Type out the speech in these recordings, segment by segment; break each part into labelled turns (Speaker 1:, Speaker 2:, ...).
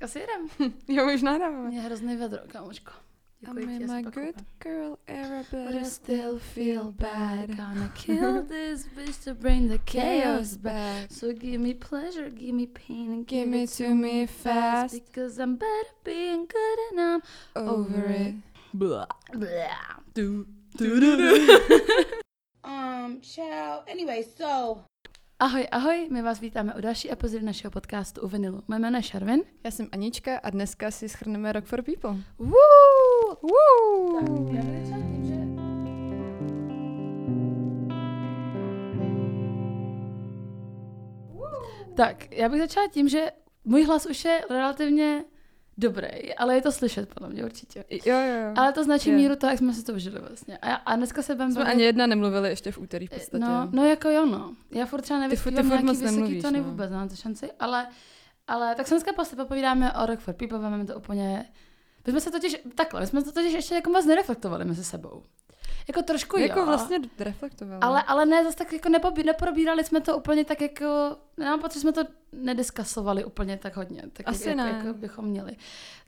Speaker 1: asi jedem.
Speaker 2: Jo, už nahráváme.
Speaker 1: Mě hrozný vedro, kamočko. Děkuji ti,
Speaker 2: I'm
Speaker 1: já
Speaker 2: a
Speaker 1: se pak
Speaker 2: good
Speaker 1: koukám.
Speaker 2: girl, era, but
Speaker 1: But I still feel bad.
Speaker 2: bad.
Speaker 1: Gonna kill this bitch to bring the chaos
Speaker 2: chaos
Speaker 1: back.
Speaker 2: back.
Speaker 1: So give me pleasure, give me pain, and
Speaker 2: Give me to me fast.
Speaker 1: Because I'm better being good and I'm
Speaker 2: Over it.
Speaker 1: blah blah. Du, du, du,
Speaker 3: Um, child. Anyway, so
Speaker 1: Ahoj, ahoj, my vás vítáme u další epizody našeho podcastu u Vinilu. Moje jméno je Šarvin.
Speaker 2: Já jsem Anička a dneska si schrneme Rock for People.
Speaker 1: Woo!
Speaker 2: Woo!
Speaker 1: Tak, já bych začala tím, že můj hlas už je relativně dobrý, ale je to slyšet podle mě určitě.
Speaker 2: Jo, jo, jo.
Speaker 1: Ale to značí
Speaker 2: Je.
Speaker 1: míru toho, jak jsme si to užili vlastně. A, já, a dneska se budeme
Speaker 2: jsme
Speaker 1: bavit-
Speaker 2: ani jedna nemluvili ještě v úterý v podstatě.
Speaker 1: No, no jako jo, no. Já furt třeba
Speaker 2: Ty furt- ty
Speaker 1: nevyspívám
Speaker 2: furt
Speaker 1: nějaký
Speaker 2: moc
Speaker 1: vysoký nemluvíš,
Speaker 2: nemluvíš,
Speaker 1: tony
Speaker 2: no.
Speaker 1: vůbec, nemám to šanci, ale, ale tak se dneska prostě popovídáme o Rock for People, máme to úplně... My jsme se totiž, takhle, my jsme to totiž ještě jako moc nereflektovali mezi sebou. Jako trošku
Speaker 2: jako
Speaker 1: jo,
Speaker 2: vlastně reflektovala.
Speaker 1: ale, ale ne, zase tak jako nepobí, neprobírali jsme to úplně tak jako, nám pocit, že jsme to nediskasovali úplně tak hodně, tak
Speaker 2: Asi
Speaker 1: jak,
Speaker 2: ne.
Speaker 1: jako bychom měli.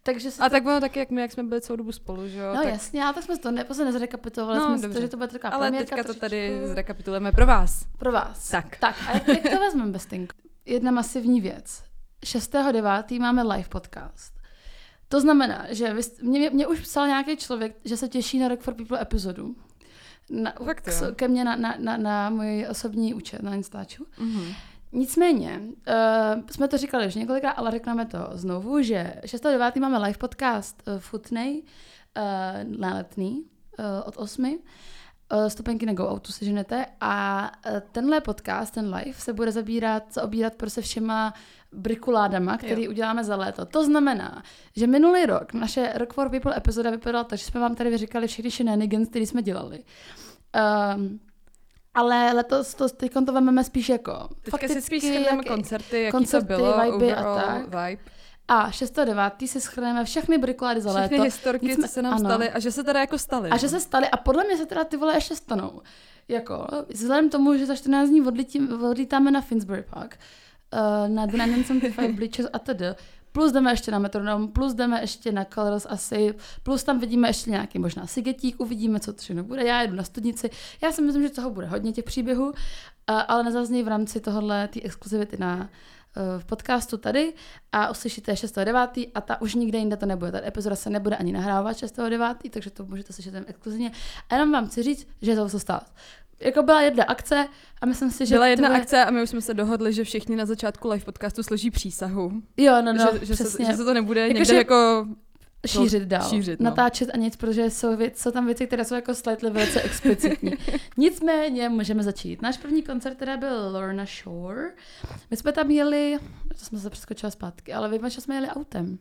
Speaker 1: Takže se
Speaker 2: A tak ono taky, jak my, jak jsme byli celou dobu spolu, že jo?
Speaker 1: No
Speaker 2: tak...
Speaker 1: jasně, ale tak jsme to ne, nezrekapitovali,
Speaker 2: No,
Speaker 1: jsme si
Speaker 2: dobře.
Speaker 1: to, že to bude taková
Speaker 2: Ale
Speaker 1: premiérka
Speaker 2: teďka to tady
Speaker 1: trošičku.
Speaker 2: zrekapitulujeme pro vás.
Speaker 1: Pro vás.
Speaker 2: Tak.
Speaker 1: Tak, a jak, jak to vezmeme bez tinku? Jedna masivní věc. 6.9. máme live podcast. To znamená, že vy, jste- mě, mě už psal nějaký člověk, že se těší na Rock for People epizodu. Na,
Speaker 2: No, Fakt
Speaker 1: k,
Speaker 2: jo.
Speaker 1: so- ke mně na, na, na, na můj osobní účet na Instaču.
Speaker 2: Mhm.
Speaker 1: Nicméně, uh, jsme to říkali už několikrát, ale řekneme to znovu, že 6.9. máme live podcast uh, Futnej, uh, náletný, uh, od 8. Uh, stupenky na Go Outu seženete a uh, tenhle podcast, ten live, se bude zabírat, zaobírat prostě všema brikuládama, který uděláme za léto. To znamená, že minulý rok naše Rock for People epizoda vypadala tak, že jsme vám tady vyříkali všechny shenanigans, který jsme dělali. Um, ale letos to, teď to vememe spíš jako
Speaker 2: Teďka si spíš
Speaker 1: fakticky,
Speaker 2: schrneme
Speaker 1: jak-
Speaker 2: koncerty, jaký
Speaker 1: koncerty,
Speaker 2: to bylo,
Speaker 1: vibey a
Speaker 2: overall
Speaker 1: tak.
Speaker 2: vibe.
Speaker 1: A 6.9. si schrneme všechny brikulády za
Speaker 2: Všechny
Speaker 1: léto.
Speaker 2: historky,
Speaker 1: Nicmé-
Speaker 2: co se nám
Speaker 1: ano.
Speaker 2: staly a že se teda jako staly.
Speaker 1: A že
Speaker 2: no.
Speaker 1: se staly, a podle mě se teda ty vole ještě stanou. Jako, vzhledem tomu, že za 14 dní odlítím, odlítáme na Finsbury Park, uh, na The 975 Bleachers a td. Plus jdeme ještě na Metronom, plus jdeme ještě na Colors asi, plus tam vidíme ještě nějaký možná sigetík, uvidíme, co tři bude. Já jedu na studnici. Já si myslím, že toho bude hodně těch příběhů, uh, ale nezazní v rámci tohohle té exkluzivity na eh, v podcastu tady a uslyšíte je 6.9. a ta už nikde jinde to nebude. Ta epizoda se nebude ani nahrávat 6.9., takže to můžete slyšet jen exkluzivně. A jenom vám chci říct, že je to co stát. Jako byla jedna akce a myslím si, že...
Speaker 2: Byla
Speaker 1: to
Speaker 2: jedna
Speaker 1: bude...
Speaker 2: akce a my už jsme se dohodli, že všichni na začátku live podcastu složí přísahu,
Speaker 1: Jo, no, no,
Speaker 2: že, že, se,
Speaker 1: přesně.
Speaker 2: že se to nebude
Speaker 1: Jako,
Speaker 2: jako někde
Speaker 1: že-
Speaker 2: jako...
Speaker 1: šířit dál,
Speaker 2: šířit, no.
Speaker 1: natáčet a nic, protože jsou, věc, jsou tam věci, které jsou jako slightly velice explicitní. Nicméně můžeme začít. Náš první koncert teda byl Lorna Shore. My jsme tam jeli, to jsme se přeskočila zpátky, ale vím, že jsme jeli autem.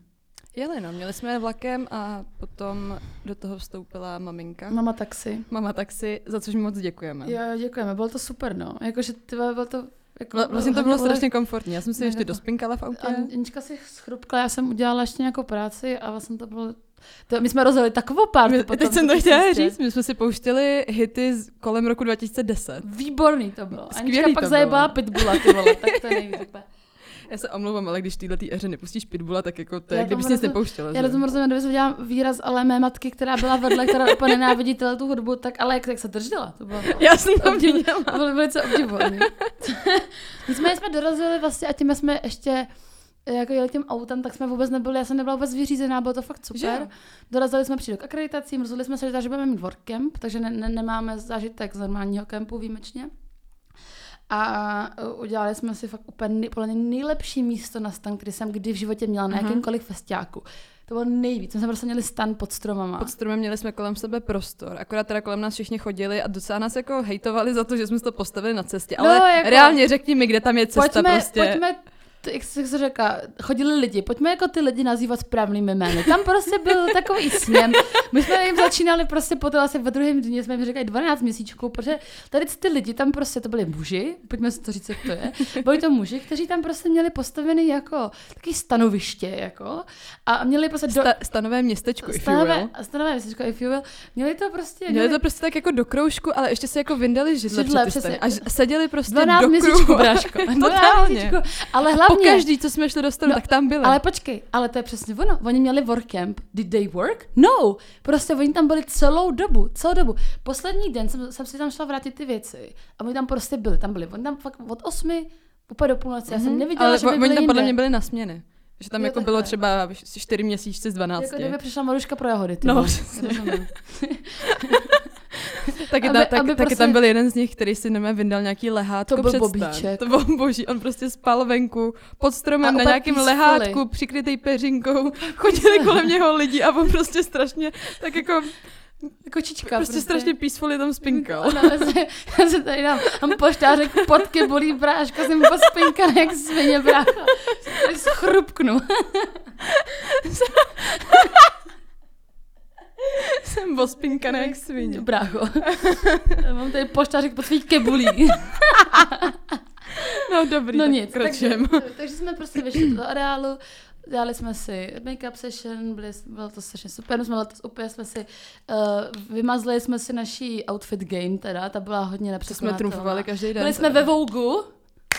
Speaker 2: Jeli no, měli jsme vlakem a potom do toho vstoupila maminka,
Speaker 1: Mama taxi.
Speaker 2: mama taxi, za což mi moc děkujeme.
Speaker 1: No. Jo, jo, děkujeme, bylo to super, no. Jakože ty vole, bylo to... Jako,
Speaker 2: Vla- Vlastně to bylo
Speaker 1: hodně
Speaker 2: strašně komfortní, já jsem si
Speaker 1: Ne,
Speaker 2: ještě
Speaker 1: jako-
Speaker 2: dospinkala v autě.
Speaker 1: A Anička si schrupkla, já jsem udělala ještě nějakou práci a vlastně to bylo... To, my jsme rozhodli takovou pár.
Speaker 2: My, teď jsem to chtěla
Speaker 1: prostě
Speaker 2: říct, my jsme si pouštěli hity z kolem roku 2010.
Speaker 1: Výborný to bylo.
Speaker 2: Skvělý
Speaker 1: Anička
Speaker 2: to
Speaker 1: pak
Speaker 2: bylo.
Speaker 1: zajebala pitbulla, ty vole, tak to je nejvíc. úplně.
Speaker 2: Já se omlouvám, ale když v této éře nepustíš Pitbulla, tak jako to
Speaker 1: Já
Speaker 2: je, jak
Speaker 1: tomu
Speaker 2: kdyby jsi nic
Speaker 1: rozumím-
Speaker 2: nepouštěla.
Speaker 1: Já
Speaker 2: že?
Speaker 1: do tomu rozumím, kdyby udělám výraz, ale mé matky, která byla vedle, která úplně nenávidí tyhle tu hudbu, tak ale jak, jak se držela, to bylo...
Speaker 2: Já jsem to
Speaker 1: Obdivu-
Speaker 2: měla.
Speaker 1: To bylo velice obdivuhodné. Nicméně jsme dorazili vlastně a tím jsme ještě jako jeli tím autem, tak jsme vůbec nebyli, já jsem nebyla vůbec vyřízená, bylo to fakt
Speaker 2: Že
Speaker 1: super.
Speaker 2: jo?
Speaker 1: Dorazili jsme přímo k akreditacím, rozhodli jsme se, že tady budeme mít workcamp, takže ne, ne, nemáme zážitek z normálního kempu výjimečně. A uh, udělali jsme si fakt úplně nej, podle mě nejlepší místo na stan, který jsem kdy v životě měla na
Speaker 2: Mhm.
Speaker 1: jakýmkoliv festiáku. To bylo nejvíc. My jsme prostě měli stan pod stromama.
Speaker 2: Pod stromem měli jsme kolem sebe prostor, akorát teda kolem nás všichni chodili a docela nás jako hejtovali za to, že jsme si to postavili na cestě,
Speaker 1: No,
Speaker 2: ale
Speaker 1: jako-
Speaker 2: reálně řekni mi, kde tam je cesta
Speaker 1: pojďme,
Speaker 2: prostě.
Speaker 1: pojďme t- jak se jak se říká, chodili lidi, pojďme jako ty lidi nazývat správnými jmény. Tam prostě byl takový směn. My jsme jim začínali prostě potom asi ve druhém dně, jsme jim říkali 12 měsíčků, protože tady ty lidi, tam prostě to byli muži, pojďme si to říct, jak to je, byli to muži, kteří tam prostě měli postavený jako takový stanoviště, jako, a měli prostě do,
Speaker 2: Sta- stanové městečko, if you
Speaker 1: stanové,
Speaker 2: will.
Speaker 1: stanové městečko, if you will, měli to prostě,
Speaker 2: Měli to prostě tak jako do kroužku, ale ještě si jako vyndali židle,
Speaker 1: Židle,
Speaker 2: před ty
Speaker 1: přesně.
Speaker 2: stany a ž- seděli prostě
Speaker 1: 12
Speaker 2: do kruhu.
Speaker 1: měsíčků, bráško. 12
Speaker 2: Totálně.
Speaker 1: měsíčků. Ale hlavně
Speaker 2: po každý, co jsme šli do stanu,
Speaker 1: No,
Speaker 2: no, tak tam byli.
Speaker 1: Ale počkej, ale to je přesně ono. Oni měli workcamp. Did they work? No. Prostě oni tam byli celou dobu, celou dobu. Poslední den jsem, jsem si tam šla vrátit ty věci a oni tam prostě byli. Tam byli. Oni tam fakt od osmi úplně do půlnoci. Já jsem neviděla,
Speaker 2: Mhm. ale
Speaker 1: že by
Speaker 2: oni
Speaker 1: byli
Speaker 2: tam podle
Speaker 1: jinde.
Speaker 2: mě byli na směny. Že tam
Speaker 1: Jo,
Speaker 2: jako
Speaker 1: takhle.
Speaker 2: bylo třeba 4 měsíce z 12.
Speaker 1: Jako kdyby přišla Maruška pro jahody. Ty
Speaker 2: No,
Speaker 1: vole.
Speaker 2: přesně.
Speaker 1: Rozumím.
Speaker 2: Taky,
Speaker 1: Aby-
Speaker 2: ta, tak,
Speaker 1: aby
Speaker 2: taky
Speaker 1: prostě-
Speaker 2: tam byl jeden z nich, který si neme vyndal nějaký lehátko
Speaker 1: To byl
Speaker 2: před stan.
Speaker 1: Bobíček.
Speaker 2: To byl boží, on prostě spal venku pod
Speaker 1: A
Speaker 2: stromem na
Speaker 1: úplně
Speaker 2: nějakém
Speaker 1: peacefully.
Speaker 2: lehátku, přikrytý peřinkou. Chodili kolem něho lidi a on prostě strašně tak jako
Speaker 1: Kočička.
Speaker 2: prostě strašně peacefully tam spinkal.
Speaker 1: Ano, já se- já se tady dám, tam poštářek potky bolí bráška, jsem pospinkaná jak svině brácha. Se tady Schrupknu.
Speaker 2: Jsem ospinkaný jak svině.
Speaker 1: Brácho. Já Mám tady poštářek pod svých kebulí.
Speaker 2: No dobrý,
Speaker 1: No
Speaker 2: tak
Speaker 1: nic. Takže,
Speaker 2: kračujem.
Speaker 1: takže jsme prostě vyšli do areálu, dělali jsme si make-up session, byli, bylo to strašně super, my jsme letos úplně jsme si, uh, vymazli jsme si naší outfit game teda, ta byla hodně
Speaker 2: To jsme
Speaker 1: nepřekonatelná.
Speaker 2: trumfovali každý den.
Speaker 1: Byli jsme ve Vogue.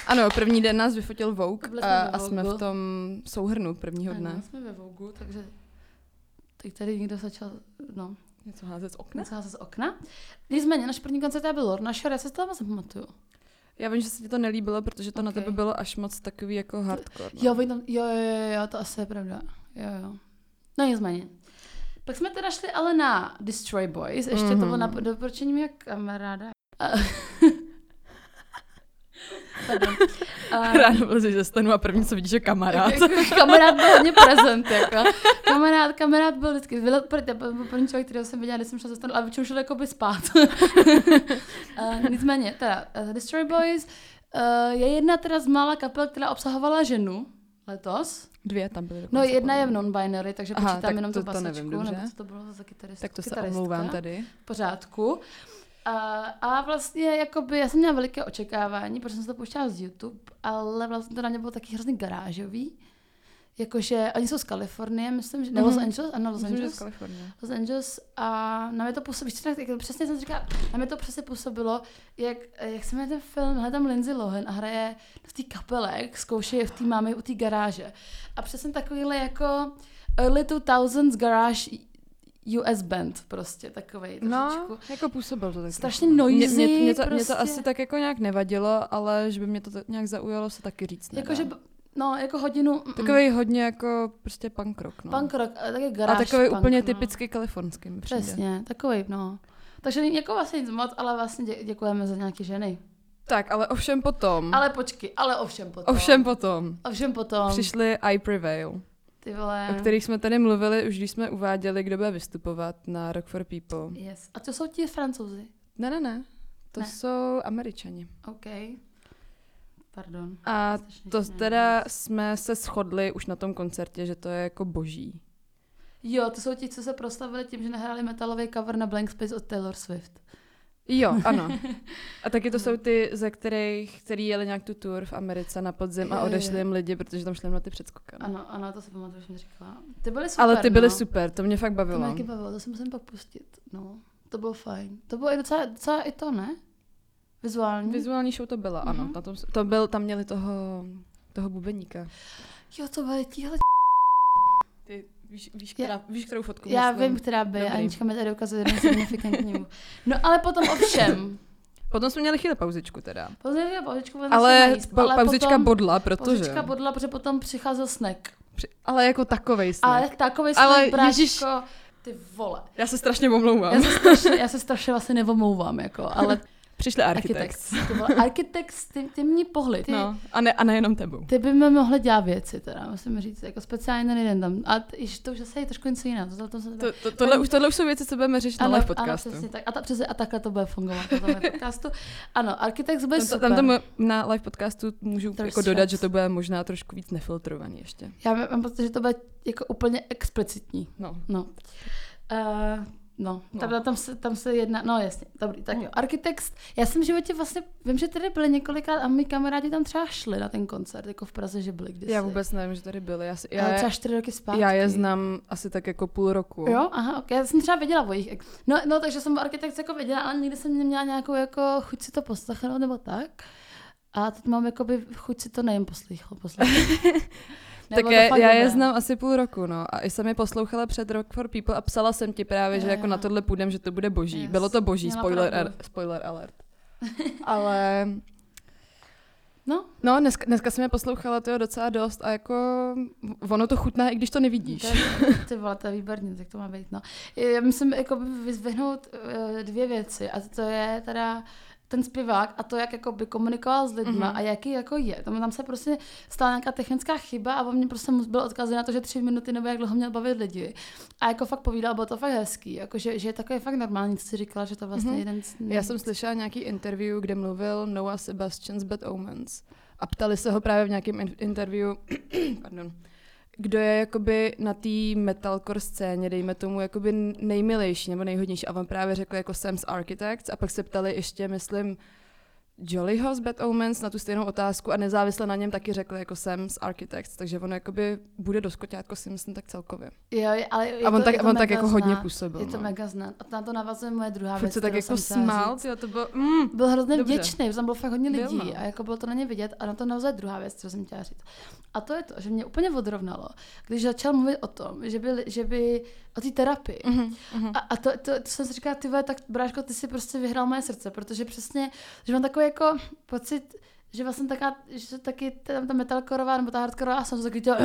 Speaker 2: Ano, první den nás vyfotil Vogue
Speaker 1: Byli jsme
Speaker 2: a,
Speaker 1: ve
Speaker 2: a jsme
Speaker 1: Vogue.
Speaker 2: v tom souhrnu prvního
Speaker 1: Ano,
Speaker 2: dne.
Speaker 1: jsme ve Vogue, takže teď tady někdo začal, no,
Speaker 2: Něco házet z okna?
Speaker 1: něco házet z okna. Nicméně, náš první koncert teda byl Lorna Shore, já se to moc nepamatuju.
Speaker 2: Já vím, že se ti to nelíbilo, protože to na
Speaker 1: Okej.
Speaker 2: tebe bylo až moc takový jako hardcore. no.
Speaker 1: Jo, oni tam, jo, jo, jo, jo, to asi je pravda. Jo, jo. No nicméně. Pak jsme teda šli ale na Destroy Boys, ještě mm-hmm. to bylo na doporučení mého kamaráda. A- Pardon. A-
Speaker 2: Ráno vlezeš ze stanu a první, co vidíš, je kamarád.
Speaker 1: Jako, kamarád byl hodně prezent, jako. Kamarád, kamarád byl vždycky, byl pr- to byl první člověk, kterého jsem viděla, když jsem šla ze stanu, ale většinou šel jako by spát. uh, nicméně, teda, uh, Destroy Boys uh, je jedna teda z mála kapel, která obsahovala ženu letos.
Speaker 2: Dvě tam byly.
Speaker 1: No
Speaker 2: dokonce,
Speaker 1: jedna je
Speaker 2: podle mě.
Speaker 1: non-binary, takže
Speaker 2: Aha,
Speaker 1: počítám
Speaker 2: tak
Speaker 1: jenom
Speaker 2: to-
Speaker 1: tu
Speaker 2: to
Speaker 1: pasečku,
Speaker 2: nevím, dobře.
Speaker 1: nebo co to bylo za kytarist,
Speaker 2: Tak to se
Speaker 1: kytaristka.
Speaker 2: omlouvám tady.
Speaker 1: V pořádku. A, a vlastně, jakoby, já jsem měla veliké očekávání, protože jsem se to pouštěla z YouTube, ale vlastně to na mě bylo taky hrozně garážový. Jakože oni jsou z Kalifornie, myslím, že, nebo
Speaker 2: Mhm.
Speaker 1: Los Angeles, ano, Los
Speaker 2: Myslím, že z
Speaker 1: Angeles.
Speaker 2: Kalifornie.
Speaker 1: Los Angeles a na mě to působí, víš co, tak, jak- přesně jsem si říkala, na mě to přesně působilo, jak, jak se jmenuje ten film, hledám Lindsay Lohan a hraje v té kapele, jak zkouší je v té máme u té garáže. A přesně takovýhle jako early 2000s garage US band prostě, takovej trošičku.
Speaker 2: No, jako působil to tak.
Speaker 1: Strašně
Speaker 2: trochu.
Speaker 1: noisy,
Speaker 2: mě, mě, mě, to, mě
Speaker 1: prostě.
Speaker 2: to asi tak jako nějak nevadilo, ale že by mě to t- nějak zaujalo, se taky říct nedá.
Speaker 1: Jakože, b- no, jako hodinu, mm,
Speaker 2: Takový hodně jako prostě punk rock, no.
Speaker 1: punk rock, ale taky
Speaker 2: a
Speaker 1: garáž
Speaker 2: takový
Speaker 1: punk,
Speaker 2: úplně
Speaker 1: no.
Speaker 2: typicky kalifornský mi přijde.
Speaker 1: Přesně, takový, no. Takže není- jako vlastně nic moc, ale vlastně dě- děkujeme za nějaký ženy.
Speaker 2: Tak, ale ovšem potom.
Speaker 1: Ale Um. počkej, ale ovšem potom.
Speaker 2: Ovšem potom.
Speaker 1: Ovšem potom.
Speaker 2: Přišli I Prevail,
Speaker 1: Ty vole.
Speaker 2: o kterých jsme tady mluvili, už když jsme uváděli, kdo bude vystupovat na Rock for People.
Speaker 1: Yes. A to jsou ti francouzi.
Speaker 2: Ne, ne, ne. To
Speaker 1: Ne.
Speaker 2: ne. jsou američani.
Speaker 1: OK. Pardon.
Speaker 2: A
Speaker 1: Strašně
Speaker 2: to
Speaker 1: divné.
Speaker 2: teda jsme se shodli už na tom koncertě, že to je jako boží.
Speaker 1: Jo, to jsou ti, co se proslavili tím, že nahráli metalový cover na Blank Space od Taylor Swift.
Speaker 2: Jo, ano. A taky to jsou ty, ze kterých, který jeli nějak tu tour v Americe na podzim
Speaker 1: Jo,
Speaker 2: a
Speaker 1: jo,
Speaker 2: odešli
Speaker 1: jo.
Speaker 2: jim lidi, protože tam šli jim na ty předskokany.
Speaker 1: Ano, ano, to si pamatuju, že jsem říkala. Ty byly super,
Speaker 2: Ale ty byly
Speaker 1: no.
Speaker 2: super, to mě
Speaker 1: To
Speaker 2: fakt
Speaker 1: mě
Speaker 2: bavilo.
Speaker 1: taky bavilo, to si musím pak pustit. No, to bylo fajn. To bylo i docela, docela i to, ne? Vizuální.
Speaker 2: Vizuální show to byla, ano.
Speaker 1: Mhm.
Speaker 2: Na tom, s- to byl, tam měli toho, toho bubeníka.
Speaker 1: Jo, to byly tíhle
Speaker 2: Ty víš, víš,
Speaker 1: která-
Speaker 2: víš kterou fotku
Speaker 1: Já vím, která by,
Speaker 2: Dobrý.
Speaker 1: Anička mi tady ukazuje jeden signifikantní. No ale potom ovšem.
Speaker 2: Potom jsme měli chvíli pauzičku teda.
Speaker 1: Později pauzičku, ona se
Speaker 2: Ale,
Speaker 1: najíst,
Speaker 2: pa, pauzička
Speaker 1: potom-
Speaker 2: bodla, protože...
Speaker 1: Pauzička bodla, protože potom přicházel snack.
Speaker 2: Při- Ale jako takovej snack.
Speaker 1: Ale takový
Speaker 2: Ale
Speaker 1: snack,
Speaker 2: ježiš.
Speaker 1: bráško, ty vole.
Speaker 2: Já se strašně omlouvám.
Speaker 1: Já se strašně, já se strašně vlastně nevomlouvám, jako, ale
Speaker 2: Přišli architekt.
Speaker 1: architekt. Ty vole, architekt, ty, ty mě pohli. Ty,
Speaker 2: No, a, ne, a nejenom tebou.
Speaker 1: Ty by mi mohly dělat věci, teda, musím říct, jako speciálně ten jeden tam. A t- již to už zase je trošku něco jiného. To, to, se
Speaker 2: To, to, tohle, už, tohle už jsou věci, co budeme řešit na live podcastu.
Speaker 1: Ano, přesně tak. A, ta, přesně, a takhle to bude fungovat na tomhle podcastu. Ano, architekt bude
Speaker 2: Tam, to,
Speaker 1: super.
Speaker 2: tam to mu- na live podcastu můžu
Speaker 1: Trošku
Speaker 2: jako dodat,
Speaker 1: svět.
Speaker 2: že to bude možná trošku víc nefiltrovaný ještě.
Speaker 1: Já mám mám pocit, že to bude jako úplně explicitní.
Speaker 2: No.
Speaker 1: No. Uh, no,
Speaker 2: No.
Speaker 1: Tam, tam, se, tam se jedná, no jasně, dobrý, tak jo. Architekt, já jsem v životě vlastně, vím, že tady byli několikrát a mý kamarádi tam třeba šli na ten koncert, jako v Praze, že byli kdysi.
Speaker 2: Já vůbec nevím, že tady byly. Já, si,
Speaker 1: Ale
Speaker 2: já,
Speaker 1: třeba čtyři roky zpátky.
Speaker 2: já je znám asi tak jako půl roku.
Speaker 1: Jo, aha, ok, já jsem třeba věděla o jejich. ex- No, no takže jsem o architekt jako věděla, ale nikdy jsem neměla nějakou jako chuť si to poslechnout nebo tak. A teď mám jakoby chuť si to nejen poslycho, poslycho.
Speaker 2: Tak je, já je znám asi půl roku, no. A i jsem je poslouchala před Rock for People a psala jsem ti právě, že
Speaker 1: Jo,
Speaker 2: jako
Speaker 1: jo.
Speaker 2: na tohle půjdem, že to bude boží.
Speaker 1: Yes.
Speaker 2: Bylo to boží,
Speaker 1: Měla
Speaker 2: spoiler,
Speaker 1: pravdu.
Speaker 2: ar, spoiler alert. Ale
Speaker 1: No,
Speaker 2: no, dneska, dneska jsem je poslouchala toho docela dost a jako ono to chutná, i když to nevidíš.
Speaker 1: To je- Ty vole, to je výborně, tak to má být, no. Já myslím jako vyzvihnout eh, dvě věci a to je teda ten zpěvák a to, jak jako by komunikoval s lidmi
Speaker 2: Mhm.
Speaker 1: mm-hmm. a jaký jako je. Tam, tam se prostě stala nějaká technická chyba a on mě prostě mu byl odkaz na to, že tři minuty nebo jak dlouho měl bavit lidi. A jako fakt povídal, bylo to fakt hezký, jako, že, že je takový fakt normální, co jsi říkala, že to vlastně mm-hmm.
Speaker 2: Mhm.
Speaker 1: jeden z...
Speaker 2: Já jsem slyšela nějaký interview, kde mluvil Noah Sebastian z Bad Omens a ptali se ho právě v nějakém in- interview, pardon, kdo je jakoby na té metalcore scéně, dejme tomu, jakoby nejmilejší nebo nejhodnější. A on právě řekl jako Sam's Architects a pak se ptali ještě, myslím, Jollyho z Bad Omens na tu stejnou otázku a nezávisle na něm taky řekl jako Sam's Architects, takže on jakoby bude doskoťátko si myslím tak celkově.
Speaker 1: Jo, je- ale je
Speaker 2: A on
Speaker 1: to,
Speaker 2: tak-
Speaker 1: je to
Speaker 2: on tak
Speaker 1: mega
Speaker 2: jako hodně
Speaker 1: znát.
Speaker 2: působil,
Speaker 1: Je to
Speaker 2: no.
Speaker 1: mega znát. A na to navazuje moje druhá
Speaker 2: Furt
Speaker 1: věc.
Speaker 2: se tak
Speaker 1: kterou
Speaker 2: jako
Speaker 1: jsem chtěla říct.
Speaker 2: smál, tyjo, to bylo... Mm.
Speaker 1: byl hrozně
Speaker 2: Dobře.
Speaker 1: vděčný, protože tam bylo fakt hodně
Speaker 2: Byl,
Speaker 1: lidí
Speaker 2: no.
Speaker 1: a jako bylo to na ně vidět a na to naozaj druhá věc, co jsem chtěla říct. A to je to, že mě úplně odrovnalo, když začal mluvit o tom, že by, že by o té terapii.
Speaker 2: Mhm, mhm.
Speaker 1: A, a to, to, to, jsem si říkala, ty vole, tak bráško, ty si prostě vyhrál moje srdce, protože přesně, že mám takový jako pocit, že vlastně taká, že taky tam ta metalkorová nebo ta hardkorová jsem taky těla,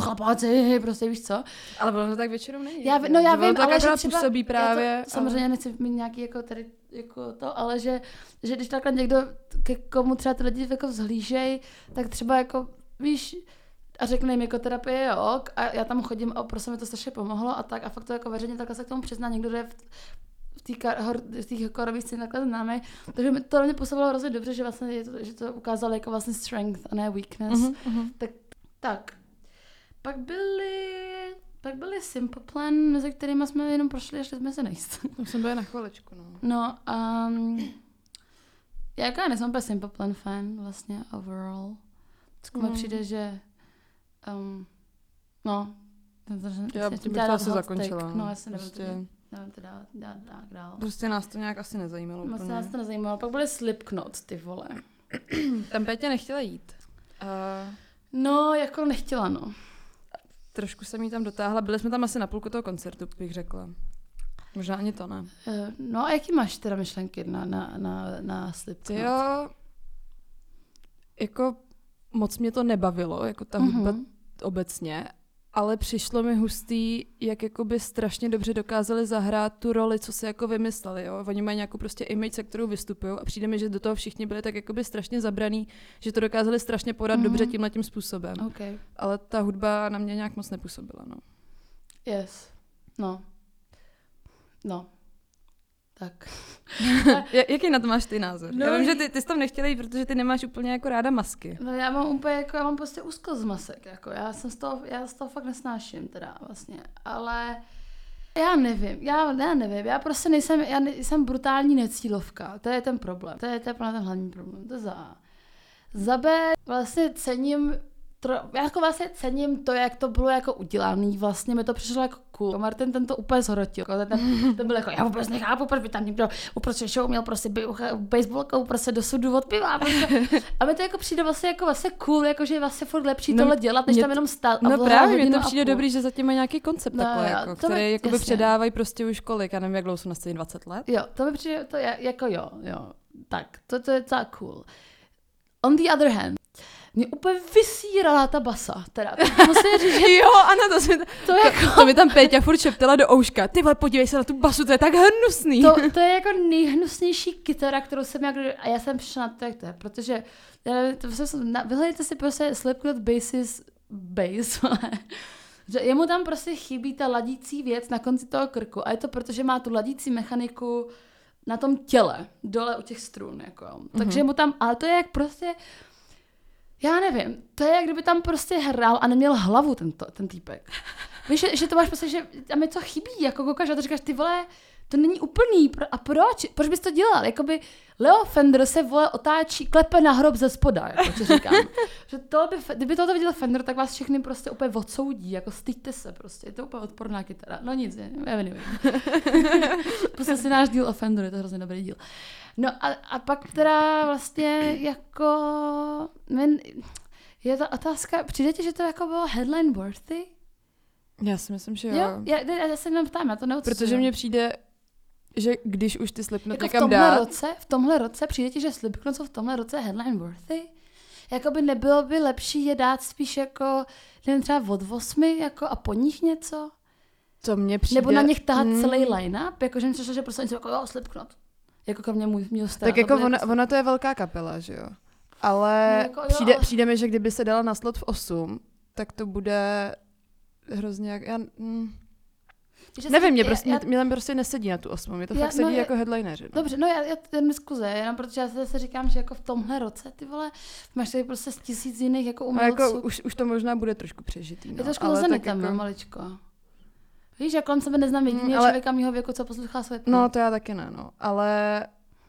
Speaker 1: chlapáci, prostě víš co.
Speaker 2: Ale ono to tak většinou není.
Speaker 1: Já, vi- no já
Speaker 2: Že ono
Speaker 1: vím,
Speaker 2: to tak
Speaker 1: ale že
Speaker 2: akorát
Speaker 1: třeba,
Speaker 2: působí právě.
Speaker 1: Já to, samozřejmě
Speaker 2: ale...
Speaker 1: nechci mít nějaký jako tady jako to, ale že, že když takhle někdo, ke komu třeba ty lidi jako vzhlížej, tak třeba jako, víš, a řekne jim jako terapie je ok a já tam chodím a prostě mi to strašně pomohlo a tak a fakt to jako veřejně takhle se k tomu přizná někdo, kdo je v, v té kar- hor- v té korové scéně takhle známý, takže mi to na mě působilo hrozně dobře, že vlastně je to, že to ukázalo jako vlastně strength a ne weakness.
Speaker 2: Mhm, mhm.
Speaker 1: Tak, tak. Pak byly, pak byly Simple Plan, mezi kterými jsme jenom prošli a šli jsme se nejist.
Speaker 2: Tam jsem byla na chviličku, no.
Speaker 1: No a um, já jako já nejsem úplně Simple Plan fan vlastně overall. Tak mi
Speaker 2: Mm.
Speaker 1: přijde, že um, no, ten to, že-
Speaker 2: Já
Speaker 1: jsem
Speaker 2: tím bych
Speaker 1: chtěla
Speaker 2: to
Speaker 1: dát
Speaker 2: asi
Speaker 1: hot
Speaker 2: zakončila.
Speaker 1: take.
Speaker 2: no.
Speaker 1: No, já se nevím, prostě...
Speaker 2: prostě,
Speaker 1: nevím to dát, dát, dát dál.
Speaker 2: prostě nás to nějak asi nezajímalo.
Speaker 1: Moc
Speaker 2: úplně.
Speaker 1: nás to nezajímalo. Pak byly Slipknot, ty vole.
Speaker 2: Tam Pétě nechtěla jít. Uh,
Speaker 1: No, jako nechtěla, no.
Speaker 2: trošku jsem jí tam dotáhla. Byli jsme tam asi na půlku toho koncertu, bych řekla. Možná ani to ne.
Speaker 1: Eh, No a jaký máš teda myšlenky na, na, na, na Slipknot?
Speaker 2: Ty jo, jako moc mě to nebavilo, jako ta hudba
Speaker 1: Mhm.
Speaker 2: obecně, ale přišlo mi hustý, jak jakoby strašně dobře dokázali zahrát tu roli, co se jako vymysleli. Jo? Oni mají nějakou prostě image, se kterou vystupují a přijde mi, že do toho všichni byli tak jakoby strašně zabraný, že to dokázali strašně podat
Speaker 1: Mhm.
Speaker 2: mm-hmm. dobře tímhle tím způsobem.
Speaker 1: OK,
Speaker 2: Ale ta hudba na mě nějak moc nepůsobila. No.
Speaker 1: yes. No. No. Tak.
Speaker 2: Ja- Jaký na to máš ty názor?
Speaker 1: No,
Speaker 2: No, Já vím, že ty, ty jsi tam nechtěla jít, protože ty nemáš úplně jako ráda masky.
Speaker 1: No já mám úplně, jako já mám prostě úzkost z masek, jako já jsem z toho, já z toho fakt nesnáším teda vlastně, ale já nevím, já, já nevím, já prostě nejsem, já ne, jsem brutální necílovka, to je ten problém, to je, to je pro mě ten hlavní problém, to je za A. Za B vlastně cením tro, já jako vlastně cením to, jak to bylo jako udělané, vlastně mi to přišlo jako cool. A Martin ten to úplně zhrotil, jako ten, ten byl jako, já vůbec nechápu, proč by tam někdo uprostřed show měl prostě by- baseballkou prostě do sudu od piva. Prostě. A mi to jako přijde vlastně jako vlastně cool, jako že je vlastně furt lepší
Speaker 2: No,
Speaker 1: tohle dělat, než
Speaker 2: mě
Speaker 1: tam
Speaker 2: to-
Speaker 1: jenom stát. a
Speaker 2: No
Speaker 1: vlhat
Speaker 2: právě, mně
Speaker 1: hodinu
Speaker 2: to
Speaker 1: a
Speaker 2: přijde
Speaker 1: půl.
Speaker 2: dobrý, že zatím mají nějaký koncept
Speaker 1: No,
Speaker 2: takhle,
Speaker 1: jo,
Speaker 2: jako,
Speaker 1: to mi-
Speaker 2: který jakoby
Speaker 1: jasně.
Speaker 2: předávají prostě už kolik, já nevím, jak dlouho jsou na scéně, 20 let?
Speaker 1: Jo, to mi přijde, to je, jako jo, jo. Tak, to, to je tak cool. On the other hand, mě úplně vysírala ta basa, teda. To musím říct, že
Speaker 2: Jo, ano, to, jsme,
Speaker 1: to jako...
Speaker 2: to mi tam Péťa furt šeptala do ouška. Ty vole, podívej se na tu basu, to je tak hnusný. To...
Speaker 1: To, to je jako nejhnusnější kytara, kterou jsem já kdy, a já jsem přišla na to, jak to je, protože já nevím, to jsem, na, vyhledajte si prostě Slipknot Basis Bass, vole. že jemu tam prostě chybí ta ladící věc na konci toho krku a je to proto, že má tu ladící mechaniku na tom těle, dole u těch strun, jako. Takže mu tam, ale to je jak prostě, já nevím, to je jak kdyby tam prostě hrál a neměl hlavu ten, ten týpek. Víš, že, že to máš prostě, že tam něco chybí, jako koukáš a to říkáš, ty vole, to To není úplný. Pro, a proč? Proč bys to dělal? Jakoby Leo Fender se vole otáčí, klepe na hrob ze spoda, jako ti říkám. že to by, Fe- kdyby tohle viděl Fender, tak vás všechny prostě úplně odsoudí, jako styďte se prostě, je to úplně odporná kytara. No nic, ne- já nevím. prostě si náš díl o Fenderu, je to hrozně dobrý díl. No a, a pak teda vlastně jako... Men, je ta otázka, přijde ti, že to jako bylo headline worthy?
Speaker 2: Já si myslím, že jo.
Speaker 1: Jo, já, já, já se jenom ptám, já to neodsuzuju.
Speaker 2: Protože mně přijde, že když už ty slipnot
Speaker 1: jako v
Speaker 2: někam
Speaker 1: tomhle
Speaker 2: dá,
Speaker 1: roce, v tomhle roce přijde ti, že Slipknot jsou v tomhle roce headline worthy? Jakoby nebylo by lepší je dát spíš jako, nevím, třeba od osmi jako a po nich něco?
Speaker 2: to mně přijde...
Speaker 1: Přijde. Nebo na nich tahat
Speaker 2: Mm.
Speaker 1: mm. celý line-up? Jakože mi přišlo, že prostě oni jsou jako, jo, Slipknot. Jako kromě můj, mýho stylu.
Speaker 2: Tak
Speaker 1: To
Speaker 2: jako
Speaker 1: bude
Speaker 2: ona, ona to je velká kapela, že jo. Ale
Speaker 1: No
Speaker 2: jako,
Speaker 1: jako jo,
Speaker 2: přijde,
Speaker 1: ale-
Speaker 2: přijde mi, že kdyby se dala na slot v 8, tak to bude hrozně jak... Já, mm,
Speaker 1: Že se-
Speaker 2: nevím, mě
Speaker 1: já-
Speaker 2: prostě,
Speaker 1: já-
Speaker 2: mě, mě tam prostě nesedí na tu 8, mě to
Speaker 1: Já-
Speaker 2: fakt sedí
Speaker 1: no, já-
Speaker 2: jako headlineři. No.
Speaker 1: Dobře, no já, já ten diskuze, jenom protože já se zase říkám, že jako v tomhle roce, ty vole, máš tady prostě z tisíc jiných jako
Speaker 2: A
Speaker 1: umělců.
Speaker 2: jako už, už to možná bude trošku přežitý. No,
Speaker 1: je trošku
Speaker 2: ale
Speaker 1: lzený
Speaker 2: tak
Speaker 1: tam, jako...
Speaker 2: jako,
Speaker 1: maličko. Víš, já kolem sebe neznám jediného
Speaker 2: Mm, ale-
Speaker 1: ale... člověka mýho věku, co poslouchá své
Speaker 2: No, to já taky ne, no. Ale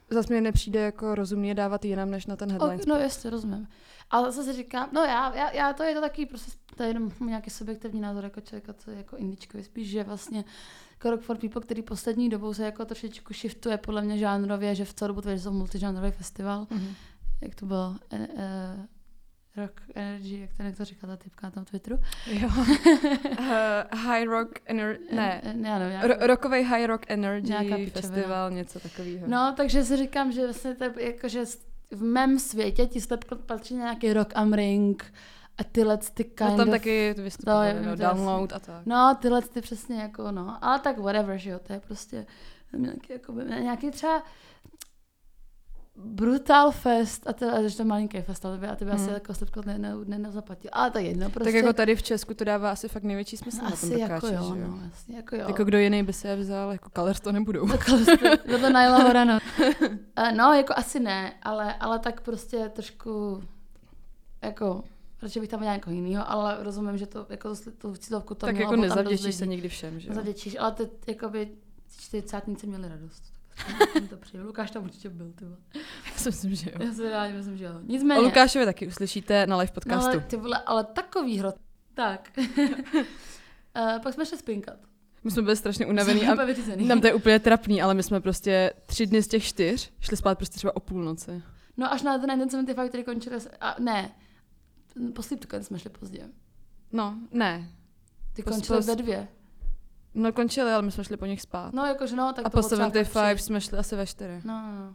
Speaker 2: zase mi nepřijde jako rozumně dávat jinam, než na ten headline.
Speaker 1: no jasně, rozumím. A zase si říkám, no já, já, já to je to takový prostě, to je jenom můj nějaký subjektivní názor jako člověka, co je jako indičkový, spíš, že vlastně jako Rock for People, který poslední dobou se jako trošičku shiftuje podle mě žánrově, že v celou dobu to je, že jsou multižánrový festival,
Speaker 2: Mhm.
Speaker 1: jak to bylo, e, e, Rock Energy, jak to, jak to říkala ta typka na tom Twitteru.
Speaker 2: Jo. uh, high Rock Energy, ne.
Speaker 1: E, ne já nevím, nějak-
Speaker 2: Ro- rokovej High Rock Energy
Speaker 1: Nějaká pičovina.
Speaker 2: festival, něco takového.
Speaker 1: No, takže si říkám, že vlastně to, je jako, že s- v mém světě ti slepko patří nějaký rock am ring a tyhle ty kind
Speaker 2: no tam
Speaker 1: of,
Speaker 2: taky
Speaker 1: to je-
Speaker 2: vystupovali, no,
Speaker 1: to je jasný.
Speaker 2: download a tak.
Speaker 1: No, tyhle ty přesně jako, no, ale tak whatever, že jo, to je prostě nějaký, jako, nějaký třeba Brutal Fest, a to, a to malinký fest, ale to by, a to by
Speaker 2: Hmm.
Speaker 1: asi jako slepko ne, ne, ne, nezaplatil, ale tak jedno prostě.
Speaker 2: tak jako tady v Česku to dává asi fakt největší smysl na tom
Speaker 1: asi jako
Speaker 2: dokáče,
Speaker 1: jo,
Speaker 2: že jo?
Speaker 1: no, jasně, jako jo. No,
Speaker 2: Jako kdo jiný by se je vzal, jako Colors to nebudou.
Speaker 1: Vedle Naila Horana. Eh, No, jako asi ne, ale, ale tak prostě trošku, jako, radši bych tam měla někoho jiného, ale rozumím, že to, jako to, tu cílovku to
Speaker 2: tak
Speaker 1: mělo,
Speaker 2: jako
Speaker 1: bylo tam dost
Speaker 2: nezavděčíš
Speaker 1: lidí.
Speaker 2: se nikdy všem, že jo?
Speaker 1: Nezavděčíš, ale ty, jakoby, čtyřicátníci měli radost. Tak jsem to přijel. Lukáš tam určitě byl, ty vole.
Speaker 2: Já si myslím, že jo.
Speaker 1: Já se rádi myslím, že jo.
Speaker 2: O
Speaker 1: Nicméně.
Speaker 2: Lukášovi taky uslyšíte na live
Speaker 1: No,
Speaker 2: podcastu.
Speaker 1: ale, ty vole, ale takový hrot. Tak. Eh, pak jsme šli spinkat.
Speaker 2: My jsme byli strašně unavený
Speaker 1: Jsme
Speaker 2: a
Speaker 1: úplně vyřízený.
Speaker 2: nám to je úplně trapný, ale my jsme prostě tři dny z těch čtyř šli spát prostě třeba o půlnoci.
Speaker 1: No až na ten 1975, který končil, a ne, po Sleeptoken jsme šli pozdě.
Speaker 2: No, ne.
Speaker 1: Ty
Speaker 2: Pos-
Speaker 1: končil
Speaker 2: pos-
Speaker 1: ve dvě.
Speaker 2: No končili, ale my jsme šli po nich spát.
Speaker 1: No jakože no, tak
Speaker 2: a
Speaker 1: to
Speaker 2: po
Speaker 1: bylo třeba
Speaker 2: 75
Speaker 1: tři.
Speaker 2: jsme šli asi ve čtyři.
Speaker 1: No, no, no.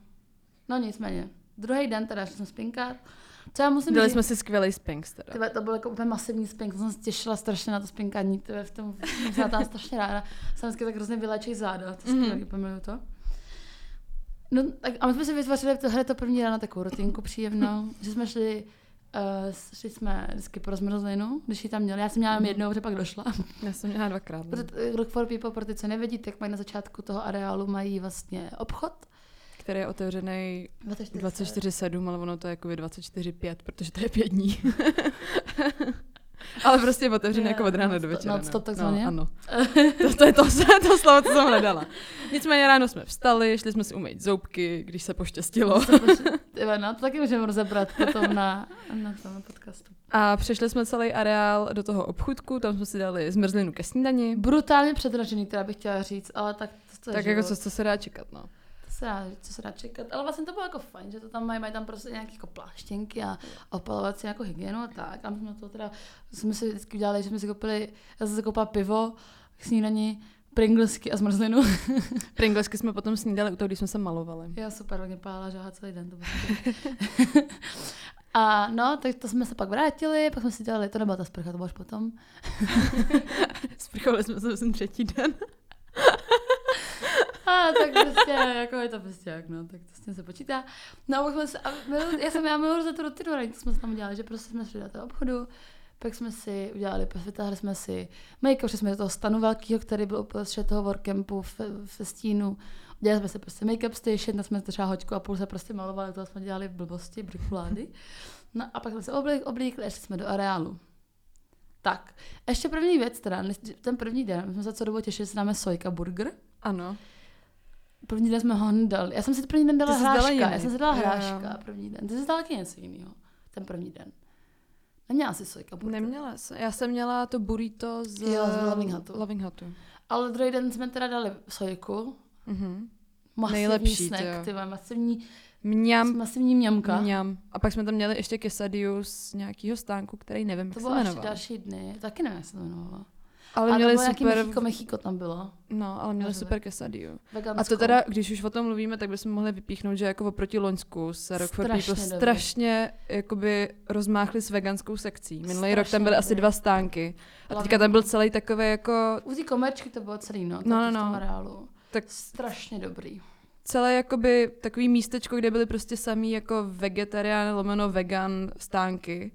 Speaker 1: no nicméně. Druhý den teda šli jsme spinkat. Co já musím
Speaker 2: Dali
Speaker 1: říct,
Speaker 2: jsme si skvělý spinks teda.
Speaker 1: Tyhle, to byl jako úplně masivní spink, jsem se těšila strašně na to spinkání, tyhle, v tom jsem se na to strašně ráda. Jsem vždycky tak hrozně vylečej záda, to
Speaker 2: Mhm.
Speaker 1: mm. skvělý, pomiluju to. No, tak, a my jsme si vytvořili tohle to první ráno takovou rutinku příjemnou, že jsme šli, uh, šli jsme vždycky pro zmrzlinu, když ji tam měli. Já jsem měla jenom jednou, protože pak došla.
Speaker 2: Já jsem měla dvakrát. No.
Speaker 1: Proto Rock for People, pro ty, co nevědí, tak mají na začátku toho areálu mají vlastně obchod.
Speaker 2: který je otevřený
Speaker 1: 24.
Speaker 2: 24-7, ale ono to je jako 24-5, protože to je pět dní. ale prostě je otevřený
Speaker 1: Jo,
Speaker 2: jako od rána
Speaker 1: non-stop-
Speaker 2: do večera.
Speaker 1: non-stop
Speaker 2: no.
Speaker 1: takzvaně.
Speaker 2: No, ano. To, to je to, to slovo, co jsem hledala. Nicméně ráno jsme vstali, šli jsme si umýt zoubky, když se poštěstilo.
Speaker 1: Tyhle, no, to taky můžeme rozebrat potom na, na tom podcastu.
Speaker 2: A přešli jsme celý areál do toho obchudku, tam jsme si dali zmrzlinu ke snídani.
Speaker 1: Brutálně předražený, teda bych chtěla říct, ale tak to, to je
Speaker 2: Tak
Speaker 1: život.
Speaker 2: jako co, co se dá čekat, no.
Speaker 1: To se dá, co se dá čekat. Ale vlastně to bylo jako fajn, že to tam mají, mají tam prostě nějaké jako pláštěnky a opalovací jako hygienu a tak. A my jsme to teda, jsme si vždycky udělali, že jsme si koupili, já jsem si koupila pivo, k snídaní, Pringlesky a zmrzlinu.
Speaker 2: Pringlesky jsme potom snídali u toho, když jsme se malovali.
Speaker 1: Já super, hodně pála žáha celý den. To bylo super. A no, tak to jsme se pak vrátili, pak jsme si dělali, to nebyla ta sprcha, to bylo až potom.
Speaker 2: Sprchovali jsme se myslím třetí den.
Speaker 1: A tak prostě, jako je to prostě jak, no, tak to s tím se počítá. No a pak jsme se, a milu, já jsem já miluji za tu rutinu, ranní, co jsme se tam dělali, že prostě jsme šli do toho obchodu, pak jsme si udělali, prostě vytáhli jsme si make-up, šli jsme do toho stanu velkého, který byl uprostřed toho workcampu v, v stínu. Dělali jsme si prostě make-up station, tam jsme třeba hoďku a půl se prostě malovali, to jsme dělali blbosti, brikulády. No a pak jsme se oblík, oblíkli a šli jsme do areálu. Tak, ještě první věc teda, než- ten první den, my jsme se co dobu těšili, že si dáme sojka burger.
Speaker 2: Ano.
Speaker 1: První den jsme ho nedali. Já jsem si první den dala
Speaker 2: Ty jsi dala
Speaker 1: hráška.
Speaker 2: jiný.
Speaker 1: Já jsem si dala
Speaker 2: Jo, jo.
Speaker 1: hráška první den. Ty jsi dala taky něco jiného. Ten první den. Neměla jsi sojka. burger.
Speaker 2: Neměla jsem. Já jsem měla to burrito z,
Speaker 1: Jo, z Loving Hutu.
Speaker 2: Loving Hutu.
Speaker 1: Ale druhý den jsme teda dali sojku.
Speaker 2: Mhm.
Speaker 1: Masivní
Speaker 2: Nejlepší,
Speaker 1: snack,
Speaker 2: jo.
Speaker 1: ty vole, masivní,
Speaker 2: Mňam,
Speaker 1: masivní mňamka.
Speaker 2: mňam. A pak jsme tam měli ještě kesadiu z nějakého stánku, který nevím, jak
Speaker 1: To
Speaker 2: se
Speaker 1: bylo až
Speaker 2: jmenoval.
Speaker 1: další dny. Taky nevím, jak se to jmenovalo.
Speaker 2: Ale
Speaker 1: Ale měli
Speaker 2: měli
Speaker 1: bylo super...
Speaker 2: super,
Speaker 1: Mexiko, Mexiko tam bylo.
Speaker 2: no, ale měli
Speaker 1: Rozumím.
Speaker 2: super kesadiu.
Speaker 1: Veganskou.
Speaker 2: A to teda, když už o tom mluvíme, tak bychom mohli vypíchnout, že jako oproti Loňsku se Rock for
Speaker 1: Strašně
Speaker 2: People
Speaker 1: dobrý.
Speaker 2: strašně jakoby rozmáchli s veganskou sekcí. Minulý rok
Speaker 1: Strašně
Speaker 2: tam byly asi
Speaker 1: dobrý.
Speaker 2: dva stánky a
Speaker 1: Loving
Speaker 2: teďka tam byl celý takový jako,
Speaker 1: U té komerčky to bylo celý, no.
Speaker 2: No,
Speaker 1: No, no,
Speaker 2: no,
Speaker 1: no.
Speaker 2: no.
Speaker 1: Reálu.
Speaker 2: tak
Speaker 1: Strašně dobrý.
Speaker 2: celé jakoby takový místečko, kde byly prostě samý jako vegetarián lomeno vegan stánky.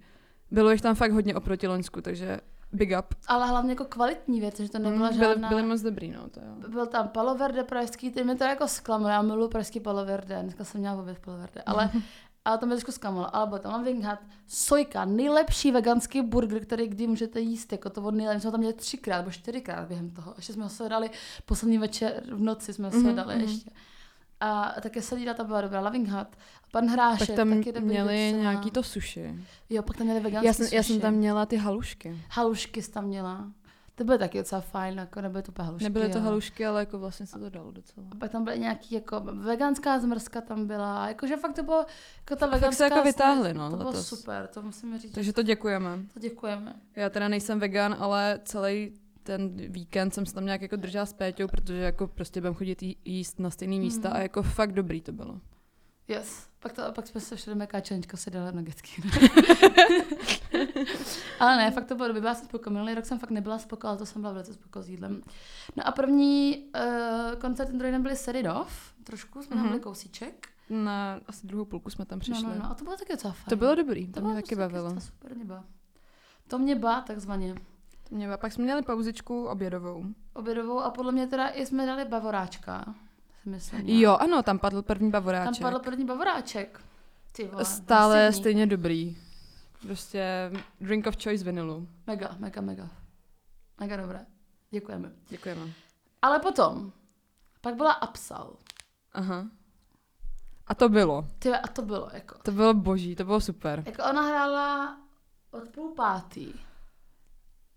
Speaker 2: Bylo jich tam fakt hodně oproti Loňsku, takže big up.
Speaker 1: Ale hlavně jako kvalitní věc, že to nebyla
Speaker 2: Mm, Byly,
Speaker 1: žádná...
Speaker 2: byly moc dobrý, no to jo.
Speaker 1: Byl tam Paloverde pražský, ty mi to jako zklamalo, já miluji pražský Paloverde, dneska jsem měla oběd v Paloverde, ale,
Speaker 2: Mhm.
Speaker 1: ale to mě trošku zklamalo, ale byl tam Loving Hut, Sojka, nejlepší veganský burger, který kdy můžete jíst, jako to od nejlepší, jsme ho tam měli třikrát nebo čtyřikrát během toho, ještě jsme ho sledali poslední večer v noci, jsme ho
Speaker 2: Mhm,
Speaker 1: sledali
Speaker 2: mhm.
Speaker 1: ještě. A také sedída ta byla dobrá, Loving Hut, pan Hrášek,
Speaker 2: Pak tam
Speaker 1: taky dobrý
Speaker 2: měli
Speaker 1: docela.
Speaker 2: nějaký to sushi.
Speaker 1: Jo, pak tam měli veganský
Speaker 2: Já jsem, já jsem
Speaker 1: sushi.
Speaker 2: tam měla ty halušky.
Speaker 1: Halušky jsi tam měla. To byly taky docela fajn, jako nebyly to úplně halušky.
Speaker 2: Nebyly to
Speaker 1: ale-
Speaker 2: halušky, ale jako vlastně se to dalo docela.
Speaker 1: A pak tam byly nějaký, jako veganská zmrzka tam byla, jakože fakt to bylo, jako ta veganská
Speaker 2: se jako vytáhli,
Speaker 1: snack,
Speaker 2: no,
Speaker 1: To bylo
Speaker 2: letos.
Speaker 1: super, to musíme říct, Takže...
Speaker 2: Takže to děkujeme.
Speaker 1: to děkujeme.
Speaker 2: Já teda nejsem vegan, ale celý ten víkend jsem se tam nějak jako držela s Péťou, protože jako prostě budem chodit jí- jíst na stejný místa
Speaker 1: Mhm.
Speaker 2: a jako fakt dobrý to bylo.
Speaker 1: Yes. Pak, to, pak jsme se všude meká členčka se dala nogetky. ale ne, fakt to bylo dobrý, byla jsem spokojená. Minulý rok jsem fakt nebyla spokojená, ale to jsem byla velice spokojená s jídlem. No a první uh, koncert ten druhý den byli Seridov, trošku jsme tam
Speaker 2: Mhm.
Speaker 1: byli kousíček.
Speaker 2: Na asi druhou půlku jsme tam přišli.
Speaker 1: No, no, no, a to bylo taky docela fajn.
Speaker 2: To bylo dobrý, to,
Speaker 1: to
Speaker 2: mě
Speaker 1: bylo
Speaker 2: taky
Speaker 1: docela
Speaker 2: bavilo.
Speaker 1: docela Super, mě ba. To mě bá, takzvaně.
Speaker 2: To Mě, ba- pak jsme měli pauzičku obědovou.
Speaker 1: obědovou a podle mě teda i jsme dali bavoráčka. Si myslím, ne?
Speaker 2: Jo, ano, tam padl
Speaker 1: Tam
Speaker 2: první bavoráček.
Speaker 1: padl první bavoráček. Ty vole,
Speaker 2: Stále
Speaker 1: masivní.
Speaker 2: stejně dobrý. Prostě drink of choice vanilu.
Speaker 1: Mega, mega, mega. Mega dobré. Děkujeme.
Speaker 2: Děkujeme.
Speaker 1: Ale potom, pak byla Apsal.
Speaker 2: Aha. A to bylo.
Speaker 1: Ty vole, a to bylo jako.
Speaker 2: To bylo boží, to bylo super.
Speaker 1: Jako ona hrála od půl pátý.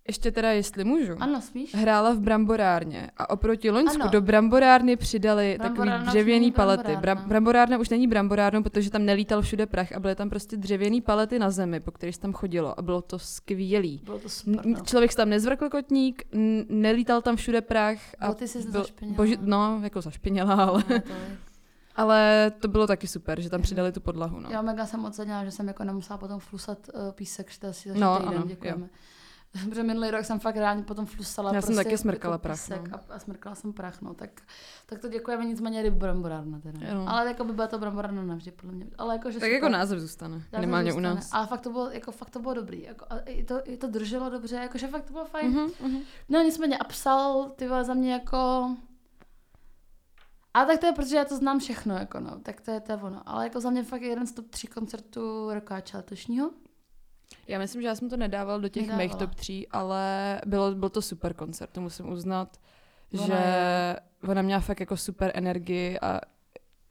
Speaker 2: Ještě teda, jestli můžu.
Speaker 1: Ano, smíš?
Speaker 2: Hrála v Bramborárně a oproti Loňsku
Speaker 1: Ano.
Speaker 2: do Bramborárny přidali takový
Speaker 1: Bramborárna už není
Speaker 2: dřevěný palety.
Speaker 1: bramborárna.
Speaker 2: Bra- bramborárna už není Bramborárnou, protože tam nelítal všude prach a byly tam prostě dřevěný palety na zemi, po kterých se tam chodilo a bylo to skvělý.
Speaker 1: Bylo to super.
Speaker 2: N-
Speaker 1: No.
Speaker 2: člověk se tam nezvrkl kotník, n- nelítal tam všude prach. A
Speaker 1: Boty jsi zašpinila. No.
Speaker 2: boži- no, jako zašpinila, ale,
Speaker 1: Ne, to je-
Speaker 2: ale to bylo taky super, že tam přidali tu podlahu. No.
Speaker 1: Já mega jsem ocenila, že jsem jako nemusela potom flusat uh, písek, že to asi za
Speaker 2: No,
Speaker 1: no, týden,
Speaker 2: ano,
Speaker 1: děkujeme. Protože minulý rok jsem fakt reálně potom flusala.
Speaker 2: Já jsem taky smrkala
Speaker 1: jako
Speaker 2: prach,
Speaker 1: písek
Speaker 2: no.
Speaker 1: a, a, smrkala jsem prach, no. Tak, tak to děkujeme, nicméně ryb bramborárna teda.
Speaker 2: Jo.
Speaker 1: Ale jako by byla to bramborárna navždy, podle mě. Ale jako, že
Speaker 2: Tak
Speaker 1: super.
Speaker 2: jako název zůstane,
Speaker 1: Dá se
Speaker 2: minimálně u
Speaker 1: zůstane.
Speaker 2: nás.
Speaker 1: Ale fakt to bylo, jako, fakt to bylo dobrý. Jako, a i to, i to drželo dobře, jakože fakt to bylo fajn.
Speaker 2: Mhm, mhm.
Speaker 1: No nicméně a psal ty vole za mě jako... A tak to je, protože já to znám všechno, jako no, tak to je, to je ono. Ale jako za mě fakt jeden z top 3 koncertů rokáče letošního.
Speaker 2: Já myslím, že já jsem to nedával do těch
Speaker 1: Nedávala.
Speaker 2: mých top 3, ale bylo, byl to super koncert, to musím uznat,
Speaker 1: Ona
Speaker 2: že ona měla fakt jako super energii a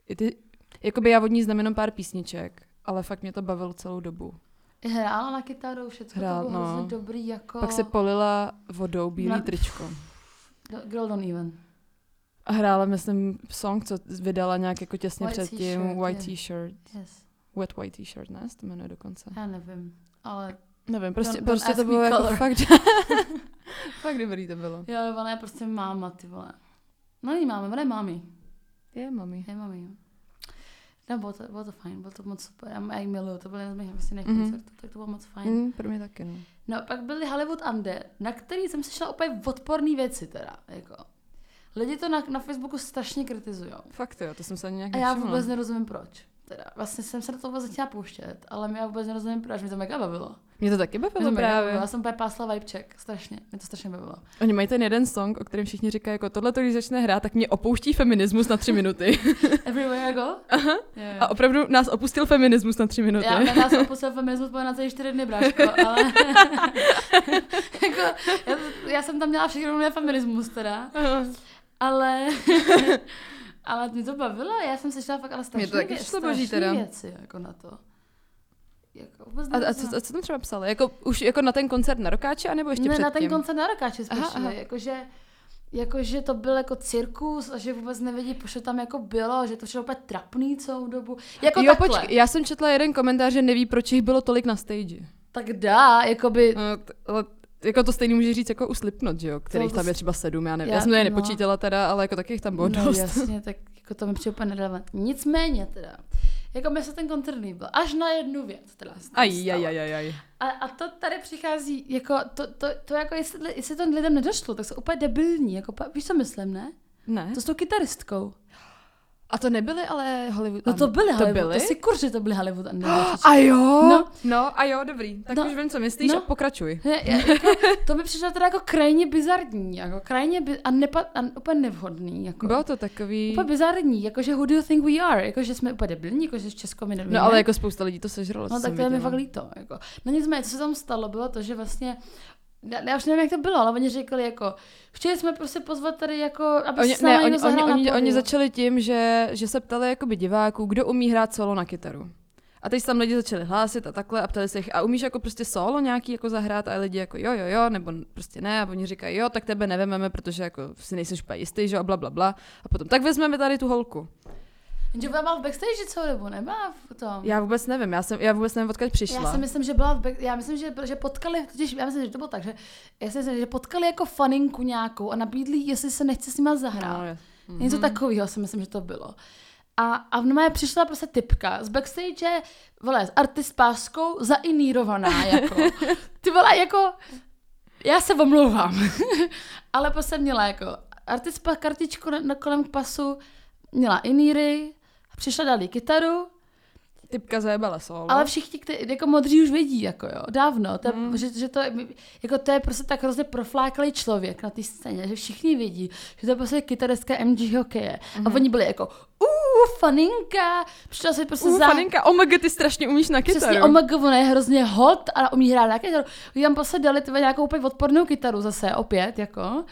Speaker 2: i ty, jakoby já od ní znám jenom pár písniček, ale fakt mě to bavilo celou dobu.
Speaker 1: I hrála na kytaru, všechno
Speaker 2: Hrál,
Speaker 1: to bylo no.
Speaker 2: no.
Speaker 1: hrozně dobrý, jako...
Speaker 2: Pak se polila vodou bílý
Speaker 1: Na-
Speaker 2: tričko.
Speaker 1: Do- Girl Don't Even.
Speaker 2: A hrála, myslím, song, co vydala nějak jako těsně
Speaker 1: White
Speaker 2: předtím,
Speaker 1: t-shirt,
Speaker 2: white
Speaker 1: je.
Speaker 2: t-shirt,
Speaker 1: Yes.
Speaker 2: wet white t-shirt, ne? Se to jmenuje dokonce.
Speaker 1: Já nevím, ale
Speaker 2: Nevím, prostě,
Speaker 1: Don't- don't
Speaker 2: prostě
Speaker 1: ask
Speaker 2: to
Speaker 1: me
Speaker 2: bylo jako
Speaker 1: color.
Speaker 2: fakt, fakt dobrý to bylo.
Speaker 1: jo, ona je prostě máma, ty vole. No není máma, ona je mámi.
Speaker 2: Je, mami.
Speaker 1: Je mami, jo. No, bylo to, bylo to fajn, bylo to moc super. Já, já ji miluju, to byl jeden z mých vlastně
Speaker 2: Mhm.
Speaker 1: koncertů, tak to bylo moc fajn.
Speaker 2: Mm, pro mě taky, no.
Speaker 1: No pak byly Hollywood Undead, na který jsem slyšela úplně odporné věci teda, jako. Lidi to na, na Facebooku strašně kritizují.
Speaker 2: Fakt jo, to jsem se ani nějak
Speaker 1: A já
Speaker 2: nevšimla.
Speaker 1: vůbec nerozumím proč. Teda, vlastně jsem se do toho vůbec začala pouštět, ale mě já vůbec nerozumím proč, mě to mega bavilo.
Speaker 2: Mě to taky bavilo
Speaker 1: Mě to mega
Speaker 2: No právě.
Speaker 1: bavilo. Já jsem úplně pásla vibeček, strašně, mě to strašně bavilo.
Speaker 2: Oni mají ten jeden song, o kterém všichni říkají, jako tohle, když začne hrát, tak mě opouští feminismus na tři minuty.
Speaker 1: Everywhere I go?
Speaker 2: Aha.
Speaker 1: Jo, jo.
Speaker 2: A opravdu nás opustil feminismus na tři minuty.
Speaker 1: Já na nás opustil feminismus na celý čtyři dny, bráško, ale... jako, já, já, jsem tam měla všechno, mě feminismus teda.
Speaker 2: Aha.
Speaker 1: Ale, Ale mě to bavilo, já jsem slyšela fakt ale strašné,
Speaker 2: Mě to taky
Speaker 1: věci,
Speaker 2: šlo boží
Speaker 1: strašné
Speaker 2: teda.
Speaker 1: věci jako na to. Jako vůbec
Speaker 2: A, a,
Speaker 1: nevím,
Speaker 2: co, a co tam třeba psali? Jako, už jako na ten koncert na Rokáče, anebo ještě
Speaker 1: ne,
Speaker 2: předtím?
Speaker 1: na ten koncert na Rakáči spíš,
Speaker 2: Aha,
Speaker 1: aha,
Speaker 2: aha.
Speaker 1: Jakože, jakože to byl jako cirkus a že vůbec nevědí, proč to tam jako bylo, že to šlo úplně trapný celou dobu. Jako
Speaker 2: jo,
Speaker 1: takhle.
Speaker 2: počkej, já jsem četla jeden komentář, že neví, proč jich bylo tolik na stage.
Speaker 1: Tak dá, jakoby,
Speaker 2: No, t- ale jako to stejný může říct jako u Slipknot, že jo, kterých
Speaker 1: to
Speaker 2: tam je
Speaker 1: s-
Speaker 2: třeba sedm, já nevím, já,
Speaker 1: já-
Speaker 2: jsem to je
Speaker 1: no.
Speaker 2: nepočítala teda, ale jako taky jich tam bylo
Speaker 1: no
Speaker 2: dost.
Speaker 1: jasně, tak jako to mi přijde úplně nerelevantní. Nicméně teda, jako mi se ten koncert líbil, až na jednu věc teda. se tam
Speaker 2: Aj,
Speaker 1: stala.
Speaker 2: aj, aj, aj, aj.
Speaker 1: A, a to tady přichází, jako to, to, to jako jestli, jestli to lidem nedošlo, tak jsou úplně debilní, jako pa- víš, co myslím, ne?
Speaker 2: Ne.
Speaker 1: To s tou kytaristkou.
Speaker 2: A to nebyly ale Hollywood.
Speaker 1: No to byly
Speaker 2: to
Speaker 1: Hollywood,
Speaker 2: byly?
Speaker 1: to si kurže to byly Hollywood Underground.
Speaker 2: A jo?
Speaker 1: No.
Speaker 2: no, a jo, dobrý. Tak
Speaker 1: No.
Speaker 2: už vím, co myslíš
Speaker 1: No.
Speaker 2: a pokračuj.
Speaker 1: Ne, já- jako, to mi přišlo teda jako krajně bizarní, jako krajně by, a, nepa, a úplně nevhodný. Jako.
Speaker 2: Bylo to takový...
Speaker 1: Úplně bizarní, jakože who do you think we are, jakože jsme úplně debilní, jakože z Česko my nevíme.
Speaker 2: No ale jako spousta lidí to sežralo, co
Speaker 1: No tak
Speaker 2: jsem
Speaker 1: to je mi
Speaker 2: viděla.
Speaker 1: fakt líto. Jako. No nicméně, co se tam stalo, bylo to, že vlastně já, já už nevím, jak to bylo, ale oni říkali jako, chtěli jsme prostě pozvat tady jako, aby
Speaker 2: Oni,
Speaker 1: se
Speaker 2: ne,
Speaker 1: oni,
Speaker 2: oni, oni,
Speaker 1: na
Speaker 2: oni,
Speaker 1: pódiu.
Speaker 2: oni začali tím, že, že se ptali jakoby diváků, kdo umí hrát solo na kytaru. A teď se tam lidi začali hlásit a takhle a ptali se jich, a umíš jako prostě solo nějaký jako zahrát a lidi jako jo, jo, jo, nebo prostě ne. A oni říkají, jo, tak tebe nevememe, protože jako si nejsi úplně jistý, že jo, a bla, bla, bla. A potom, tak vezmeme tady tu holku.
Speaker 1: Jenže byla v backstage celou dobu, nebyla v tom.
Speaker 2: Já vůbec nevím, já, jsem, já vůbec nevím, odkud přišla.
Speaker 1: Já si myslím, že byla v back, já myslím, že, že potkali, totiž, já myslím, že to bylo tak, že, já si myslím, že potkali jako faninku nějakou a nabídli, jestli se nechce s nima zahrát.
Speaker 2: No,
Speaker 1: No,
Speaker 2: je-
Speaker 1: Něco takového si myslím, že to bylo. A, a v mé přišla prostě typka z backstage, vole, s artist páskou, zainírovaná, jako. Ty vole, jako, já se omlouvám. Ale prostě měla jako artist pa- kartičku na, na kolem pasu, měla iníry, přišla dali kytaru,
Speaker 2: Typka zajebala solo.
Speaker 1: ale všichni, kte- jako modří už vědí, jako jo, dávno, to,
Speaker 2: Hmm.
Speaker 1: mm. že, že to, jako to je prostě tak hrozně profláklý člověk na té scéně, že všichni vědí, že to je prostě kytaristka MG hokeje. Mm.
Speaker 2: Mhm.
Speaker 1: A oni byli jako, uuu, faninka, přišla si prostě
Speaker 2: Uh,
Speaker 1: za...
Speaker 2: faninka, omega, ty strašně umíš na kytaru.
Speaker 1: Přesně, omg, ona je hrozně hot a umí hrát na kytaru. Oni tam prostě dali tvé nějakou úplně odpornou kytaru zase, opět, jako.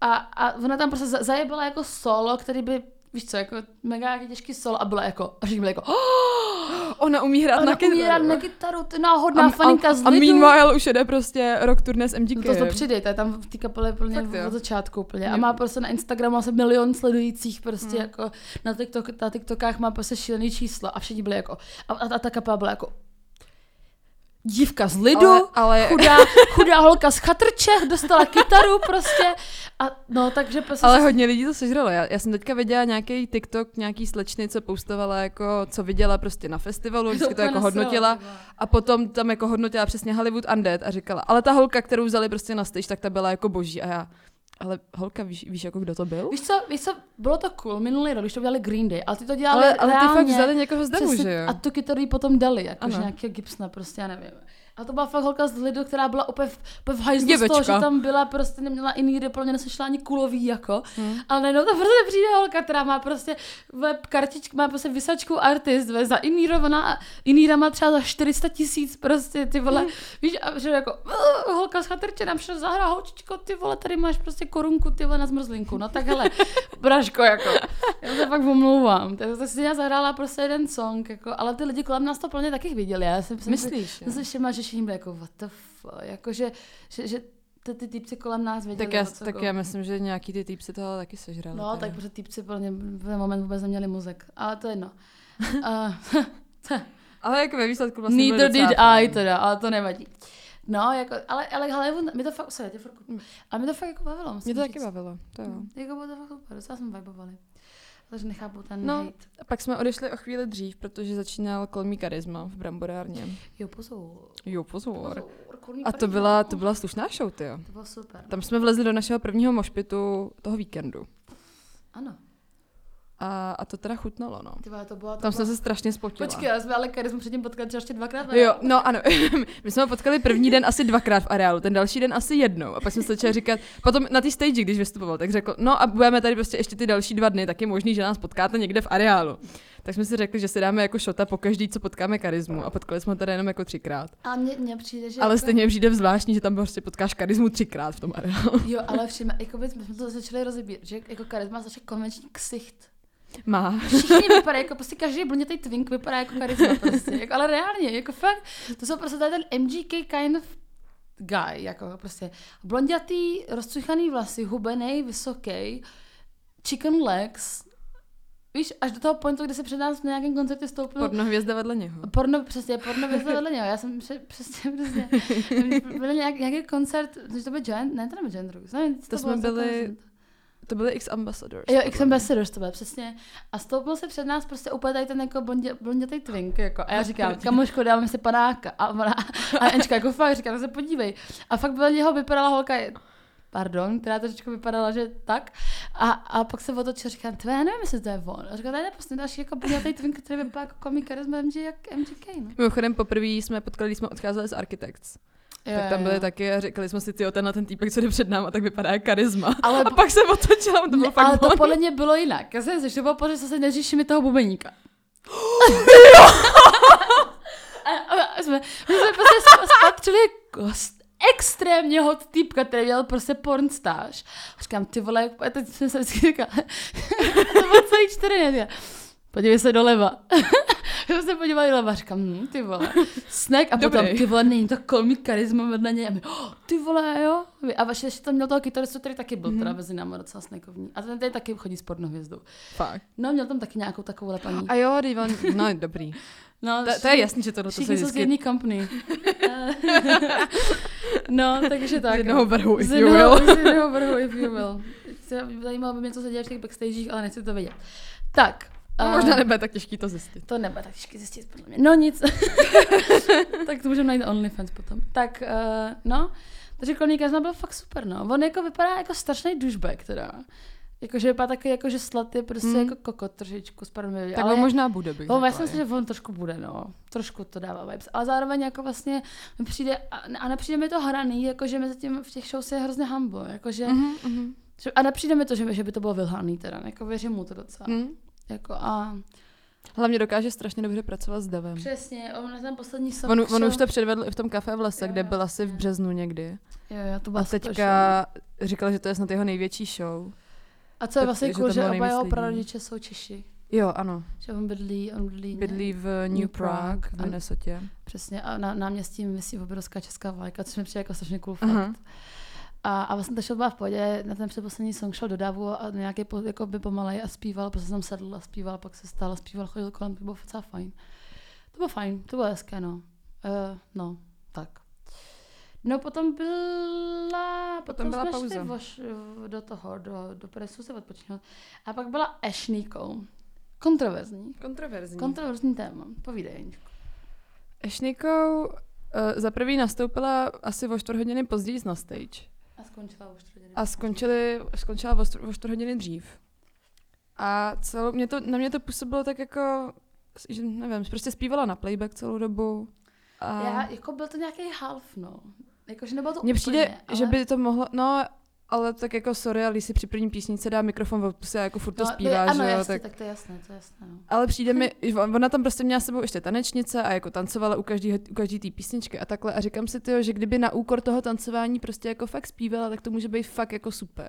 Speaker 1: A, a ona tam prostě za- zajebala jako solo, který by, víš co, jako mega nějaký těžký solo a byla jako, a všichni byli jako, oh,
Speaker 2: Ona umí hrát na
Speaker 1: ona
Speaker 2: kytaru.
Speaker 1: umí hrát na kytaru, ty náhodná faninka
Speaker 2: a,
Speaker 1: z
Speaker 2: a
Speaker 1: lidu.
Speaker 2: meanwhile už jede prostě rock turné s MGK.
Speaker 1: No to, to přidej, to je tam v té kapele plně
Speaker 2: Fakt jo.
Speaker 1: od začátku úplně. A má prostě na Instagramu asi milion sledujících prostě hmm. jako na, TikTok, na TikTokách má prostě šílený čísla a všichni byli jako, a, a, a ta kapela byla jako dívka z lidu,
Speaker 2: Ale- ale-
Speaker 1: chudá, chudá holka z chatrčech, dostala kytaru prostě a no takže prostě
Speaker 2: Ale hodně lidí to sežralo. Já, já jsem teďka viděla nějaký TikTok, nějaký slečny, co postovala jako, co viděla prostě na festivalu, vždycky to
Speaker 1: úplně
Speaker 2: jako
Speaker 1: nasralo,
Speaker 2: hodnotila.
Speaker 1: ty vole.
Speaker 2: A potom tam jako hodnotila přesně Hollywood Undead a říkala, ale ta holka, kterou vzali prostě na stage, tak ta byla jako boží. A já, ale holka, víš, víš jako kdo to byl?
Speaker 1: Víš co, víš co, bylo to cool minulý rok, když to dělali Green Day, ale ty to dělali
Speaker 2: ale, ale ty
Speaker 1: reálně,
Speaker 2: fakt vzali někoho z demu,
Speaker 1: Přesně,
Speaker 2: že jo?
Speaker 1: A tu kytaru jí potom dali, jakože
Speaker 2: Ano.
Speaker 1: nějakého Gibsona, prostě já nevím. A to byla fakt holka z lidu, která byla úplně v, úplně v hajzlu z toho,
Speaker 2: Děvečka.
Speaker 1: že tam byla, prostě neměla jiný kde pro mě nesešla ani kulový, jako. Hmm. Ale najednou tam prostě přijde holka, která má prostě v kartičku, má prostě vysačku artist, ve za inírovaná, iníra má třeba za 400 tisíc, prostě ty
Speaker 2: Hmm.
Speaker 1: vole, víš, a že jako, "Uh, holka z chatrče, nám šel zahra, holčičko, ty vole, tady máš prostě korunku, ty vole, na zmrzlinku, no tak hele, braško, jako. Já se fakt omlouvám. Tak to si já zahrála prostě jeden song, jako, ale ty lidi kolem nás to plně taky viděli. Já jsem, jsem
Speaker 2: Myslíš,
Speaker 1: Si,
Speaker 2: jo?
Speaker 1: jsem si všimla, že všichni byli jako what the fuck, jako, že, že, že ty, ty týpci kolem nás věděli.
Speaker 2: Tak já,
Speaker 1: o co
Speaker 2: tak
Speaker 1: kou-
Speaker 2: já myslím, že nějaký ty týpci to ale taky sežrali.
Speaker 1: No, tak protože týpci plně v ten moment vůbec neměli mozek, ale to je jedno. Uh,
Speaker 2: Ale jako ve výsledku vlastně byli
Speaker 1: Neither
Speaker 2: docela
Speaker 1: did
Speaker 2: fajn.
Speaker 1: I teda, ale to nevadí. No, jako, ale, ale, ale mi to fakt, sorry, tě furt, kupu. ale mi to fakt jako bavilo. musím
Speaker 2: Mm. Mě to
Speaker 1: říct.
Speaker 2: taky bavilo, to jo.
Speaker 1: Jako bylo to fakt super, docela jsme vibovali. Takže nechápu ten
Speaker 2: No.
Speaker 1: no. hate.
Speaker 2: A pak jsme odešli o chvíli dřív, protože začínal kolmí karisma v Bramborárně.
Speaker 1: Jo, pozor.
Speaker 2: Jo, pozor.
Speaker 1: Pozor, kurní
Speaker 2: A to
Speaker 1: prdel.
Speaker 2: byla, to byla slušná show, ty jo.
Speaker 1: To bylo super.
Speaker 2: Tam jsme vlezli do našeho prvního mošpitu toho víkendu.
Speaker 1: Ano.
Speaker 2: A, a to teda chutnalo, no.
Speaker 1: Ty vole, to byla to
Speaker 2: Tam
Speaker 1: byla...
Speaker 2: jsem se strašně spotila.
Speaker 1: Počkej, ale jsme ale karismu předtím potkali třeba ještě dvakrát. ne?
Speaker 2: Jo, no ano, my jsme ho potkali první den asi dvakrát v areálu, ten další den asi jednou. A pak jsme se začali říkat, potom na té stage, když vystupoval, tak řekl, no a budeme tady prostě ještě ty další dva dny, tak je možný, že nás potkáte někde v areálu. Tak jsme si řekli, že si dáme jako šota po každý, co potkáme karizmu a potkali jsme ho tady jenom jako třikrát.
Speaker 1: A mně, mně přijde, že...
Speaker 2: Ale
Speaker 1: jako...
Speaker 2: stejně přijde zvláštní, že tam prostě potkáš karizmu třikrát v tom areálu.
Speaker 1: Jo, ale všim, jako my jsme to začali rozebírat, že jako karisma je konvenční ksicht.
Speaker 2: Má.
Speaker 1: Všichni vypadají jako, prostě každý blondětej twink vypadá jako charisma prostě, jako, ale reálně, jako fakt, to jsou prostě tady ten MGK kind of guy, jako prostě blondětý, rozcuchaný vlasy, hubený, vysoký, chicken legs, víš, až do toho pointu, kdy se před nás na nějakém koncertě stoupil
Speaker 2: Porno hvězda vedle něho.
Speaker 1: Porno, přesně, porno vězda vedle něho. Já jsem pře, přesně, přesně. Byl nějak, nějaký koncert, že to byl Giant, ne, to nebyl Giant Rooks. Nevím, co
Speaker 2: To jsme
Speaker 1: bylo za
Speaker 2: byli-
Speaker 1: koncert.
Speaker 2: To byly X Ambassadors.
Speaker 1: Jo, X Ambassadors to byl, přesně. A stoupil se před nás prostě úplně tady ten jako blondě, blondětej twink, jako. A já říkám, kamoško, dáme si panáka. A ona, a Enčka, jako fakt, říkám, se podívej. A fakt vedle něho vypadala holka, pardon, která trošičku vypadala, že tak. A, a pak se otočil, říkám, tvé, já nevím, jestli to je on. A říkám, tady je prostě další jako blondětej twink, který vypadá jako komik charisma MG, jak MGK, no.
Speaker 2: Mimochodem poprvé jsme potkali, když jsme odcházeli z Architects.
Speaker 1: Jo,
Speaker 2: tak tam
Speaker 1: jo,
Speaker 2: byly
Speaker 1: jo.
Speaker 2: taky a říkali jsme si, tyjo, tenhle ten týpek, co jde před náma, tak vypadá jak charisma.
Speaker 1: Ale
Speaker 2: a pak se otočila, on to byl
Speaker 1: Ne,
Speaker 2: fakt
Speaker 1: ale to
Speaker 2: on.
Speaker 1: podle mě bylo jinak. Já jsem si že bylo podle, že se neříši mi toho bubeníka. a, a, a jsme, my jsme prostě sp- spatřili kost extrémně hot týpka, který měl prostě porn stáž. A říkám, ty vole, jak- a teď jsem se vždycky říkala, a to bylo celý čtyři dny. Podívej se doleva. Já jsem se podívala doleva a říkám, hm, ty vole, snack a
Speaker 2: Dobrý.
Speaker 1: potom, ty vole, není to komik charisma vedle něj. A my, oh, ty vole, jo. A vaše ještě tam měl toho kytaristu, který taky
Speaker 2: Mhm.
Speaker 1: byl mm-hmm. teda mezi námi docela snackovní. A ten tady taky chodí s pornohvězdou.
Speaker 2: Fakt.
Speaker 1: No, měl tam taky nějakou takovou paní.
Speaker 2: A jo, teď on- no dobrý.
Speaker 1: No,
Speaker 2: To, to je jasný, že tohle to se
Speaker 1: Všichni jsou z
Speaker 2: vždycky
Speaker 1: jedné company. no, takže tak.
Speaker 2: z
Speaker 1: no.
Speaker 2: jednoho vrhu, if
Speaker 1: z
Speaker 2: you
Speaker 1: jednoho,
Speaker 2: will.
Speaker 1: z jednoho vrhu, if you will. Se- Zajímalo by mě, co se děje v těch backstagech, ale nechci to vědět. Tak. eh,
Speaker 2: No,
Speaker 1: a-
Speaker 2: možná nebude tak těžký to zjistit.
Speaker 1: To nebude tak těžké zjistit, podle mě. No nic. tak to můžeme najít na OnlyFans potom. Tak, uh, no. Takže Kolmík Kazna byl fakt super, no. On jako vypadá jako strašný douchebag, teda. Jakože vypadá taky jako, že slat je prostě
Speaker 2: Mm.
Speaker 1: mm. jako kokot trošičku, s pardon,
Speaker 2: Tak on možná bude, bych
Speaker 1: On, já
Speaker 2: řekla,
Speaker 1: si myslím,
Speaker 2: je.
Speaker 1: že on trošku bude, no. Trošku to dává vibes. Ale zároveň jako vlastně mi přijde, a, a nepřijde mi to hraný, jako že mezi tím v těch show se je hrozně hambo, jakože, mm.
Speaker 2: Mhm, mhm.
Speaker 1: a nepřijde mi to, že, že by to bylo vylhaný teda, jako věřím mu to docela. Mm.
Speaker 2: Mhm.
Speaker 1: Jako a
Speaker 2: Hlavně dokáže strašně dobře pracovat s davem.
Speaker 1: přesně, on na ten poslední
Speaker 2: On,
Speaker 1: show-
Speaker 2: on už to předvedl i v tom kafe v lese,
Speaker 1: Jo,
Speaker 2: kde
Speaker 1: jo,
Speaker 2: byl asi v
Speaker 1: jo.
Speaker 2: březnu někdy.
Speaker 1: Jo, jo, to
Speaker 2: A
Speaker 1: byla teďka...
Speaker 2: teďka říkal, že to je snad jeho největší show.
Speaker 1: A co je
Speaker 2: tak-
Speaker 1: vlastně
Speaker 2: že
Speaker 1: cool,
Speaker 2: to
Speaker 1: že
Speaker 2: bylo
Speaker 1: oba
Speaker 2: nejvíc
Speaker 1: jeho
Speaker 2: lidí.
Speaker 1: prarodiče jsou Češi.
Speaker 2: Jo, ano.
Speaker 1: Že on bydlí, on bydlí,
Speaker 2: Bydlí v New
Speaker 1: New
Speaker 2: Prague,
Speaker 1: Prague,
Speaker 2: v
Speaker 1: ano.
Speaker 2: Minnesotě.
Speaker 1: přesně, a na náměstí vysí obrovská česká vlajka, což mi přijde jako strašně cool fakt.
Speaker 2: Aha.
Speaker 1: A, a vlastně ta show byla v pohodě, na ten předposlední song šel do davu a nějaký po, jako by pomalej a zpíval, prostě jsem sedl a zpíval, pak se stál a zpíval, chodil kolem, to bylo docela fajn. To bylo fajn, to bylo hezké, no. Uh, no, tak. No potom byla, potom,
Speaker 2: Potom byla
Speaker 1: jsme
Speaker 2: pauza.
Speaker 1: šli voš, do toho, do, do presu se odpočinout. A pak byla Ashneykou. Kontroverzní.
Speaker 2: Kontroverzní.
Speaker 1: Kontroverzní téma. Povídej, Jeníčku.
Speaker 2: Ešnikou uh, za prvý nastoupila asi o čtvrt hodiny později na stage.
Speaker 1: A skončila už čtvrt hodiny.
Speaker 2: A skončili, skončila o čtvrt- o čtvrt hodiny dřív. A celou, mě to, na mě to působilo tak jako, že nevím, prostě zpívala na playback celou dobu. A
Speaker 1: Já, jako byl to nějaký half, no. Jakože nebylo to
Speaker 2: mně přijde,
Speaker 1: úplně, ale...
Speaker 2: že by to mohlo, no, ale tak jako sorry, ale když si při první písnice dá mikrofon v puse a jako furt to
Speaker 1: no, je-
Speaker 2: zpívá,
Speaker 1: ano,
Speaker 2: že jo,
Speaker 1: jasně,
Speaker 2: tak...
Speaker 1: tak... to je jasné, to je jasné. No.
Speaker 2: Ale přijde mi, on- ona tam prostě měla s sebou ještě tanečnice a jako tancovala u každý, u každý té písničky a takhle. A říkám si, tyjo, že kdyby na úkor toho tancování prostě jako fakt zpívala, tak to může být fakt jako super.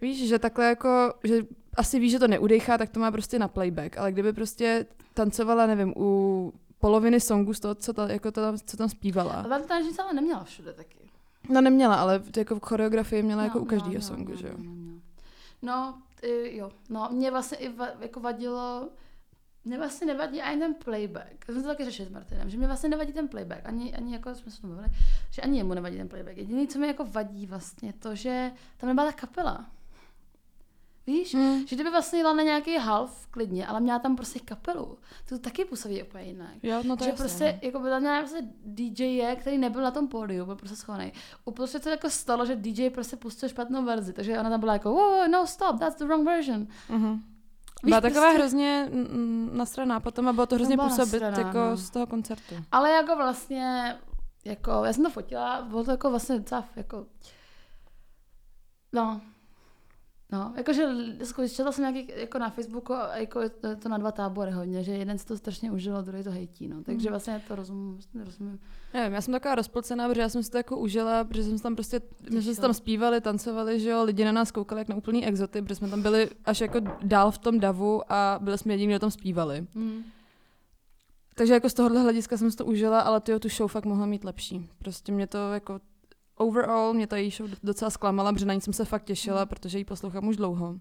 Speaker 2: Víš, že takhle jako, že asi víš, že to neudechá, tak to má prostě na playback, ale kdyby prostě tancovala, nevím, u poloviny songu z toho, co, ta, jako to tam, co tam zpívala.
Speaker 1: Ale ta tanečnice ale neměla všude taky.
Speaker 2: No neměla, ale jako v choreografii měla
Speaker 1: no,
Speaker 2: jako u každého
Speaker 1: no,
Speaker 2: songu,
Speaker 1: no,
Speaker 2: že jo.
Speaker 1: No, no, no. no ty, jo. No, mě vlastně i va, jako vadilo, mě vlastně nevadí ani ten playback. Já jsem to taky řešila s Martinem, že mě vlastně nevadí ten playback. Ani, ani jako jsme se o tom bavili, že ani jemu nevadí ten playback. Jediný, co mi jako vadí vlastně, to, že tam nebyla ta kapela. Víš,
Speaker 2: Hmm.
Speaker 1: že kdyby vlastně jela na nějaký half klidně, ale měla tam prostě kapelu, to taky působí úplně jinak.
Speaker 2: Jo, no to
Speaker 1: že
Speaker 2: jasně,
Speaker 1: prostě, jako byl tam nějaký prostě DJ, je, který nebyl na tom pódiu, byl prostě schovaný. Uprostřed se jako stalo, že DJ prostě pustil špatnou verzi, takže ona tam byla jako, whoa, whoa, no stop, that's the wrong version.
Speaker 2: no. Mhm.
Speaker 1: Víš,
Speaker 2: Byla taková
Speaker 1: prostě-
Speaker 2: hrozně mm, nasraná potom a bylo to hrozně
Speaker 1: byla
Speaker 2: působit
Speaker 1: nasraná,
Speaker 2: jako
Speaker 1: no.
Speaker 2: z toho koncertu.
Speaker 1: Ale jako vlastně, jako, já jsem to fotila, bylo to jako vlastně docela, jako, no, No, jakože zkou- četla jsem nějaký, jako na Facebooku, a jako je to- je to na dva tábory hodně, že jeden si to strašně užil a druhý to hejtí, no.
Speaker 2: Mm.
Speaker 1: Takže vlastně to rozumím, rozumím.
Speaker 2: Nevím, já jsem taková rozpolcená, protože já jsem si to jako užila, protože jsem si tam prostě, my jsme
Speaker 1: Těšila.
Speaker 2: se tam zpívali, tancovali, že jo, lidi na nás koukali jak na úplný exoty, protože jsme tam byli až jako dál v tom davu a byli jsme jediní, kdo tam zpívali.
Speaker 1: Mm.
Speaker 2: Takže jako z tohohle hlediska jsem si to užila, ale tyjo, tu show fakt mohla mít lepší. Prostě mě to jako overall, mě ta její show docela zklamala, protože na ní jsem se fakt těšila, protože ji poslouchám už dlouho.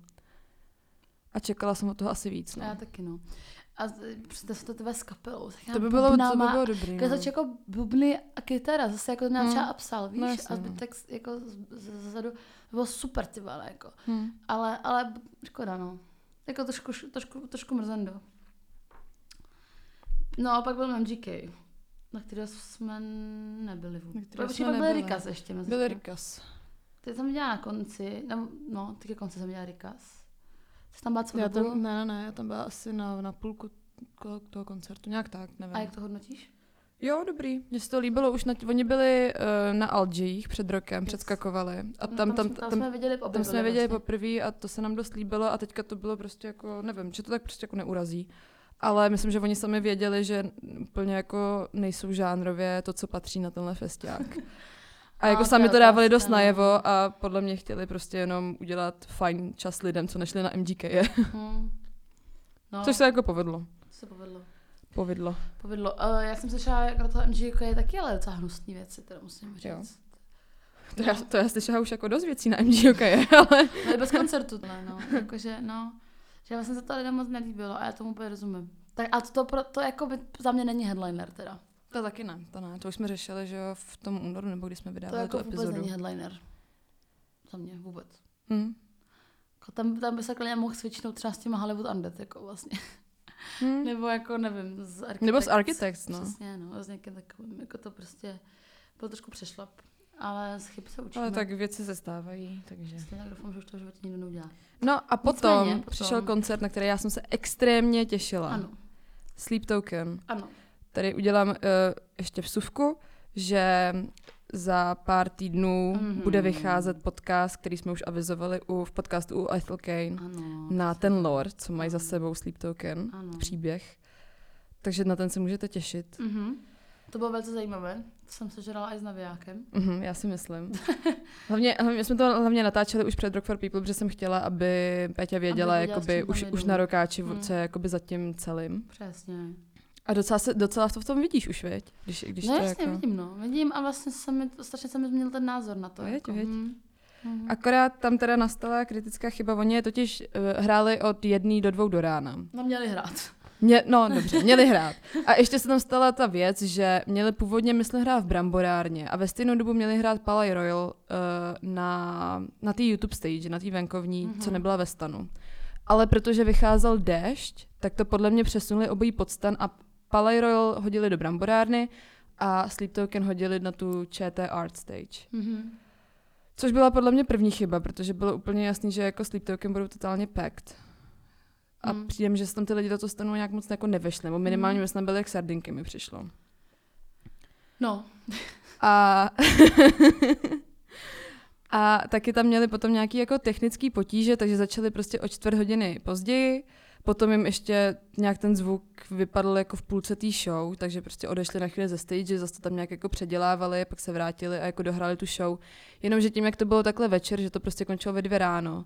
Speaker 2: A čekala jsem od toho asi víc.
Speaker 1: A já
Speaker 2: No.
Speaker 1: taky, no. A z- představ si to tebe s kapelou. s taková
Speaker 2: To by bylo, to by
Speaker 1: bubnama
Speaker 2: bylo dobrý.
Speaker 1: Kde
Speaker 2: no.
Speaker 1: začal jako bubny a kytara, zase jako to nám
Speaker 2: No.
Speaker 1: třeba psal, víš,
Speaker 2: No,
Speaker 1: no,
Speaker 2: jasně,
Speaker 1: a
Speaker 2: no.
Speaker 1: zbytek s- jako z- z- zezadu, to bylo super ty vole, jako.
Speaker 2: Hm.
Speaker 1: Ale, ale škoda, no. Jako trošku, trošku, trošku mrzendo. No a pak byl MGK, na kterého jsme nebyli
Speaker 2: Na
Speaker 1: vůbec.
Speaker 2: kterého
Speaker 1: Protože
Speaker 2: jsme
Speaker 1: pak byl
Speaker 2: nebyli.
Speaker 1: Rikas ještě mezi
Speaker 2: Byl
Speaker 1: tím.
Speaker 2: Rikas.
Speaker 1: Ty jsem dělala na konci, nebo, no, ty ke konci jsem dělala Rikas. Ty jsi tam byla celou
Speaker 2: Já
Speaker 1: dobu?
Speaker 2: tam, ne, ne, ne, já tam byla asi na, na půlku ko- toho koncertu, nějak tak, nevím.
Speaker 1: A jak to hodnotíš?
Speaker 2: Jo, dobrý. Mně se to líbilo už, na, oni byli uh, na Alžích před rokem,
Speaker 1: Yes.
Speaker 2: yes. předskakovali. A
Speaker 1: No,
Speaker 2: tam, tam,
Speaker 1: jsme, tam,
Speaker 2: tam,
Speaker 1: jsme viděli oba
Speaker 2: tam
Speaker 1: dva
Speaker 2: jsme viděli
Speaker 1: vlastně.
Speaker 2: poprvé a to se nám dost líbilo a teďka to bylo prostě jako, nevím, že to tak prostě jako neurazí. Ale myslím, že oni sami věděli, že úplně jako nejsou žánrově to, co patří na tenhle festiák. A
Speaker 1: No,
Speaker 2: jako
Speaker 1: to je
Speaker 2: sami to dávali
Speaker 1: otázka,
Speaker 2: dost
Speaker 1: no.
Speaker 2: najevo a podle mě chtěli prostě jenom udělat fajn čas lidem, co nešli na MGK.
Speaker 1: Hmm. No,
Speaker 2: Což se jako povedlo.
Speaker 1: se povedlo.
Speaker 2: Povedlo.
Speaker 1: Povedlo. Uh, já jsem slyšela, jak na toho MGK jako je taky ale docela hnusný věci, teda musím říct.
Speaker 2: Jo.
Speaker 1: Jo.
Speaker 2: To já, to já slyšela už jako dost věcí na MGOK, ale...
Speaker 1: No i bez koncertu tohle, no. Jakože, no. Že vlastně se to lidem moc nelíbilo a já tomu úplně rozumím. Tak a to, pro, to jako by za mě není headliner teda.
Speaker 2: To taky ne, to ne. To už jsme řešili, že jo, v tom únoru, nebo když jsme
Speaker 1: to
Speaker 2: vydávali
Speaker 1: jako
Speaker 2: tu
Speaker 1: vůbec
Speaker 2: epizodu.
Speaker 1: není headliner. Za mě vůbec.
Speaker 2: Hm.
Speaker 1: Jako Tam, tam by se klidně mohl switchnout třeba s těma Hollywood Undead, jako vlastně.
Speaker 2: Hm.
Speaker 1: Nebo jako, nevím, z Architects.
Speaker 2: Nebo z Architects, no.
Speaker 1: Přesně, no, s někým takovým, jako to prostě byl trošku přešlap. Ale z chyb se učíme.
Speaker 2: Ale tak věci se stávají, takže...
Speaker 1: Přesně, tak doufám, že už to v životě nikdo neudělá.
Speaker 2: No a potom,
Speaker 1: potom.
Speaker 2: Nicméně, přišel koncert, na který já jsem se extrémně těšila.
Speaker 1: Ano,
Speaker 2: Sleep Token.
Speaker 1: ano.
Speaker 2: Tady udělám uh, ještě vsuvku, že za pár týdnů
Speaker 1: Mhm.
Speaker 2: mm-hmm. bude vycházet podcast, který jsme už avizovali u, v podcastu u Ethel Kane.
Speaker 1: Ano.
Speaker 2: na ten lore, co mají za
Speaker 1: Ano.
Speaker 2: sebou Sleep Token,
Speaker 1: Ano.
Speaker 2: příběh. Takže na ten se můžete těšit.
Speaker 1: Mhm. To bylo velice zajímavé. To jsem sežrala i s navijákem.
Speaker 2: Mhm, já si myslím. Hlavně, hlavně jsme to hlavně natáčeli už před Rock for People, protože jsem chtěla, aby Peťa věděla,
Speaker 1: věděla, s
Speaker 2: jakoby,
Speaker 1: čím tam
Speaker 2: už,
Speaker 1: jedou.
Speaker 2: už na rokáči,
Speaker 1: Mhm.
Speaker 2: hmm. co je jakoby za tím celým.
Speaker 1: Přesně.
Speaker 2: A docela, se, docela to v tom vidíš už, veď? Když, když
Speaker 1: no
Speaker 2: to
Speaker 1: jasně,
Speaker 2: jako...
Speaker 1: vidím, no. Vidím a vlastně se mi, to- strašně se mi změnil ten názor na to.
Speaker 2: No, Veď,
Speaker 1: jako.
Speaker 2: veď.
Speaker 1: Mhm. Mhm.
Speaker 2: Akorát tam teda nastala kritická chyba, oni je totiž eh, hráli od jedné do dvou do rána.
Speaker 1: No měli hrát.
Speaker 2: Mě, no dobře, měli hrát. A ještě se tam stala ta věc, že měli původně mysli hrát v Bramborárně a ve stejnou dobu měli hrát Palais Royal uh, na, na té YouTube stage, na té venkovní, mm-hmm. co nebyla ve stanu. Ale protože vycházel déšť, tak to podle mě přesunuli obojí pod stan a Palais Royal hodili do Bramborárny a Sleep Token hodili na tu ČT Art Stage.
Speaker 1: Mhm.
Speaker 2: Což byla podle mě první chyba, protože bylo úplně jasný, že jako Sleep Token budou totálně packed. A
Speaker 1: Mm.
Speaker 2: mm. přijde, že se tam ty lidi do toho stanu nějak moc jako nevešli, nebo minimálně
Speaker 1: Mm.
Speaker 2: mm. my jsme byli jak sardinky, mi přišlo.
Speaker 1: No,
Speaker 2: A, a taky tam měli potom nějaký jako technický potíže, takže začali prostě o čtvrt hodiny později, potom jim ještě nějak ten zvuk vypadl jako v půlce té show, takže prostě odešli na chvíli ze stage, zase to tam nějak jako předělávali, pak se vrátili a jako dohráli tu show. Jenomže tím, jak to bylo takhle večer, že to prostě končilo ve dvě ráno,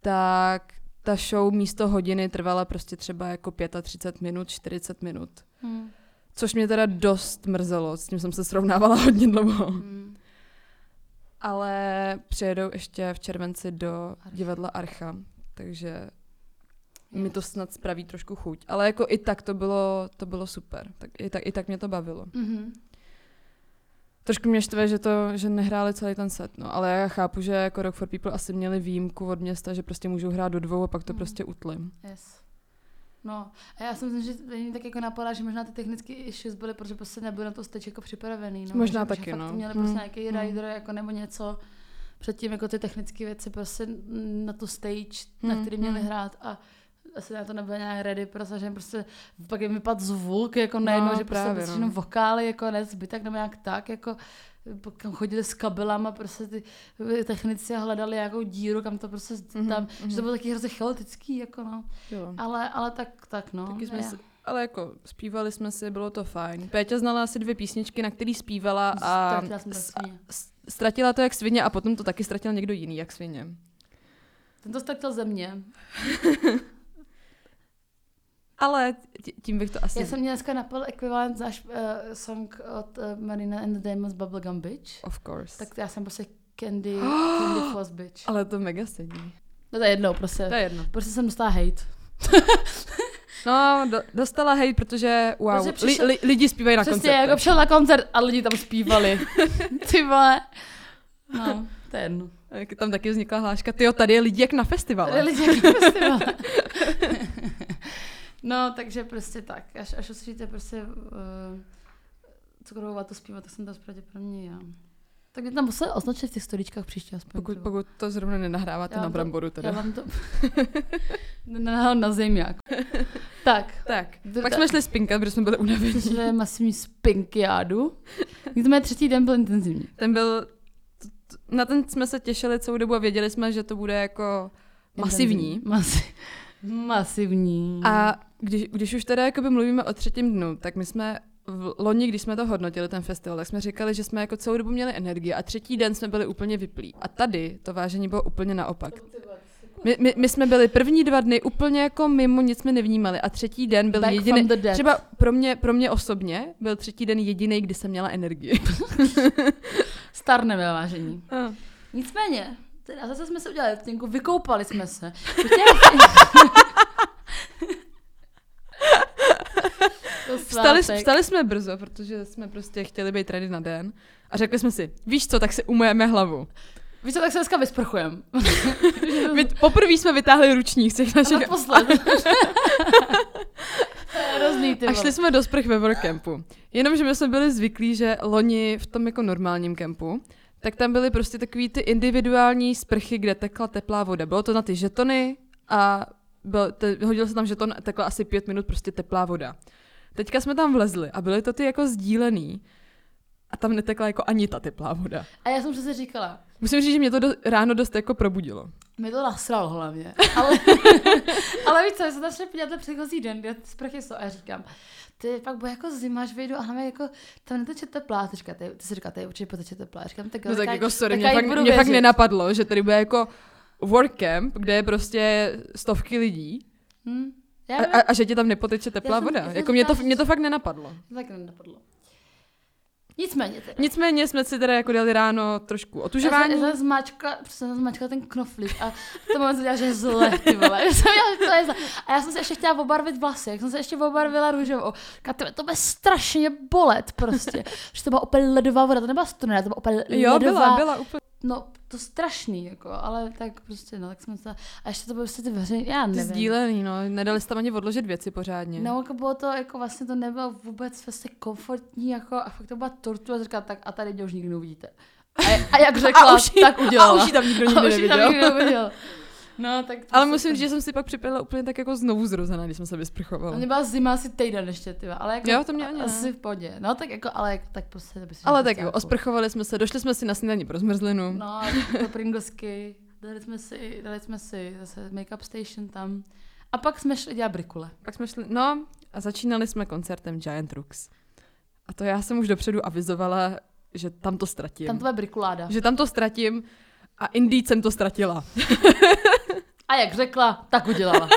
Speaker 2: tak ta show místo hodiny trvala prostě třeba jako 35 minut, 40 minut.
Speaker 1: mhm.
Speaker 2: Což mě teda dost mrzelo, s tím jsem se srovnávala hodně dlouho.
Speaker 1: Mhm.
Speaker 2: Ale přijedou ještě v červenci do divadla Archa, takže mi to snad spraví trošku chuť. Ale jako i tak to bylo, to bylo super. Tak i, tak, I tak mě to bavilo.
Speaker 1: Mhm.
Speaker 2: Trošku mě štve, že, to, že nehráli celý ten set, no. Ale já chápu, že jako Rock for People asi měli výjimku od města, že prostě můžou hrát do dvou a pak to
Speaker 1: Mm.
Speaker 2: prostě utli.
Speaker 1: Yes. No, a já si myslím, že mě tak jako napadá, že možná ty technické issues byly, protože prostě nebyl na to stage jako připravený. No.
Speaker 2: Možná
Speaker 1: že,
Speaker 2: taky,
Speaker 1: že fakt
Speaker 2: no.
Speaker 1: měli
Speaker 2: Hmm.
Speaker 1: prostě nějaký
Speaker 2: Hmm.
Speaker 1: rider jako nebo něco předtím jako ty technické věci prostě na tu stage, na
Speaker 2: Hmm,
Speaker 1: který měli
Speaker 2: hmm.
Speaker 1: hrát a asi na to nebyl nějak ready, protože prostě pak jim vypadl zvuk, jako najednou,
Speaker 2: No,
Speaker 1: že prostě
Speaker 2: právě,
Speaker 1: prostě
Speaker 2: no.
Speaker 1: jenom vokály, jako ne zbytek, nebo nějak tak, jako pak tam chodili s kabelama, prostě ty technici a hledali nějakou díru, kam to prostě
Speaker 2: Mhm,
Speaker 1: mm-hmm, tam, že to bylo taky hrozně chaotický, jako no.
Speaker 2: Jo.
Speaker 1: Ale, ale tak, tak no.
Speaker 2: Taky jsme
Speaker 1: Já-
Speaker 2: si, ale jako zpívali jsme si, bylo to fajn. Péťa znala asi dvě písničky, na který zpívala a
Speaker 1: Ztratila jsem to
Speaker 2: s-
Speaker 1: svině.
Speaker 2: s- ztratila to jak svině a potom to taky ztratil někdo jiný jak svině.
Speaker 1: Ten to ztratil ze mě.
Speaker 2: Ale tí- tím bych to asi...
Speaker 1: Já jsem měla dneska napadl ekvivalent náš uh, song od uh, Marina and the Diamonds Bubblegum Bitch.
Speaker 2: Of course.
Speaker 1: Tak já jsem prostě Candy, Candy Floss Bitch.
Speaker 2: Ale to mega sedí.
Speaker 1: No to je jedno, prostě.
Speaker 2: To je jedno.
Speaker 1: Prostě jsem dostala hate.
Speaker 2: No, do, dostala hejt, protože wow,
Speaker 1: Protože přišel-
Speaker 2: li, li, lidi zpívají na
Speaker 1: Přesně,
Speaker 2: koncertech.
Speaker 1: jako přišel na koncert a lidi tam zpívali. Ty vole. No, to je jedno.
Speaker 2: Jak tam taky vznikla hláška, tyjo, tady je lidi jak na
Speaker 1: Tady je
Speaker 2: festivale.
Speaker 1: lidi jaký prostě, vole. No, takže prostě tak. Až, až uslyšíte prostě uh, cukrovou vatu zpívat, tak jsem to pravděpodobně já. Tak mě tam museli označit v těch storičkách příště aspoň.
Speaker 2: Pokud,
Speaker 1: třeba.
Speaker 2: pokud to zrovna nenahráváte
Speaker 1: Já
Speaker 2: na
Speaker 1: vám to-
Speaker 2: bramboru teda.
Speaker 1: Já vám to... na, na zimňák. tak,
Speaker 2: Tak,
Speaker 1: Dr-
Speaker 2: pak jsme šli spinkat, protože jsme byli unavení.
Speaker 1: protože je masivní spinkiádu. Nicméně třetí den byl intenzivní.
Speaker 2: Ten byl, t- t- na ten jsme se těšili celou dobu a věděli jsme, že to bude jako masivní.
Speaker 1: Intenzivní. Mhm. Masi, masivní.
Speaker 2: A když, když už teda jakoby mluvíme o třetím dnu, tak my jsme v loni, když jsme to hodnotili, ten festival, tak jsme říkali, že jsme jako celou dobu měli energii a třetí den jsme byli úplně vyplí. A tady to vážení bylo úplně naopak. My, my, my jsme byli první dva dny úplně jako mimo, nic jsme nevnímali a třetí den byl
Speaker 1: Back
Speaker 2: jediný,
Speaker 1: from the dead.
Speaker 2: třeba pro mě, pro mě osobně byl třetí den jediný, kdy jsem měla energii.
Speaker 1: Starneme, vážení. Nicméně, teda zase jsme se udělali tinku, vykoupali jsme se. To tě- To
Speaker 2: Vstali,
Speaker 1: svátek.
Speaker 2: vstali jsme brzo, protože jsme prostě chtěli být ready na den a řekli jsme si, víš co, tak si umujeme hlavu.
Speaker 1: Víš co, tak se dneska vysprchujem.
Speaker 2: Vy, poprvé jsme vytáhli ručník z těch našich
Speaker 1: Naposled. To je Hrozný, ty
Speaker 2: a
Speaker 1: vole.
Speaker 2: šli jsme do sprch ve workcampu. Jenomže my jsme byli zvyklí, že loni v tom jako normálním kempu, tak tam byly prostě takový ty individuální sprchy, kde tekla teplá voda. Bylo to na ty žetony a byl, te, hodil se tam žeton a tekla asi pět minut prostě teplá voda. Teďka jsme tam vlezli a byly to ty jako sdílený a tam netekla jako ani ta teplá voda.
Speaker 1: A já jsem přesně říkala,
Speaker 2: Musím říct, že mě to do, ráno dost jako probudilo.
Speaker 1: mi to nasralo hlavně. Ale, ale víš co, já jsem začala podívat ten předchozí den, kde sprchy jsou a já říkám, ty pak bude jako zima, až vyjdu a hlavně jako tam neteče teplá. Ty, říká, ty, ty si říká, tady určitě poteče teplá. Já říkám, tak, jo,
Speaker 2: No tak
Speaker 1: já-
Speaker 2: jako sorry,
Speaker 1: tak
Speaker 2: mě,
Speaker 1: já jí
Speaker 2: fakt,
Speaker 1: budu
Speaker 2: mě fakt
Speaker 1: věřit.
Speaker 2: nenapadlo, že tady bude jako workcamp, kde je prostě stovky lidí
Speaker 1: Hm? Já
Speaker 2: a,
Speaker 1: nevím,
Speaker 2: a, a že ti tam nepoteče
Speaker 1: Já
Speaker 2: teplá
Speaker 1: jsem- já
Speaker 2: voda.
Speaker 1: jsem
Speaker 2: Jako mě to,
Speaker 1: říkala,
Speaker 2: mě to fakt nenapadlo.
Speaker 1: tak nenapadlo. Nicméně teda.
Speaker 2: Nicméně jsme si teda jako dali ráno trošku
Speaker 1: Já
Speaker 2: otužování.
Speaker 1: jsem- já jsem zmáčkla, prostě jsem zmáčkala ten knoflík a v tom momentu dělala, že je zle, ty vole. Já jsem dělala, že to je zle. A já jsem se ještě chtěla obarvit vlasy, jak jsem se ještě obarvila růžovou. Říkala, ty vole, to bude strašně bolet prostě. že to byla úplně ledová voda, to nebyla studená, to byla úplně
Speaker 2: Jo,
Speaker 1: ledová.
Speaker 2: byla, byla úplně.
Speaker 1: No, to strašný, jako, ale tak prostě, no, tak jsme se... A ještě to bylo prostě ty veřejné, já
Speaker 2: Ty
Speaker 1: nevím.
Speaker 2: sdílený, no. Nedali jste tam ani odložit věci pořádně.
Speaker 1: No, jako bylo to, jako vlastně to nebylo vůbec vlastně komfortní, jako, a fakt to byla tortura, říkala, tak a tady mě už nikdy neuvidíte. A, a jak řekla,
Speaker 2: A
Speaker 1: a
Speaker 2: už ji-
Speaker 1: tak udělala.
Speaker 2: a už ji tam nikdo nikdy
Speaker 1: A už ji tam
Speaker 2: neviděl.
Speaker 1: nikdo neviděl. No, tak...
Speaker 2: Ale musím říct, že jsem si pak připadala úplně tak jako znovu zrozená, když jsem se
Speaker 1: A
Speaker 2: vysprchovala.
Speaker 1: mě byla zima asi týden ještě, ty, vole, ale jako...
Speaker 2: Jo, to mě ani ne.
Speaker 1: Asi v podě. No, tak jako, ale jako, tak prostě... To by si
Speaker 2: Ale
Speaker 1: říkala,
Speaker 2: tak jo,
Speaker 1: jako-
Speaker 2: osprchovali jsme se, došli jsme si na snídaní pro zmrzlinu.
Speaker 1: No, do Pringosky, dali jsme si, dali jsme si zase make-up station tam. A pak jsme šli dělat brikule.
Speaker 2: Pak jsme šli, no a začínali jsme koncertem Giant Rooks. A to já jsem už dopředu avizovala, že tam to ztratím.
Speaker 1: Tam to byla brikuláda.
Speaker 2: Že tam to ztratím a Indíc jsem to ztratila.
Speaker 1: A jak řekla, tak udělala.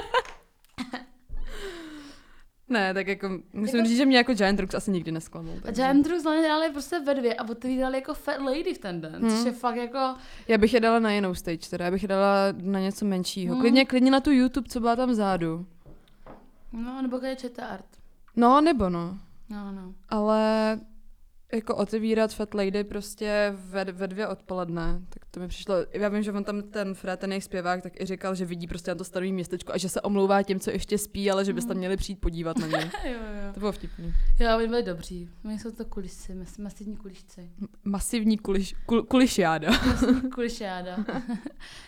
Speaker 2: Ne, tak jako musím
Speaker 1: Jako-
Speaker 2: říct, že mě jako Giant Rooks asi nikdy nesklamou.
Speaker 1: A
Speaker 2: takže-
Speaker 1: Giant Drews hlavně hráli prostě ve dvě a otvírali jako fat lady v ten den, hmm. což je fakt jako...
Speaker 2: Já bych je dala na jinou stage, teda já bych je dala na něco menšího.
Speaker 1: Hmm.
Speaker 2: Klidně, klidně na tu YouTube, co byla tam vzadu.
Speaker 1: No, nebo když je čete art.
Speaker 2: No, nebo no.
Speaker 1: No, no.
Speaker 2: Ale jako otevírat Fat Lady prostě ve, ve dvě odpoledne. Tak to mi přišlo, já vím, že on tam ten Fred, ten jejich zpěvák, tak i říkal, že vidí prostě na to starý městečko a že se omlouvá těm, co ještě spí, ale že byste měli přijít podívat na ně.
Speaker 1: Jo, jo.
Speaker 2: To bylo vtipný.
Speaker 1: jo, oni byli dobří. My jsou to kulisy, mas- masivní kulišci.
Speaker 2: Masivní kuliš, kul, kulišiáda.
Speaker 1: Masivní kulišáda.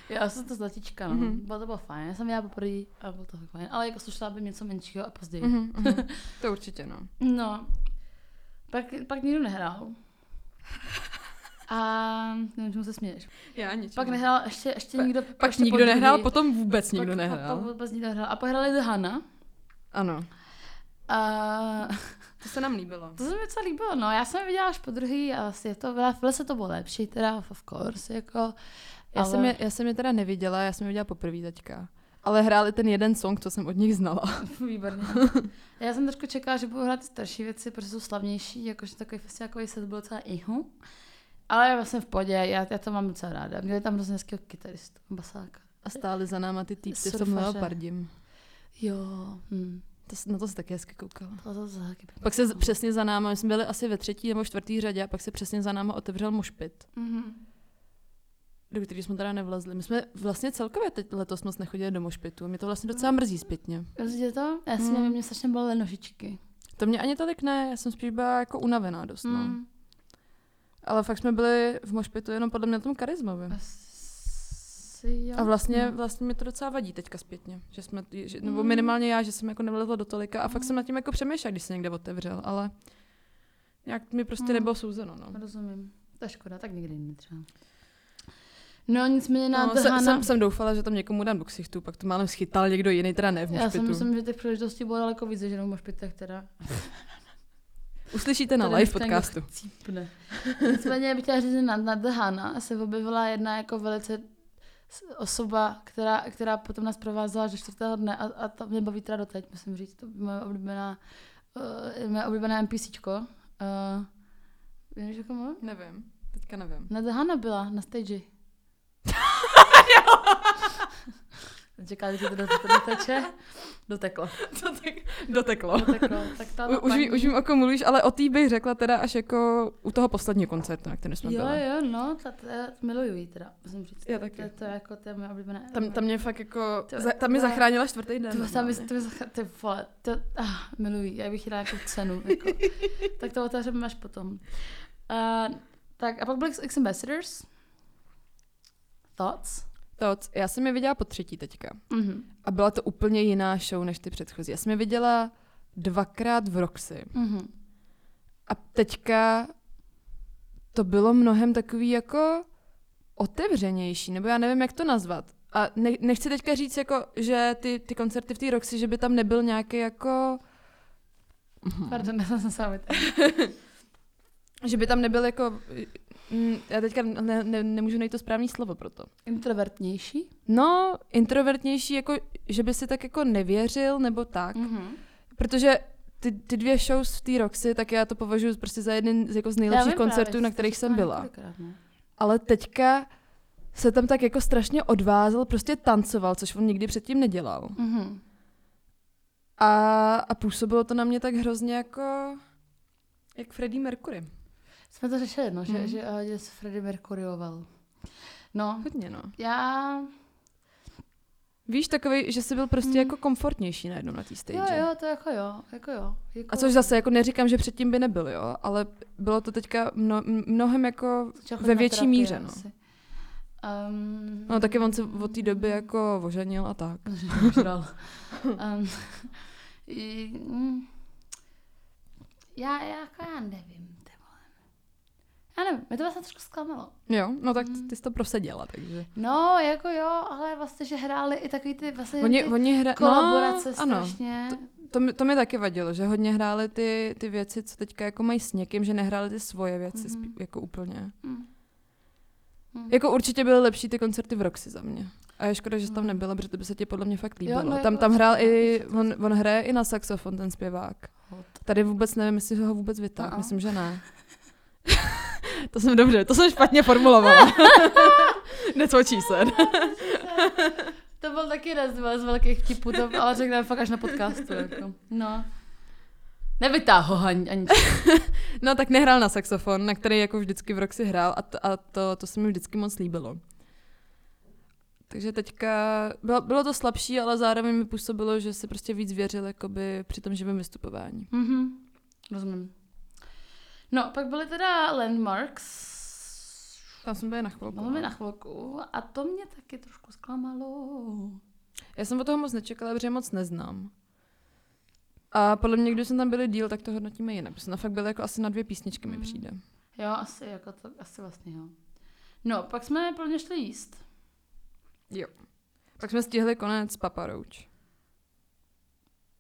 Speaker 1: jo, já jsem to zlatička, no.
Speaker 2: Mhm.
Speaker 1: Mm-hmm. Bylo to bylo fajn. Já jsem já poprvé a bylo to fajn. Ale jako slušela by něco menšího a později. Mm-hmm.
Speaker 2: Mhm, mhm. to určitě, no.
Speaker 1: No, pak, pak nikdo nehrál. A nevím, čemu se směješ.
Speaker 2: Já nic.
Speaker 1: Pak nehrál ještě, ještě
Speaker 2: Pa-
Speaker 1: nikdo.
Speaker 2: Pak
Speaker 1: ještě
Speaker 2: nikdo
Speaker 1: podruhý.
Speaker 2: nehrál, potom vůbec nikdo
Speaker 1: pak,
Speaker 2: nehrál.
Speaker 1: Pak, pak vůbec nikdo nehrál. A pak hráli The Hanna.
Speaker 2: Ano.
Speaker 1: A
Speaker 2: To se nám líbilo.
Speaker 1: to se mi docela líbilo, no. Já jsem je viděla až po druhý a asi je to, v Lese to bylo lepší, teda of course, jako.
Speaker 2: Já, ale... jsem je, já jsem je teda neviděla, já jsem je viděla poprvé teďka. Ale hráli ten jeden song, co jsem od nich znala.
Speaker 1: Výborně. Já jsem trošku čekala, že budu hrát ty starší věci, protože jsou slavnější, jakože takový festiákový set byl docela ihu. Ale já jsem v podě, já, já to mám docela ráda. Měli tam hrozně hezkého kytaristu, basáka.
Speaker 2: A stáli za náma ty týpci v tom
Speaker 1: Surfaře.
Speaker 2: leopardím.
Speaker 1: Jo, hm,
Speaker 2: To, s- na to se taky hezky koukala.
Speaker 1: to zase taky pěkný.
Speaker 2: Pak se z- přesně za náma, my jsme byli asi ve třetí nebo čtvrtý řadě a pak se přesně za náma otevřel mušpit,
Speaker 1: Mhm.
Speaker 2: do kterého jsme teda nevlezli. My jsme vlastně celkově teď letos moc nechodili do mušpitu, mě to vlastně docela mrzí zpětně.
Speaker 1: Rozumíte to? Já jsem,
Speaker 2: Hm.
Speaker 1: mě strašně bolely nožičky.
Speaker 2: To mě ani tolik ne, já jsem spíš byla jako unavená dost. No.
Speaker 1: Hm.
Speaker 2: Ale fakt jsme byli v mošpitu jenom podle mě na tom karizmovi.
Speaker 1: Asi jo.
Speaker 2: A vlastně,
Speaker 1: No.
Speaker 2: vlastně mi to docela vadí teďka zpětně, že jsme, že, nebo minimálně já, že jsem jako nevlezla do tolika a fakt jsem nad tím jako přemýšlela, když se někde otevřel, ale nějak mi prostě nebylo souzeno, no.
Speaker 1: Rozumím. To je škoda, tak někdy jiný třeba. No nicméně na
Speaker 2: no
Speaker 1: no,
Speaker 2: se, jsem, jsem, doufala, že tam někomu dám do ksichtu, pak to málem schytal někdo jiný, teda ne v
Speaker 1: Já si
Speaker 2: mošpitu. Jsem...
Speaker 1: myslím, že těch příležitostí bylo daleko víc, že jenom v mošpitech teda.
Speaker 2: Uslyšíte na
Speaker 1: Tady
Speaker 2: live
Speaker 1: dneska
Speaker 2: podcastu.
Speaker 1: někdo chcípne. Nicméně bych chtěla říct, že na, na The Hana se objevila jedna jako velice s- osoba, která, která potom nás provázela až do čtvrtého dne a, a to mě baví teda doteď, musím říct, to je moje oblíbená, uh, moje oblíbené NPCčko. Uh, víš, jako mluvím?
Speaker 2: Nevím, teďka nevím.
Speaker 1: Na The Hana byla, na stage. Čeká, že to do- to doteče. Doteklo.
Speaker 2: To tak doteklo.
Speaker 1: Doteklo. Tak ta
Speaker 2: U, už, ví, už vím, o kom mluvíš, ale o té bych řekla teda až jako u toho posledního koncertu, na kterém jsme
Speaker 1: Jo,
Speaker 2: byli.
Speaker 1: jo, no, ta, ta, já miluju ji teda, musím říct.
Speaker 2: Já
Speaker 1: To-
Speaker 2: taky.
Speaker 1: To, to, je jako, to je moje oblíbené.
Speaker 2: Tam, tam mě fakt jako,
Speaker 1: To-
Speaker 2: za, tam mě
Speaker 1: to-
Speaker 2: zachránila čtvrtý den.
Speaker 1: to by,
Speaker 2: normálně.
Speaker 1: to by, ty vole, to, ah, miluji, já bych jí dala jako cenu, jako. tak to otevřeme až potom. Uh, tak a pak byly X Ambassadors. Thoughts?
Speaker 2: To, c- já jsem je viděla po třetí teďka.
Speaker 1: Mhm,
Speaker 2: A byla to úplně jiná show než ty předchozí. Já jsem je viděla dvakrát v Roxy.
Speaker 1: mhm,
Speaker 2: A teďka to bylo mnohem takový jako otevřenější, nebo já nevím, jak to nazvat. A ne, nechci teďka říct, jako, že ty, ty koncerty v té Roxy, že by tam nebyl nějaký jako,
Speaker 1: pardon, já jsem se
Speaker 2: že by tam nebyl jako, mm, já teďka ne, ne, nemůžu najít to správný slovo pro to.
Speaker 1: Introvertnější?
Speaker 2: No, introvertnější, jako, že by si tak jako nevěřil, nebo tak.
Speaker 1: Mhm.
Speaker 2: Protože ty, ty dvě shows v té Roxy, tak já to považuji prostě za jeden z, jako z
Speaker 1: Já
Speaker 2: nejlepších
Speaker 1: vím
Speaker 2: koncertů,
Speaker 1: právě,
Speaker 2: na
Speaker 1: jsi to
Speaker 2: kterých jsem
Speaker 1: říkala
Speaker 2: byla.
Speaker 1: několikrát, no.
Speaker 2: Ale teďka se tam tak jako strašně odvázel, prostě tancoval, což on nikdy předtím nedělal.
Speaker 1: Mhm.
Speaker 2: A, a působilo to na mě tak hrozně jako... Jak Freddie Mercury.
Speaker 1: Jsme to řešili, no, že,
Speaker 2: Mhm.
Speaker 1: že, eh, že se Freddie Mercuryoval. No,
Speaker 2: Hodně, no.
Speaker 1: já
Speaker 2: Víš, takový, že jsi byl prostě
Speaker 1: Mm.
Speaker 2: jako komfortnější najednou na té stage.
Speaker 1: Jo, jo, to jako jo, jako jo. Jako
Speaker 2: A což zase, jako neříkám, že předtím by nebyl, jo, ale bylo to teďka mno, mnohem jako
Speaker 1: Začal chodit
Speaker 2: ve
Speaker 1: na
Speaker 2: větší
Speaker 1: terapii
Speaker 2: míře, no.
Speaker 1: asi. Um,
Speaker 2: No taky on se od té doby jako oženil a tak.
Speaker 1: Mm. žral. um, i- mm. já, já, jako já nevím, ty vole. Já nevím, mě to vlastně trošku zklamalo.
Speaker 2: Jo, no tak
Speaker 1: Mm.
Speaker 2: ty jsi to proseděla, takže.
Speaker 1: No, jako jo, ale vlastně, že hráli i takový ty vlastně
Speaker 2: Oni,
Speaker 1: ty
Speaker 2: oni hra...
Speaker 1: kolaborace
Speaker 2: no, ano,
Speaker 1: strašně.
Speaker 2: to, mi- to mi taky vadilo, že hodně hráli ty, ty věci, co teďka jako mají s někým, že nehráli ty svoje věci
Speaker 1: Mhm.
Speaker 2: mm-hmm. jako úplně.
Speaker 1: Mm. Mm.
Speaker 2: Jako určitě byly lepší ty koncerty v Roxy za mě. A je škoda, že jsi tam nebyla, protože to by se ti podle mě fakt
Speaker 1: Mhm. Jo,
Speaker 2: líbilo.
Speaker 1: no,
Speaker 2: tam,
Speaker 1: jako
Speaker 2: tam hrál
Speaker 1: určitě,
Speaker 2: i,
Speaker 1: určitě.
Speaker 2: on, on hraje i na saxofon, ten zpěvák.
Speaker 1: Hot.
Speaker 2: Tady vůbec nevím, jestli ho vůbec vytáhl.
Speaker 1: No.
Speaker 2: Myslím, že ne. to jsem dobře, to jsem špatně formulovala. Necvočí se.
Speaker 1: To byl taky jeden z z velkých vtipů, to, ale řekneme fakt až na podcastu. Jako. No. Nevytáhl ho ani, ani
Speaker 2: No tak nehrál na saxofon, na který jako vždycky v Roxy hrál a, to, a to, to se mi vždycky moc líbilo. Takže teďka bylo, bylo to slabší, ale zároveň mi působilo, že se prostě víc věřil jakoby při tom živém vystupování.
Speaker 1: Mm-hmm.
Speaker 2: Mhm.
Speaker 1: Rozumím. No, pak byly teda Landmarks.
Speaker 2: Tam jsme byli na chvilku.
Speaker 1: Mluvíme na chvilku a to mě taky trošku zklamalo.
Speaker 2: Já jsem od toho moc nečekala, protože je moc neznám. A podle mě, když jsme tam byli díl, tak to hodnotíme jinak. Protože jsme fakt byli jako asi na dvě písničky mi
Speaker 1: Mhm.
Speaker 2: přijde.
Speaker 1: Jo, asi, jako to, asi vlastně jo. No, pak jsme pro mě šli jíst.
Speaker 2: Pak jsme stihli konec Papa Roach.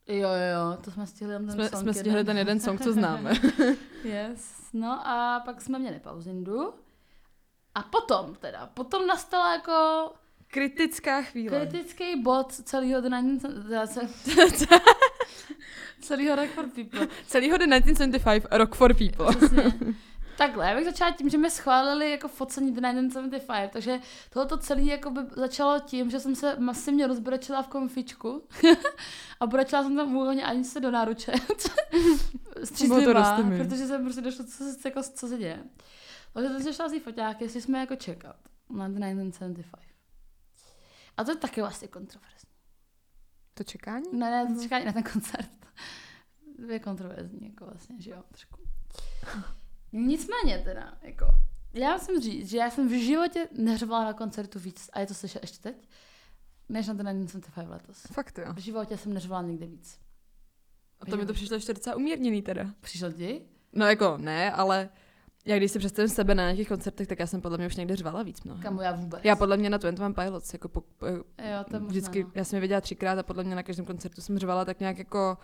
Speaker 1: Jo, jo, jo, to jsme stihli jenom ten
Speaker 2: Jsme,
Speaker 1: song
Speaker 2: jsme stihli ten jeden song, co známe.
Speaker 1: Yes. No a pak jsme měli pauzindu. A potom teda, potom nastala jako
Speaker 2: Kritická chvíle.
Speaker 1: kritický bod celého dne, teda se- celého Record People.
Speaker 2: Celýho den 1975, Rock for People.
Speaker 1: Přesně. Takhle, já bych začala tím, že jsme schválili jako focení The 1975, takže tohoto celé jako by začalo tím, že jsem se masivně rozbrečela v konfičku a brečela jsem tam úvodně ani se do náruče.
Speaker 2: Bylo to
Speaker 1: Střízlivá,
Speaker 2: roztomilý.
Speaker 1: protože jsem prostě došla, co se, jako, co se děje. Takže jsem se šla vzít foťák, jestli jsme jako čekat na The 1975. A to je taky vlastně kontroverzní.
Speaker 2: To čekání?
Speaker 1: Ne, ne, to čekání na ten koncert. Je kontroverzní, jako vlastně, že jo, trošku. Nicméně teda, jako, já musím říct, že já jsem v životě neřvala na koncertu víc, a je to slyšet ještě teď, než na ten 1975 letos.
Speaker 2: Fakt jo.
Speaker 1: V životě jsem neřvala nikde víc.
Speaker 2: A to mi to přišlo ještě docela umírněný teda.
Speaker 1: Přišel ti?
Speaker 2: No jako ne, ale já když si představím sebe na nějakých koncertech, tak já jsem podle mě už někde řvala víc mnohem.
Speaker 1: Kamu já vůbec.
Speaker 2: Mhm. Já podle mě na Twenty One Pilots, jako po, po,
Speaker 1: jo, to je možná,
Speaker 2: vždycky,
Speaker 1: no.
Speaker 2: já jsem je viděla třikrát a podle mě na každém koncertu jsem řvala tak nějak jako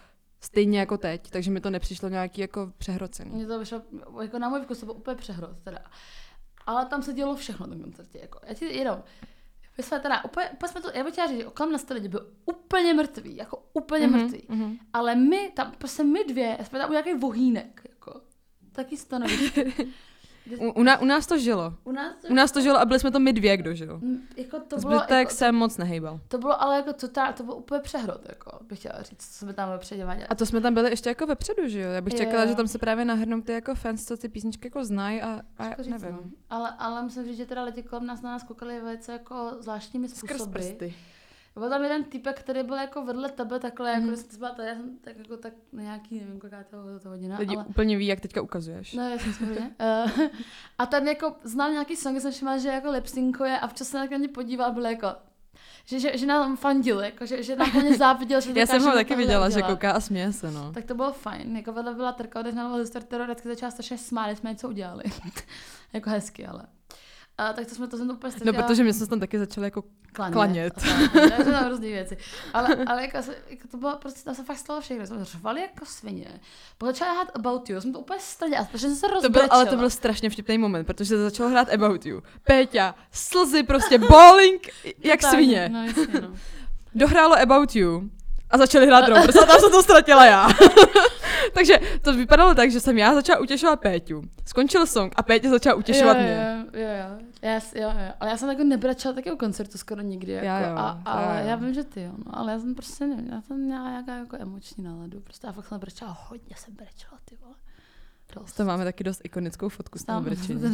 Speaker 2: stejně jako teď, takže mi to nepřišlo nějaký jako přehrocený.
Speaker 1: Mně to vyšlo, jako na můj vkus to byl úplně přehrot, teda. Ale tam se dělo všechno na tom koncertě, jako. Já ti jenom, my jsme teda, úplně, úplně jsme to, já bych chtěla říct, že oklam na lidi byl úplně mrtvý, jako úplně mm-hmm. mrtvý.
Speaker 2: Mm-hmm.
Speaker 1: Ale my, tam, prostě my dvě, jsme tam udělali vohýnek, jako. Taky stanoviště.
Speaker 2: U, u, ná, u, nás to žilo.
Speaker 1: U nás, to,
Speaker 2: U nás to žilo a byli jsme to my dvě, kdo žil.
Speaker 1: m, jako to bylo,
Speaker 2: No. Zbytek
Speaker 1: jako,
Speaker 2: jsem moc nehejbal.
Speaker 1: to bylo ale jako totál, to bylo úplně přehrot, jako bych chtěla říct, co jsme tam předělali.
Speaker 2: A to jsme tam byli ještě jako vepředu, že jo? Já bych
Speaker 1: Jo,
Speaker 2: čekala,
Speaker 1: jo.
Speaker 2: že tam se právě nahrnou ty jako fans, co ty písničky jako znají a, a
Speaker 1: Těžko říct,
Speaker 2: nevím.
Speaker 1: no. Ale, ale musím říct, že teda lidi kolem nás na nás koukali velice jako zvláštními způsoby.
Speaker 2: Skrz prsty.
Speaker 1: Byl tam jeden typek, který byl jako vedle tebe takhle,
Speaker 2: Mhm.
Speaker 1: mm-hmm. jako když jsi byla tady, já jsem tak jako tak na nějaký, nevím, koliká toho, toho hodina,
Speaker 2: Lidi
Speaker 1: No, ale...
Speaker 2: úplně ví, jak teďka ukazuješ.
Speaker 1: No, jasně, samozřejmě. Eh, a ten jako znal nějaký song, já jsem všimla, že jako lipsynkuje a včas se na mě podíval, byl jako, že, že, že nám fandil, jako, že, že nám hodně záviděl, že
Speaker 2: Já jsem ho
Speaker 1: dokážeme
Speaker 2: taky
Speaker 1: tohle
Speaker 2: viděla, že
Speaker 1: udělat.
Speaker 2: kouká a směje se, no.
Speaker 1: Tak to bylo fajn, jako vedle byla trka, odehnala historii teror, vždycky začala strašně smát, když jsme něco udělali. jako hezky, ale. A, tak to jsme to jsem to úplně
Speaker 2: No,
Speaker 1: ztratila
Speaker 2: protože my jsme se tam taky začali jako...
Speaker 1: klanět.
Speaker 2: Klanět.
Speaker 1: a tak, ne, To jsou různé věci. Ale, ale jako, se- jako, to bylo prostě, tam se fakt stalo všechno. Jsme řvali jako svině. Pak začala hrát About You, jsem to úplně strdila, protože jsem se
Speaker 2: To
Speaker 1: rozbrečela.
Speaker 2: byl, ale to byl strašně vtipný moment, protože začal hrát About You. Péťa, slzy prostě, bowling, jak
Speaker 1: Totálně,
Speaker 2: svině.
Speaker 1: No, jasně, no.
Speaker 2: Dohrálo About You a začali hrát Robbers a tam jsem to ztratila já. Takže to vypadalo tak, že jsem já začala utěšovat Péťu. Skončil song a Pétě začala utěšovat
Speaker 1: jo,
Speaker 2: mě.
Speaker 1: jo, jo, jo. Já, s- jo, jo. Ale já jsem jako nebrečela taky u koncertu skoro nikdy. Jako,
Speaker 2: Já jo,
Speaker 1: a,
Speaker 2: já
Speaker 1: ale
Speaker 2: jo.
Speaker 1: já vím, že ty jo. No, ale já jsem prostě nevím, já jsem měla nějaká jako emoční náladu. Prostě já fakt jsem brečela hodně, jsem brečela ty vole. Dost.
Speaker 2: To máme taky dost ikonickou fotku s tím
Speaker 1: Tam-
Speaker 2: brčením.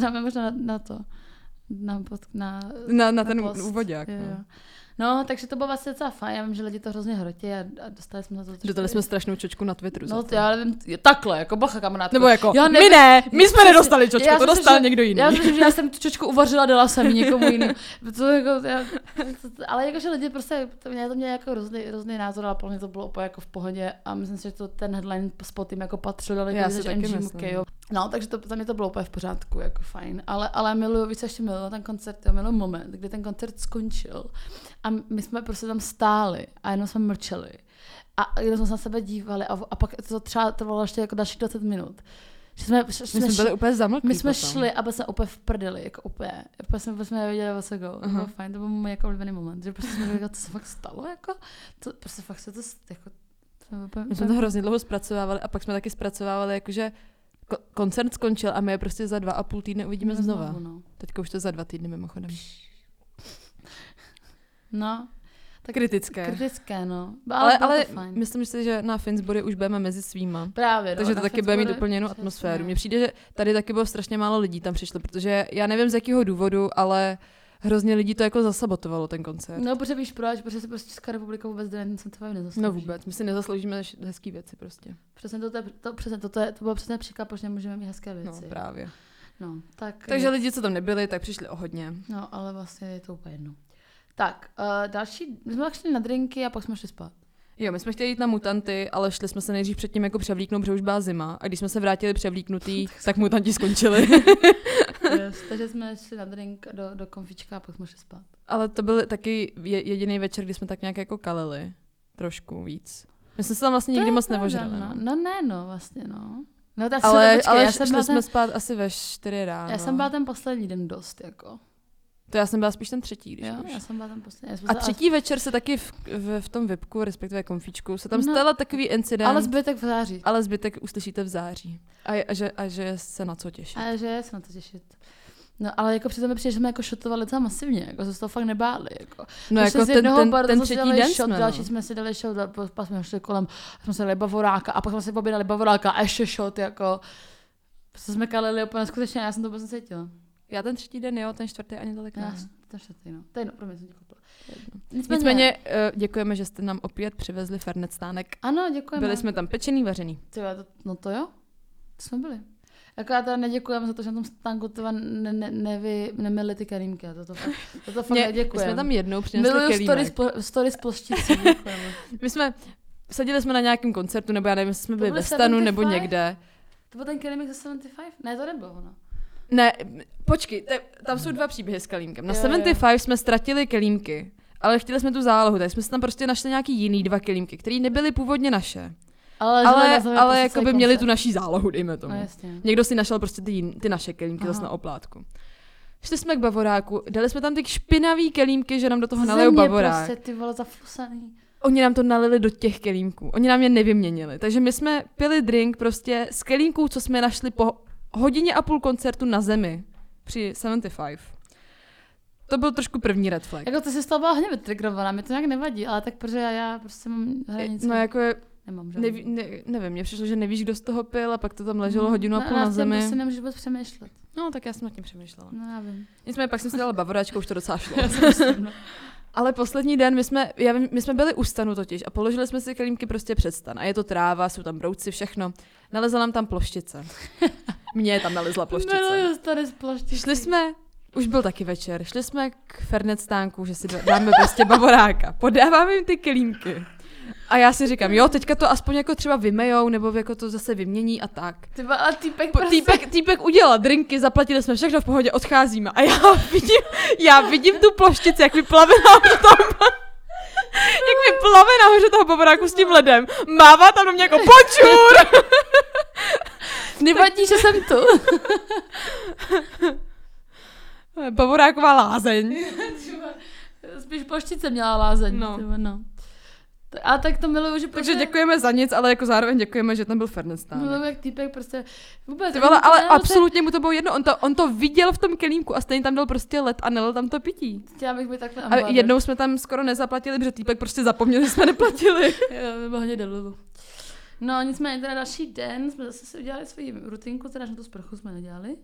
Speaker 1: Dáme možná na, na to. Na, pod, na,
Speaker 2: Na, na ten
Speaker 1: post.
Speaker 2: úvodák.
Speaker 1: Jo,
Speaker 2: No.
Speaker 1: jo. No, takže to bylo vlastně docela fajn, já vím, že lidi to hrozně hrotí a, a dostali jsme za to trošku-
Speaker 2: Dostali jsme strašnou čočku na Twitteru. za
Speaker 1: No,
Speaker 2: to.
Speaker 1: to já nevím, t- takhle, jako bacha kamarád.
Speaker 2: Nebo jako,
Speaker 1: já
Speaker 2: my ne, my jsme nedostali čočku, to dostal někdo jiný.
Speaker 1: Já myslím, že já jsem tu čočku uvařila, dala jsem ji někomu jinému. To, jako, já, to, to- ale jakože lidi prostě, to mě, to mě jako různý, různý názor, ale pro mě to bylo úplně jako v pohodě a myslím si, že to ten headline spot jim jako patřil daleko
Speaker 2: Já
Speaker 1: víc
Speaker 2: si
Speaker 1: než
Speaker 2: taky
Speaker 1: MGM
Speaker 2: myslím.
Speaker 1: Kejo. No, takže to, za mě to bylo úplně v pořádku, jako fajn. Ale, ale miluju, víc ještě miluju ten koncert, jo, miluju moment, kdy ten koncert skončil a my jsme prostě tam stáli a jenom jsme mlčeli. A jenom jsme se na sebe dívali a, a pak to třeba trvalo ještě jako dalších 20 minut. Že jsme, že
Speaker 2: My jsme byli
Speaker 1: šli,
Speaker 2: úplně zamlklí
Speaker 1: my jsme
Speaker 2: potom.
Speaker 1: šli a byli jsme úplně v prdeli, jako úplně. Úplně jsme, jsme nevěděli, o co go. To bylo
Speaker 2: Aha.
Speaker 1: fajn, to byl můj jako oblíbený moment, že prostě jsme říkali, co se fakt stalo, jako. To, prostě fakt se to, s- jako, jsme úplně,
Speaker 2: My jsme to hrozně dlouho zpracovávali a pak jsme taky zpracovávali, jakože ko- koncert skončil a my je prostě za dva a půl týdne uvidíme znova.
Speaker 1: no.
Speaker 2: Teďka už to za dva týdny mimochodem.
Speaker 1: No, Tak
Speaker 2: kritické.
Speaker 1: kritické, no.
Speaker 2: ale
Speaker 1: bylo
Speaker 2: ale
Speaker 1: to fajn.
Speaker 2: myslím si, že na Finsbury už budeme mezi svýma.
Speaker 1: Právě,
Speaker 2: Takže
Speaker 1: no,
Speaker 2: to
Speaker 1: na
Speaker 2: taky bude mít
Speaker 1: Facebooku-
Speaker 2: doplněnou
Speaker 1: přesně. no.
Speaker 2: atmosféru. Mně přijde, že tady taky bylo strašně málo lidí tam přišlo, protože já nevím z jakého důvodu, ale hrozně lidí to jako zasabotovalo ten koncert.
Speaker 1: No, protože víš proč, protože se prostě Česká republika vůbec do Nensen Survive nezaslouží.
Speaker 2: No vůbec, my si nezasloužíme š- hezký věci prostě.
Speaker 1: Přesně to, to, to, přesně to, to, je, to bylo přesně příklad, proč nemůžeme mít hezké
Speaker 2: No
Speaker 1: věci.
Speaker 2: právě.
Speaker 1: no tak,
Speaker 2: Takže lidi, co tam nebyli, tak přišli o hodně.
Speaker 1: No, ale vlastně je to úplně jedno. Tak, uh, další, my jsme pak šli na drinky a pak jsme šli spát.
Speaker 2: Jo, my jsme chtěli jít na mutanty, ale šli jsme se nejdřív předtím jako převlíknout, protože už byla zima. A když jsme se vrátili převlíknutý, tak mutanti skončili.
Speaker 1: Yes, Eh, takže jsme šli na drink do, do konfička a pak jsme šli spát.
Speaker 2: ale to byl taky je- jediný večer, kdy jsme tak nějak jako kalili. Trošku víc. My jsme se tam vlastně
Speaker 1: To
Speaker 2: nikdy
Speaker 1: je
Speaker 2: moc
Speaker 1: pravda,
Speaker 2: nevožrali.
Speaker 1: No.
Speaker 2: No.
Speaker 1: no ne, no, vlastně, no. No tak
Speaker 2: Ale,
Speaker 1: ale, počkej,
Speaker 2: ale
Speaker 1: já,
Speaker 2: šli
Speaker 1: jsem byla
Speaker 2: jsme no.
Speaker 1: ten,
Speaker 2: spát asi ve 4 ráno.
Speaker 1: já jsem byla ten poslední den dost, jako.
Speaker 2: To já jsem byla spíš ten třetí, když
Speaker 1: Jo,
Speaker 2: už.
Speaker 1: já jsem byla ten poslední. Já jsem
Speaker 2: A
Speaker 1: se-
Speaker 2: třetí večer se taky v, v, v tom VIPku, respektive konfíčku, se tam
Speaker 1: No.
Speaker 2: no, stala takový incident,
Speaker 1: ale
Speaker 2: ale,
Speaker 1: zbytek v září.
Speaker 2: ale zbytek uslyšíte v září. A, je- a, že, a že se na co těší.
Speaker 1: A že se na to těšit. No, ale jako přitom mi přijde, že jsme jako šotovali docela masivně, jako jsme se toho fakt nebáli. Jako.
Speaker 2: No
Speaker 1: Prostě
Speaker 2: jako
Speaker 1: z
Speaker 2: ten,
Speaker 1: jednoho
Speaker 2: ten,
Speaker 1: baru
Speaker 2: ten
Speaker 1: jsme si
Speaker 2: třetí
Speaker 1: dali
Speaker 2: den
Speaker 1: shot,
Speaker 2: jsme,
Speaker 1: další
Speaker 2: no.
Speaker 1: jsme si dali shot, a pak jsme šli kolem, jsme se dali bavoráka a pak jsme si pobědali bavoráka a ještě shot, jako. Prostě jsme kalili úplně skutečně, já jsem to vůbec necítila.
Speaker 2: Já ten třetí den, jo, ten čtvrtý ani tolik
Speaker 1: Já
Speaker 2: ne.
Speaker 1: jsem to šatý, no. To je jedno, pro mě jsem tě koupila.
Speaker 2: Nicméně eh, děkujeme, že jste nám opět přivezli fernet stánek.
Speaker 1: Ano, děkujeme.
Speaker 2: Byli jsme tam pečený, vařený.
Speaker 1: Ty vole, to, no to jo, to jsme byli. Jako já teda neděkujeme za to, že na tom stánku to ne, ne, nevy, nemili ty kelímky, a to to fakt, to to fakt
Speaker 2: Mě- my
Speaker 1: neděkujeme.
Speaker 2: jsme tam jednou přinesli
Speaker 1: Miluju stories,
Speaker 2: kelímek.
Speaker 1: po, stories plošticí, děkujeme.
Speaker 2: My jsme, seděli jsme na nějakém koncertu, nebo já nevím, jestli jsme byli
Speaker 1: byly
Speaker 2: ve stanu, nebo
Speaker 1: 75?
Speaker 2: někde.
Speaker 1: To byl ten kelímek ze 75? Ne, to no. nebylo ono.
Speaker 2: Ne, m- počkej, te, tam jsou dva příběhy s kelímkem. Na
Speaker 1: Jo, jo.
Speaker 2: 75 jsme ztratili kelímky, ale chtěli jsme tu zálohu, tak jsme si tam prostě našli nějaký jiný dva kelímky, které nebyly původně naše.
Speaker 1: Ale,
Speaker 2: Ale, ale jako by měli tu naší zálohu, dejme tomu.
Speaker 1: prostě No jasně.
Speaker 2: Někdo si našel prostě ty, jin- ty naše kelímky
Speaker 1: Aha.
Speaker 2: zase na oplátku. Šli jsme k bavoráku, dali jsme tam ty špinavý kelímky, že nám do toho
Speaker 1: Ze
Speaker 2: nalejou
Speaker 1: mě
Speaker 2: bavorák.
Speaker 1: Prostě, ty vole, zaflusaný.
Speaker 2: Oni nám to nalili do těch kelímků. Oni nám je nevyměnili. Takže my jsme pili drink prostě z kelímků, co jsme našli po hodině a půl koncertu na zemi při 75. To byl trošku první red flag.
Speaker 1: Jako ty jsi z toho byla hodně vytrigrovaná, mi to nějak nevadí, ale tak protože já, já prostě mám hranice.
Speaker 2: No jako je,
Speaker 1: nemám žádnou.
Speaker 2: neví, ne, nevím, mně přišlo, že nevíš, kdo z toho pil a pak to tam leželo hodinu a
Speaker 1: No,
Speaker 2: půl
Speaker 1: já
Speaker 2: na
Speaker 1: s tím
Speaker 2: zemi.
Speaker 1: Prostě nemůžu vůbec přemýšlet.
Speaker 2: No tak já jsem nad tím přemýšlela.
Speaker 1: No já vím.
Speaker 2: Nicméně pak jsem si dala bavoráčku, už to docela šlo. Ale poslední den, my jsme, já vím, my jsme byli u stanu totiž a položili jsme si kelímky prostě před stan. A je to tráva, jsou tam brouci, všechno. Nalezla nám tam ploštice. Mně tam nalezla ploštice.
Speaker 1: Miluju stories plošticí.
Speaker 2: Šli jsme, už byl taky večer, šli jsme k Fernet stánku, že si dá- dáme prostě bavoráka. Podáváme jim ty kelímky. A já si říkám, jo, teďka to aspoň jako třeba vymejou, nebo jako to zase vymění a tak.
Speaker 1: Ty vole, ale týpek
Speaker 2: Po,
Speaker 1: prostě...
Speaker 2: týpek, týpek udělal drinky, zaplatili jsme všechno v pohodě, odcházíme. A já vidím, já vidím tu ploštici, jak vyplave nahoře toho, jak vyplave nahoře toho bavoráku s tím ledem. Mává tam do mě jako počur!
Speaker 1: Nevadí, že jsem tu.
Speaker 2: Bavoráková lázeň.
Speaker 1: Spíš ploštice měla lázeň.
Speaker 2: No.
Speaker 1: ty vole, no. To- A tak to miluju, že
Speaker 2: Takže
Speaker 1: prostě-
Speaker 2: děkujeme za nic, ale jako zároveň děkujeme, že tam byl Fernestán.
Speaker 1: Miluju, jak týpek prostě vůbec...
Speaker 2: Ty vole,
Speaker 1: on to
Speaker 2: ale
Speaker 1: nemusel-
Speaker 2: absolutně mu to bylo jedno, on to, on to viděl v tom kelímku a stejně tam dal prostě led a nelil tam to pití.
Speaker 1: Chtěla bych být takhle
Speaker 2: A jednou jsme tam skoro nezaplatili, protože týpek prostě zapomněl, že jsme neplatili.
Speaker 1: Jo, hodně delu. No nicméně teda další den jsme zase si udělali svoji rutinku, teda že tu sprchu jsme nedělali.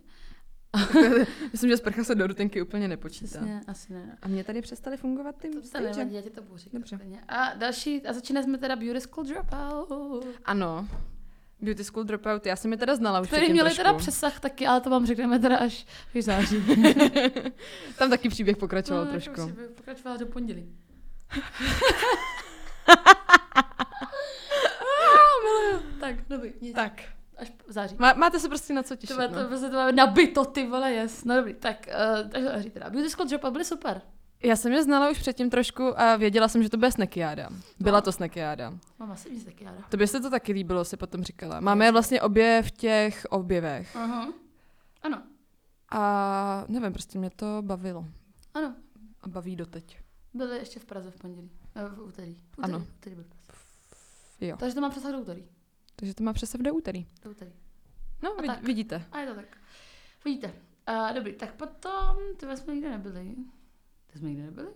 Speaker 2: Myslím, že sprcha se do rutinky úplně nepočítá.
Speaker 1: Přesně, asi ne.
Speaker 2: A mě tady přestaly fungovat ty
Speaker 1: To se nevadí, já ti to budu říkat.
Speaker 2: Dobře.
Speaker 1: stejně. A další, a začínáme jsme teda Beauty School Dropout.
Speaker 2: Ano. Beauty School Dropout, já jsem je teda znala už
Speaker 1: Který
Speaker 2: předtím
Speaker 1: měli
Speaker 2: trošku.
Speaker 1: teda přesah taky, ale to vám řekneme teda až v září.
Speaker 2: Tam taky příběh pokračoval
Speaker 1: No,
Speaker 2: no,
Speaker 1: jako
Speaker 2: trošku.
Speaker 1: už bych Pokračovala do pondělí. Ah, miluju. tak, dobrý, nic.
Speaker 2: Tak.
Speaker 1: Až v září.
Speaker 2: Má, máte se prostě na co těšit.
Speaker 1: To bude, to
Speaker 2: no.
Speaker 1: prostě to máme nabito, ty vole, yes. No dobrý, tak, uh, takže září teda. Beauty School Dropout byly super.
Speaker 2: Já jsem je znala už předtím trošku a věděla jsem, že to bude Snekiáda. Byla
Speaker 1: No.
Speaker 2: to Snekiáda.
Speaker 1: Mama si nic taky ráda.
Speaker 2: Tobě se to taky líbilo, si potom
Speaker 1: No,
Speaker 2: říkala. Máme je vlastně obě v těch objevech.
Speaker 1: Aha. Ano,
Speaker 2: A nevím, prostě mě to bavilo.
Speaker 1: ano.
Speaker 2: A baví doteď.
Speaker 1: Byly ještě v Praze v pondělí. Eh, V úterý. V úterý.
Speaker 2: Ano.
Speaker 1: v úterý byly v Praze.
Speaker 2: Jo.
Speaker 1: Takže to mám přesah do úterý.
Speaker 2: Takže to má přesah do úterý.
Speaker 1: Do úterý.
Speaker 2: No,
Speaker 1: A
Speaker 2: vid-
Speaker 1: tak.
Speaker 2: vidíte.
Speaker 1: A je to tak. Vidíte. Eh, Uh, dobrý, tak potom, ty jsme nikde nebyli. Ty jsme nikde nebyli?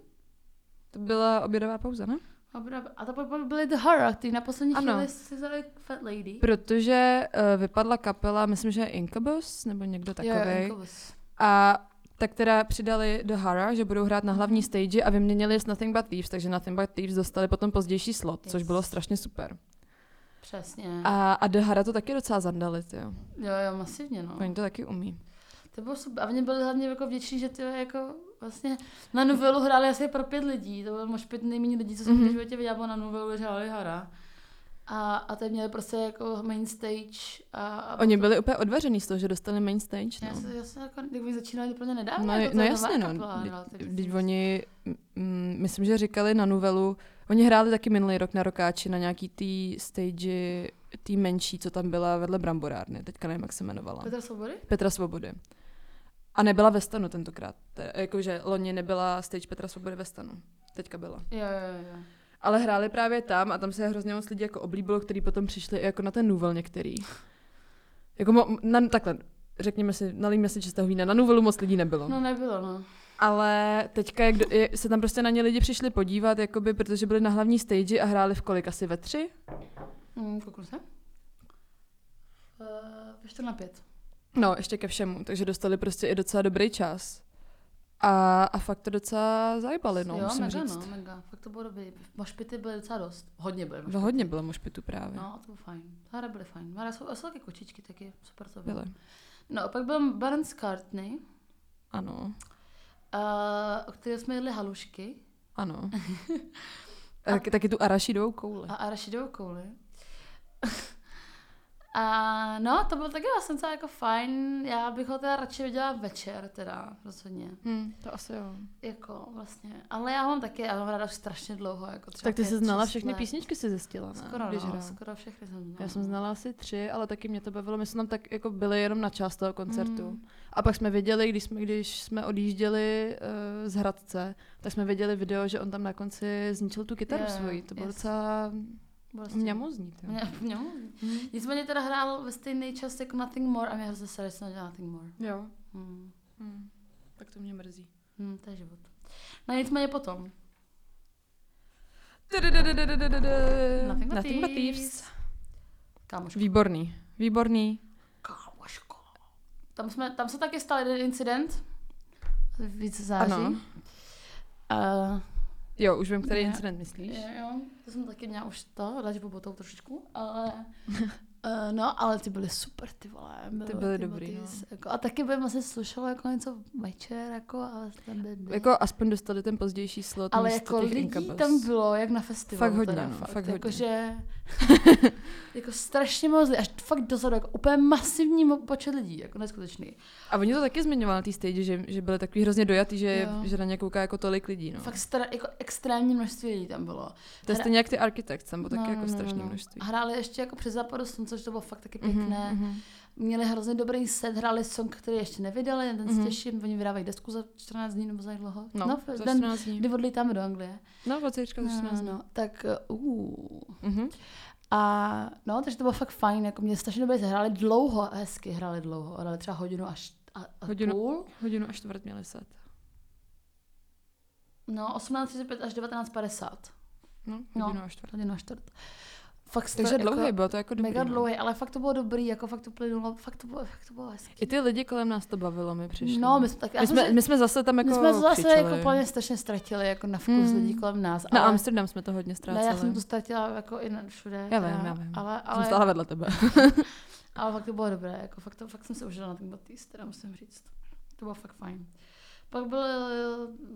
Speaker 2: To byla obědová pauza, ne?
Speaker 1: A bra- A to pak byly The Horror, ty na poslední
Speaker 2: Ano.
Speaker 1: chvíli si vzali Fat Lady.
Speaker 2: Protože uh, vypadla kapela, myslím, že Incubus, nebo někdo
Speaker 1: Jo, jo,
Speaker 2: takovej.
Speaker 1: Incubus.
Speaker 2: A tak teda přidali do Hara, že budou hrát na hlavní stage a vyměnili s Nothing But Thieves, takže Nothing But Thieves dostali potom pozdější slot, což
Speaker 1: Yes. No.
Speaker 2: bylo strašně super.
Speaker 1: Přesně. A...
Speaker 2: A, a do Hara to taky docela zandali, jo.
Speaker 1: Jo, jo, masivně, no.
Speaker 2: Oni to taky umí.
Speaker 1: To bylo super. A mě byli hlavně jako vděční, že ty jako vlastně na novelu hráli asi pro pět lidí. To bylo možná pět nejméně lidí, co jsem mm-hmm.
Speaker 2: Mhm.
Speaker 1: v životě viděla, bylo na novelu, že hráli hra. A, a teď měli prostě jako main stage. A, a
Speaker 2: Oni byli úplně odvařený z toho, že dostali main stage,
Speaker 1: Já,
Speaker 2: no.
Speaker 1: se, já jsem jako, jak bych začínali úplně nedávno.
Speaker 2: No,
Speaker 1: jako to
Speaker 2: no
Speaker 1: je
Speaker 2: jasně,
Speaker 1: nová
Speaker 2: no.
Speaker 1: kapela,
Speaker 2: Vždy-
Speaker 1: relativně.
Speaker 2: Vždyť oni, mm, myslím, že říkali na novelu, oni hráli taky minulý rok na Rokáči na nějaký tý stage, tý menší, co tam byla vedle Bramborárny, teďka nevím, jak se jmenovala.
Speaker 1: Petra Svobody?
Speaker 2: Petra Svobody. A nebyla ve stanu tentokrát. Te- Jakože loni nebyla stage Petra Svobody ve stanu. Teďka byla.
Speaker 1: Jo, jo, jo.
Speaker 2: Ale hráli právě tam a tam se hrozně moc lidí jako oblíbilo, který potom přišli i jako na ten nůvel některý. Jako mo- na, takhle, řekněme si, nalijme si čistého vína. Na nůvelu moc lidí nebylo.
Speaker 1: No nebylo, no.
Speaker 2: Ale teďka jak do, je, se tam prostě na ně lidi přišli podívat, jakoby, protože byli na hlavní stage a hráli v kolik? Asi ve tři?
Speaker 1: Hmm, kouknu se. Uh, ve 4 na 5.
Speaker 2: No, ještě ke všemu. Takže dostali prostě i docela dobrý čas. A, a fakt to docela zajbali, no,
Speaker 1: jo,
Speaker 2: musím
Speaker 1: mega,
Speaker 2: říct.
Speaker 1: no, mega. Fakt to bylo dobrý. Mošpity byly docela dost. Hodně byly.
Speaker 2: No, hodně bylo mošpitu právě. No,
Speaker 1: No, to bylo fajn. Hra byly fajn. Hra jsou jsou taky kočičky, taky super to bylo.
Speaker 2: Byly.
Speaker 1: No, a pak byl Barnes Cartney,
Speaker 2: Ano,
Speaker 1: a, o kterého jsme jedli halušky
Speaker 2: ano. a... taky, taky tu arašidovou kouli.
Speaker 1: a arašidovou kouli. a no, to bylo taky vlastně docela jako fajn. Já bych ho teda radši viděla večer, teda rozhodně.
Speaker 2: Hmm, to asi jo.
Speaker 1: Jako vlastně. Ale já ho mám taky, já ho mám ráda už strašně dlouho. Jako třeba
Speaker 2: Tak ty
Speaker 1: pět,
Speaker 2: jsi znala
Speaker 1: šest
Speaker 2: všechny
Speaker 1: let.
Speaker 2: písničky, jsi zjistila, ne?
Speaker 1: Skoro,
Speaker 2: Když
Speaker 1: no,
Speaker 2: hrála.
Speaker 1: skoro všechny jsem znala.
Speaker 2: Já jsem znala asi tři, ale taky mě to bavilo. My jsme tam tak jako byli jenom na část toho koncertu.
Speaker 1: Hmm.
Speaker 2: Mm. A pak jsme věděli, když jsme, když jsme odjížděli uh, z Hradce, tak jsme věděli video, že on tam na konci zničil tu kytaru
Speaker 1: Jo,
Speaker 2: yeah, svoji. To bylo
Speaker 1: yes.
Speaker 2: yes. docela
Speaker 1: Prostě.
Speaker 2: mňamozní. ty jo.
Speaker 1: Mě, mě, no. Nicméně teda hrál ve stejný čas jako Nothing More a mě hrozně se jsem nedělala Nothing More.
Speaker 2: Jo.
Speaker 1: Hmm.
Speaker 2: Mm. Tak to mě mrzí.
Speaker 1: Hmm, to je život. No nicméně potom. Nothing but
Speaker 2: Nothing but
Speaker 1: thieves.
Speaker 2: thieves.
Speaker 1: Kámoško.
Speaker 2: Výborný, výborný.
Speaker 1: Kámoško. Tam, jsme, tam se taky stal jeden incident. Víc září.
Speaker 2: Ano.
Speaker 1: Uh,
Speaker 2: Jo, už vím, který
Speaker 1: Ne.
Speaker 2: incident myslíš.
Speaker 1: jo, jo, to jsem taky měla už to, lažbu botou trošičku, ale... Uh, no, ale ty byly super, ty vole.
Speaker 2: byly dobrý,
Speaker 1: ty,
Speaker 2: no.
Speaker 1: jako, a taky by se slušelo jako něco večer, jako, ale tam by
Speaker 2: Jako aspoň dostali ten pozdější slot
Speaker 1: Ale
Speaker 2: místo
Speaker 1: jako
Speaker 2: těch
Speaker 1: lidí
Speaker 2: Incubus.
Speaker 1: tam bylo, jak na festivalu.
Speaker 2: Fakt hodně,
Speaker 1: teda,
Speaker 2: no, fakt
Speaker 1: jako,
Speaker 2: hodně.
Speaker 1: že, jako strašně moc lidí, až fakt dozadu, jako úplně masivní mo- počet lidí, jako neskutečný.
Speaker 2: A oni to taky zmiňovali na té stage, že, že byli takový hrozně dojatý, že,
Speaker 1: Jo.
Speaker 2: že na ně kouká jako tolik lidí. No.
Speaker 1: Fakt stra, jako extrémní množství lidí tam bylo. No,
Speaker 2: to je
Speaker 1: hra-
Speaker 2: stejně jak ty Architects, tam bylo taky jako strašné množství.
Speaker 1: A Hráli ještě jako před západu slunce, což to bylo fakt taky
Speaker 2: Mhm,
Speaker 1: pěkné. Mm-hmm.
Speaker 2: mhm.
Speaker 1: Měli hrozně dobrý set, hráli song, který ještě nevydali, na ten mm-hmm. se
Speaker 2: Mhm.
Speaker 1: těším, oni vydávají desku za 14 dní nebo za jak dlouho.
Speaker 2: No,
Speaker 1: v-
Speaker 2: za
Speaker 1: den,
Speaker 2: 14 dní.
Speaker 1: kdy odlítáme do Anglie.
Speaker 2: No, od zítřka za
Speaker 1: No, no,
Speaker 2: 14 dní.
Speaker 1: no, tak uh,
Speaker 2: Mhm.
Speaker 1: A no, takže to bylo fakt fajn, jako mě strašně dobře hráli dlouho, hezky hráli dlouho, hráli třeba hodinu až a, a
Speaker 2: Hodinu.
Speaker 1: půl.
Speaker 2: Hodinu a čtvrt měli set.
Speaker 1: No, 18.35 až 19.50.
Speaker 2: No,
Speaker 1: No.
Speaker 2: hodinu a čtvrt.
Speaker 1: Hodinu a čtvrt. Fakt
Speaker 2: Takže
Speaker 1: to,
Speaker 2: dlouhý,
Speaker 1: jako,
Speaker 2: bylo to jako dobrý.
Speaker 1: mega
Speaker 2: no.
Speaker 1: dlouhý, ale fakt to bylo dobrý, jako fakt to plynulo, fakt to bylo, fakt to bylo hezký.
Speaker 2: I ty lidi kolem nás to bavilo, my přišli.
Speaker 1: No, my jsme, tak, já
Speaker 2: my,
Speaker 1: jsem
Speaker 2: jsme,
Speaker 1: se-
Speaker 2: my jsme zase tam jako
Speaker 1: my jsme zase
Speaker 2: křičeli.
Speaker 1: jako plně strašně ztratili jako na vkus
Speaker 2: Mm.
Speaker 1: lidí kolem nás.
Speaker 2: Na
Speaker 1: ale,
Speaker 2: Amsterdam jsme to hodně
Speaker 1: ne,
Speaker 2: ztráceli.
Speaker 1: já jsem to ztratila jako i na všude.
Speaker 2: Já vím,
Speaker 1: a-
Speaker 2: já vím.
Speaker 1: Ale,
Speaker 2: Jsem
Speaker 1: ale,
Speaker 2: stála vedle tebe.
Speaker 1: Ale fakt to bylo dobré, jako fakt, to, fakt jsem se užila na ten Batiste, teda musím říct. To bylo fakt fajn. Pak byl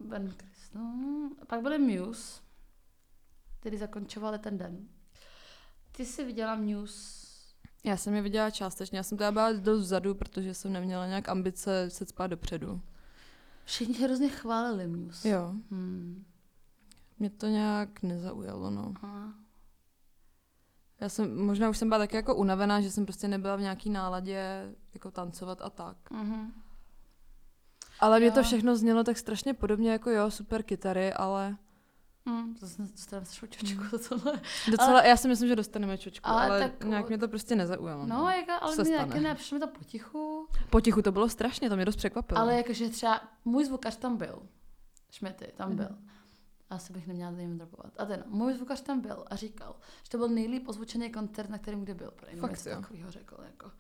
Speaker 1: Ben Chris, no. Pak byly Muse, který zakončovali ten den. Ty jsi viděla Muse,
Speaker 2: Já jsem je viděla částečně, já jsem teda byla dost vzadu, protože jsem neměla nějak ambice se spát dopředu.
Speaker 1: všichni hrozně chválili Muse.
Speaker 2: Jo.
Speaker 1: Hmm.
Speaker 2: Mě to nějak nezaujalo, no.
Speaker 1: Aha.
Speaker 2: Já jsem, možná už jsem byla taky jako unavená, že jsem prostě nebyla v nějaký náladě jako tancovat a tak.
Speaker 1: Uh-huh.
Speaker 2: Ale mě to
Speaker 1: Jo.
Speaker 2: všechno znělo tak strašně podobně jako jo, super kytary, ale
Speaker 1: Hmm. To jsem to tam sešlo
Speaker 2: Hmm.
Speaker 1: čočku za tohle.
Speaker 2: docela, ale, já si myslím, že dostaneme čočku,
Speaker 1: Ale
Speaker 2: ale, ale
Speaker 1: tak-
Speaker 2: tak, nějak mě to prostě nezaujalo.
Speaker 1: No, jako, ale
Speaker 2: se
Speaker 1: mě
Speaker 2: stane?
Speaker 1: taky ne, přišlo mi to potichu.
Speaker 2: Potichu to bylo strašně, to mě dost překvapilo. Mhm.
Speaker 1: Ale jakože třeba můj zvukař tam byl. Šmety, tam byl. Asi bych neměla tady dropovat. A ten můj zvukař tam byl a říkal, že to byl nejlíp ozvučený koncert, na kterém kdy byl. Pro
Speaker 2: Fakt jo.
Speaker 1: takovýho řekl. Jako.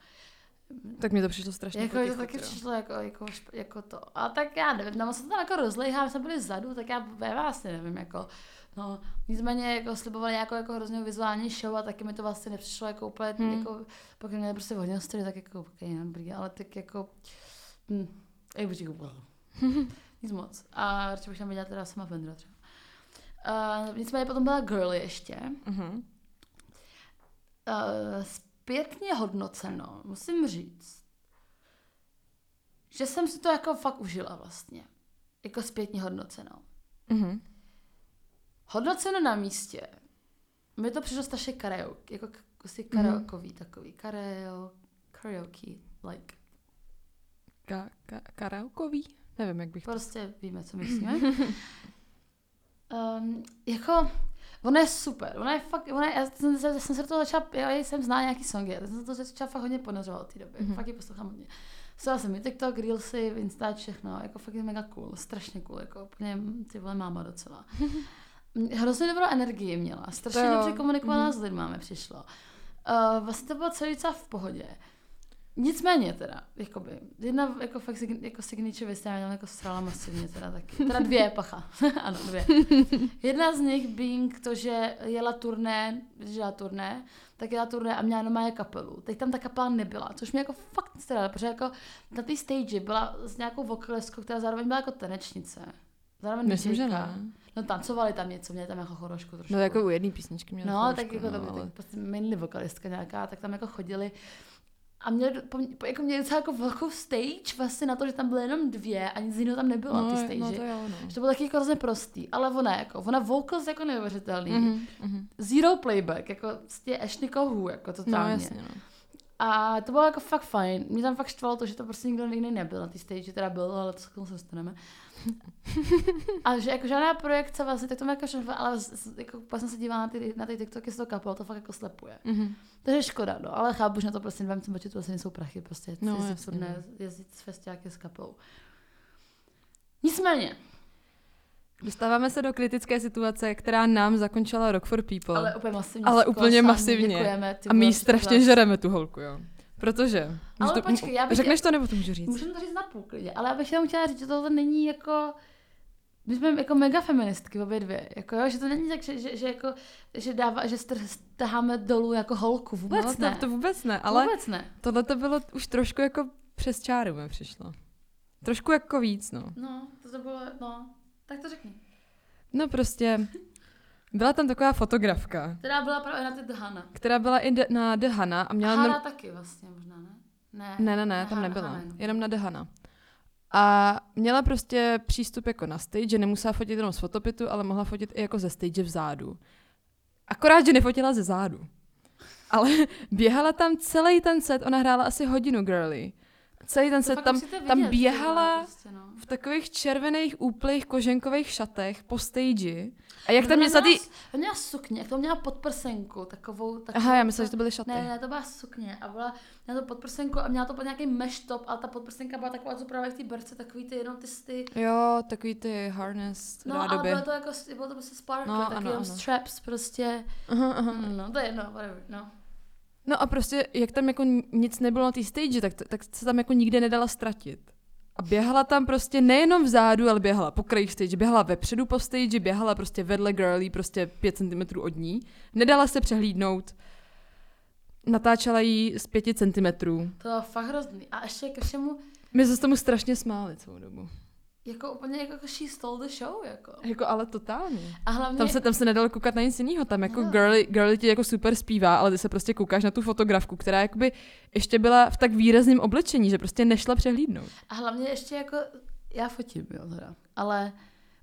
Speaker 2: Tak mi to přišlo strašně
Speaker 1: Jako je to
Speaker 2: potichu,
Speaker 1: taky
Speaker 2: tyjo.
Speaker 1: přišlo jako, jako, šp- jako to. A tak já nevím, tam se to tam jako rozlejhá, my jsme byli vzadu, tak já, já vlastně nevím, jako, no, nicméně jako slibovali jako, jako hrozně vizuální show a taky mi to vlastně nepřišlo jako úplně, hmm. jako, pak mě prostě hodně story, tak jako, ok, no, dobrý, ale tak jako, hm, jak bych říkal, nic moc. A radši bych tam viděla teda sama Vendra třeba. Uh, nicméně potom byla Girly ještě.
Speaker 2: Mhm.
Speaker 1: Uh, zpětně hodnoceno, musím říct, že jsem si to jako fakt užila vlastně. Jako zpětně hodnoceno.
Speaker 2: Mhm.
Speaker 1: Hodnoceno na místě. Mně to přišlo strašně karaoke, jako k-
Speaker 2: Mhm.
Speaker 1: si karaokový takový. Kareo, karaoke, like.
Speaker 2: Ka- ka- karaukový? Nevím, jak bych to...
Speaker 1: Prostě víme, co myslíme. um, jako, ona je super, ona je fakt, ona je, já, jsem, se- já jsem se do toho začala, já jsem znala nějaký songy, já jsem se do toho začala fakt hodně ponořovat od té doby,
Speaker 2: Mhm.
Speaker 1: mm-hmm. fakt ji poslouchám hodně. Slyšela jsem i TikTok, Reelsy, Insta, všechno, jako fakt je mega cool, strašně cool, jako úplně mm, ty vole máma docela. Hrozně dobrou energii měla, strašně
Speaker 2: To jo. Mhm.
Speaker 1: dobře komunikovala mm-hmm. s lidmi, mi přišlo. Uh, vlastně to bylo celý docela v pohodě. Nicméně teda, jakoby, jedna jako fakt sign- jako signature věc, která mě tam jako srala masivně teda taky. Teda dvě, pacha. ano, dvě. Jedna z nich being to, že jela turné, když jela turné, tak jela turné a měla normálně kapelu. Teď tam ta kapela nebyla, což mě jako fakt strala, protože jako na té stage byla s nějakou vokalistkou, která zároveň byla jako tanečnice. Zároveň
Speaker 2: Myslím, že
Speaker 1: DJka.
Speaker 2: ne.
Speaker 1: No tancovali tam něco, měli tam jako chorošku trošku.
Speaker 2: No jako u jedné písničky měla
Speaker 1: No,
Speaker 2: chviličku,
Speaker 1: tak jako to
Speaker 2: no,
Speaker 1: by
Speaker 2: ale-
Speaker 1: tak prostě mainly vokalistka nějaká, tak tam jako chodili a měli, do- po, po- jako měli docela jako velkou stage vlastně na to, že tam byly jenom dvě a nic jiného tam nebylo na
Speaker 2: no,
Speaker 1: té
Speaker 2: je-
Speaker 1: stage.
Speaker 2: no, to jo, no.
Speaker 1: Že to bylo taky jako hrozně prostý, ale ona jako, ona vocals jako neuvěřitelný, mm-hmm.
Speaker 2: Mhm, mhm.
Speaker 1: zero playback, jako prostě Ashley Kohu, jako
Speaker 2: No,
Speaker 1: totálně.
Speaker 2: jasně, no.
Speaker 1: A to bylo jako fakt fajn. Mě tam fakt štvalo to, že to prostě nikdo nikdy nebyl na té stage, teda byl, ale to se k tomu se dostaneme. a že jako žádná projekce vlastně, tak to mě jako štvalo, ale z- z- jako pak jsem se dívala na ty, na ty TikToky z toho kapelo, to fakt jako slepuje.
Speaker 2: Mhm.
Speaker 1: Takže škoda, no, ale chápu, že na to prostě nevím, co močit, to asi nejsou prachy, prostě
Speaker 2: No,
Speaker 1: no, jezdit,
Speaker 2: jasně.
Speaker 1: ne, jezdit s festiáky s kapelou. Nicméně,
Speaker 2: Dostáváme se do kritické situace, která nám zakončila Rock for People.
Speaker 1: ale úplně masivně.
Speaker 2: jako- Ale
Speaker 1: skoro
Speaker 2: úplně
Speaker 1: sami
Speaker 2: masivně.
Speaker 1: Děkujeme, ty
Speaker 2: a my
Speaker 1: vole,
Speaker 2: jí
Speaker 1: že to
Speaker 2: strašně
Speaker 1: děláš.
Speaker 2: žereme tu holku, jo. Protože...
Speaker 1: Ale
Speaker 2: Můžu to-
Speaker 1: počkej, já bych-
Speaker 2: Řekneš to, nebo to můžu říct?
Speaker 1: Můžeme to říct na půl klidně, ale abych jenom chtěla říct, že tohle není jako... My jsme jako mega feministky obě dvě, jako jo, že to není tak, že, že, že jako, že, dává, že str- staháme dolů jako holku, vůbec
Speaker 2: no, to-
Speaker 1: ne.
Speaker 2: To vůbec ne, ale
Speaker 1: Vůbec ne.
Speaker 2: tohle to bylo už trošku jako přes čáru mi přišlo. Trošku jako víc, no.
Speaker 1: No, to, to bylo, no, tak to řekni.
Speaker 2: No prostě, byla tam taková fotografka,
Speaker 1: Teda byla právě na ty Dhana.
Speaker 2: která byla i de- na Dehana a měla...
Speaker 1: Hana
Speaker 2: norm-
Speaker 1: taky vlastně možná, ne? Ne,
Speaker 2: Ne, ne, ne, tam
Speaker 1: Hana-
Speaker 2: nebyla.
Speaker 1: Hana, no.
Speaker 2: Jenom na Dehana. A měla prostě přístup jako na stage, že nemusela fotit jenom z fotopitu, ale mohla fotit i jako ze stage vzadu. Akorát, že nefotila ze zádu. Ale běhala tam celý ten set, ona hrála asi hodinu girly. Celý ten
Speaker 1: To
Speaker 2: set
Speaker 1: fakt
Speaker 2: tam,
Speaker 1: musíte
Speaker 2: tam
Speaker 1: vidět, ty
Speaker 2: běhala
Speaker 1: vole, Prostě, no.
Speaker 2: v takových červených, úplých, koženkových šatech po stage. A jak tam
Speaker 1: Ona
Speaker 2: mě za ty...
Speaker 1: měla s- ona Měla sukně, jak to měla podprsenku, takovou... takovou
Speaker 2: Aha, já myslela, že to byly šaty.
Speaker 1: Ne, ne, to byla sukně a byla, měla to podprsenku a měla to pod nějaký mesh top, ale ta podprsenka byla taková, co právě v té brce, takový ty jenom ty, ty
Speaker 2: Jo, takový ty harness
Speaker 1: No, ale
Speaker 2: rádoby.
Speaker 1: bylo to jako, bylo to prostě sparkle, no,
Speaker 2: No,
Speaker 1: takový
Speaker 2: ano,
Speaker 1: jenom
Speaker 2: ano.
Speaker 1: straps prostě,
Speaker 2: Aha, aha.
Speaker 1: no, no, to je jedno, whatever, no.
Speaker 2: No a prostě, jak tam jako nic nebylo na té stage, tak, tak se tam jako nikde nedala ztratit. A běhala tam prostě nejenom vzadu, ale běhala po kraji stage, běhala vepředu po stage, běhala prostě vedle girly, prostě 5 cm od ní. Nedala se přehlídnout. Natáčela ji z 5 cm.
Speaker 1: To je fakt hrozný. A ještě ke všemu,
Speaker 2: My jsme se tomu strašně smáli celou dobu.
Speaker 1: jako úplně jako she stole the show, jako.
Speaker 2: Jako ale totálně.
Speaker 1: A hlavně,
Speaker 2: Tam se, tam se nedalo koukat na nic jiného, tam jako
Speaker 1: No.
Speaker 2: girly, girly ti jako super zpívá, ale ty se prostě koukáš na tu fotografku, která jakoby ještě byla v tak výrazném oblečení, že prostě nešla přehlídnout.
Speaker 1: a hlavně ještě jako, já fotím, jo, teda, ale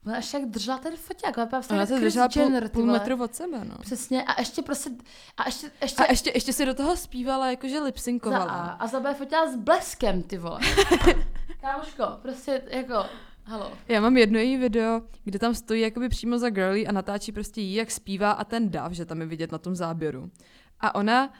Speaker 1: ona ještě jak držela ten foťák, ale pak
Speaker 2: Ona se držela půl, půl metru od sebe, no.
Speaker 1: Přesně, a ještě prostě, a ještě, ještě,
Speaker 2: A ještě, ještě si do toho zpívala, jakože
Speaker 1: Za
Speaker 2: lipsinkovala.
Speaker 1: A, a za B fotila s bleskem, ty vole. Kámoško, prostě jako, halo.
Speaker 2: Já mám jedno její video, kde tam stojí jakoby přímo za girly a natáčí prostě jí, jak zpívá a ten dav, že tam je vidět na tom záběru. A ona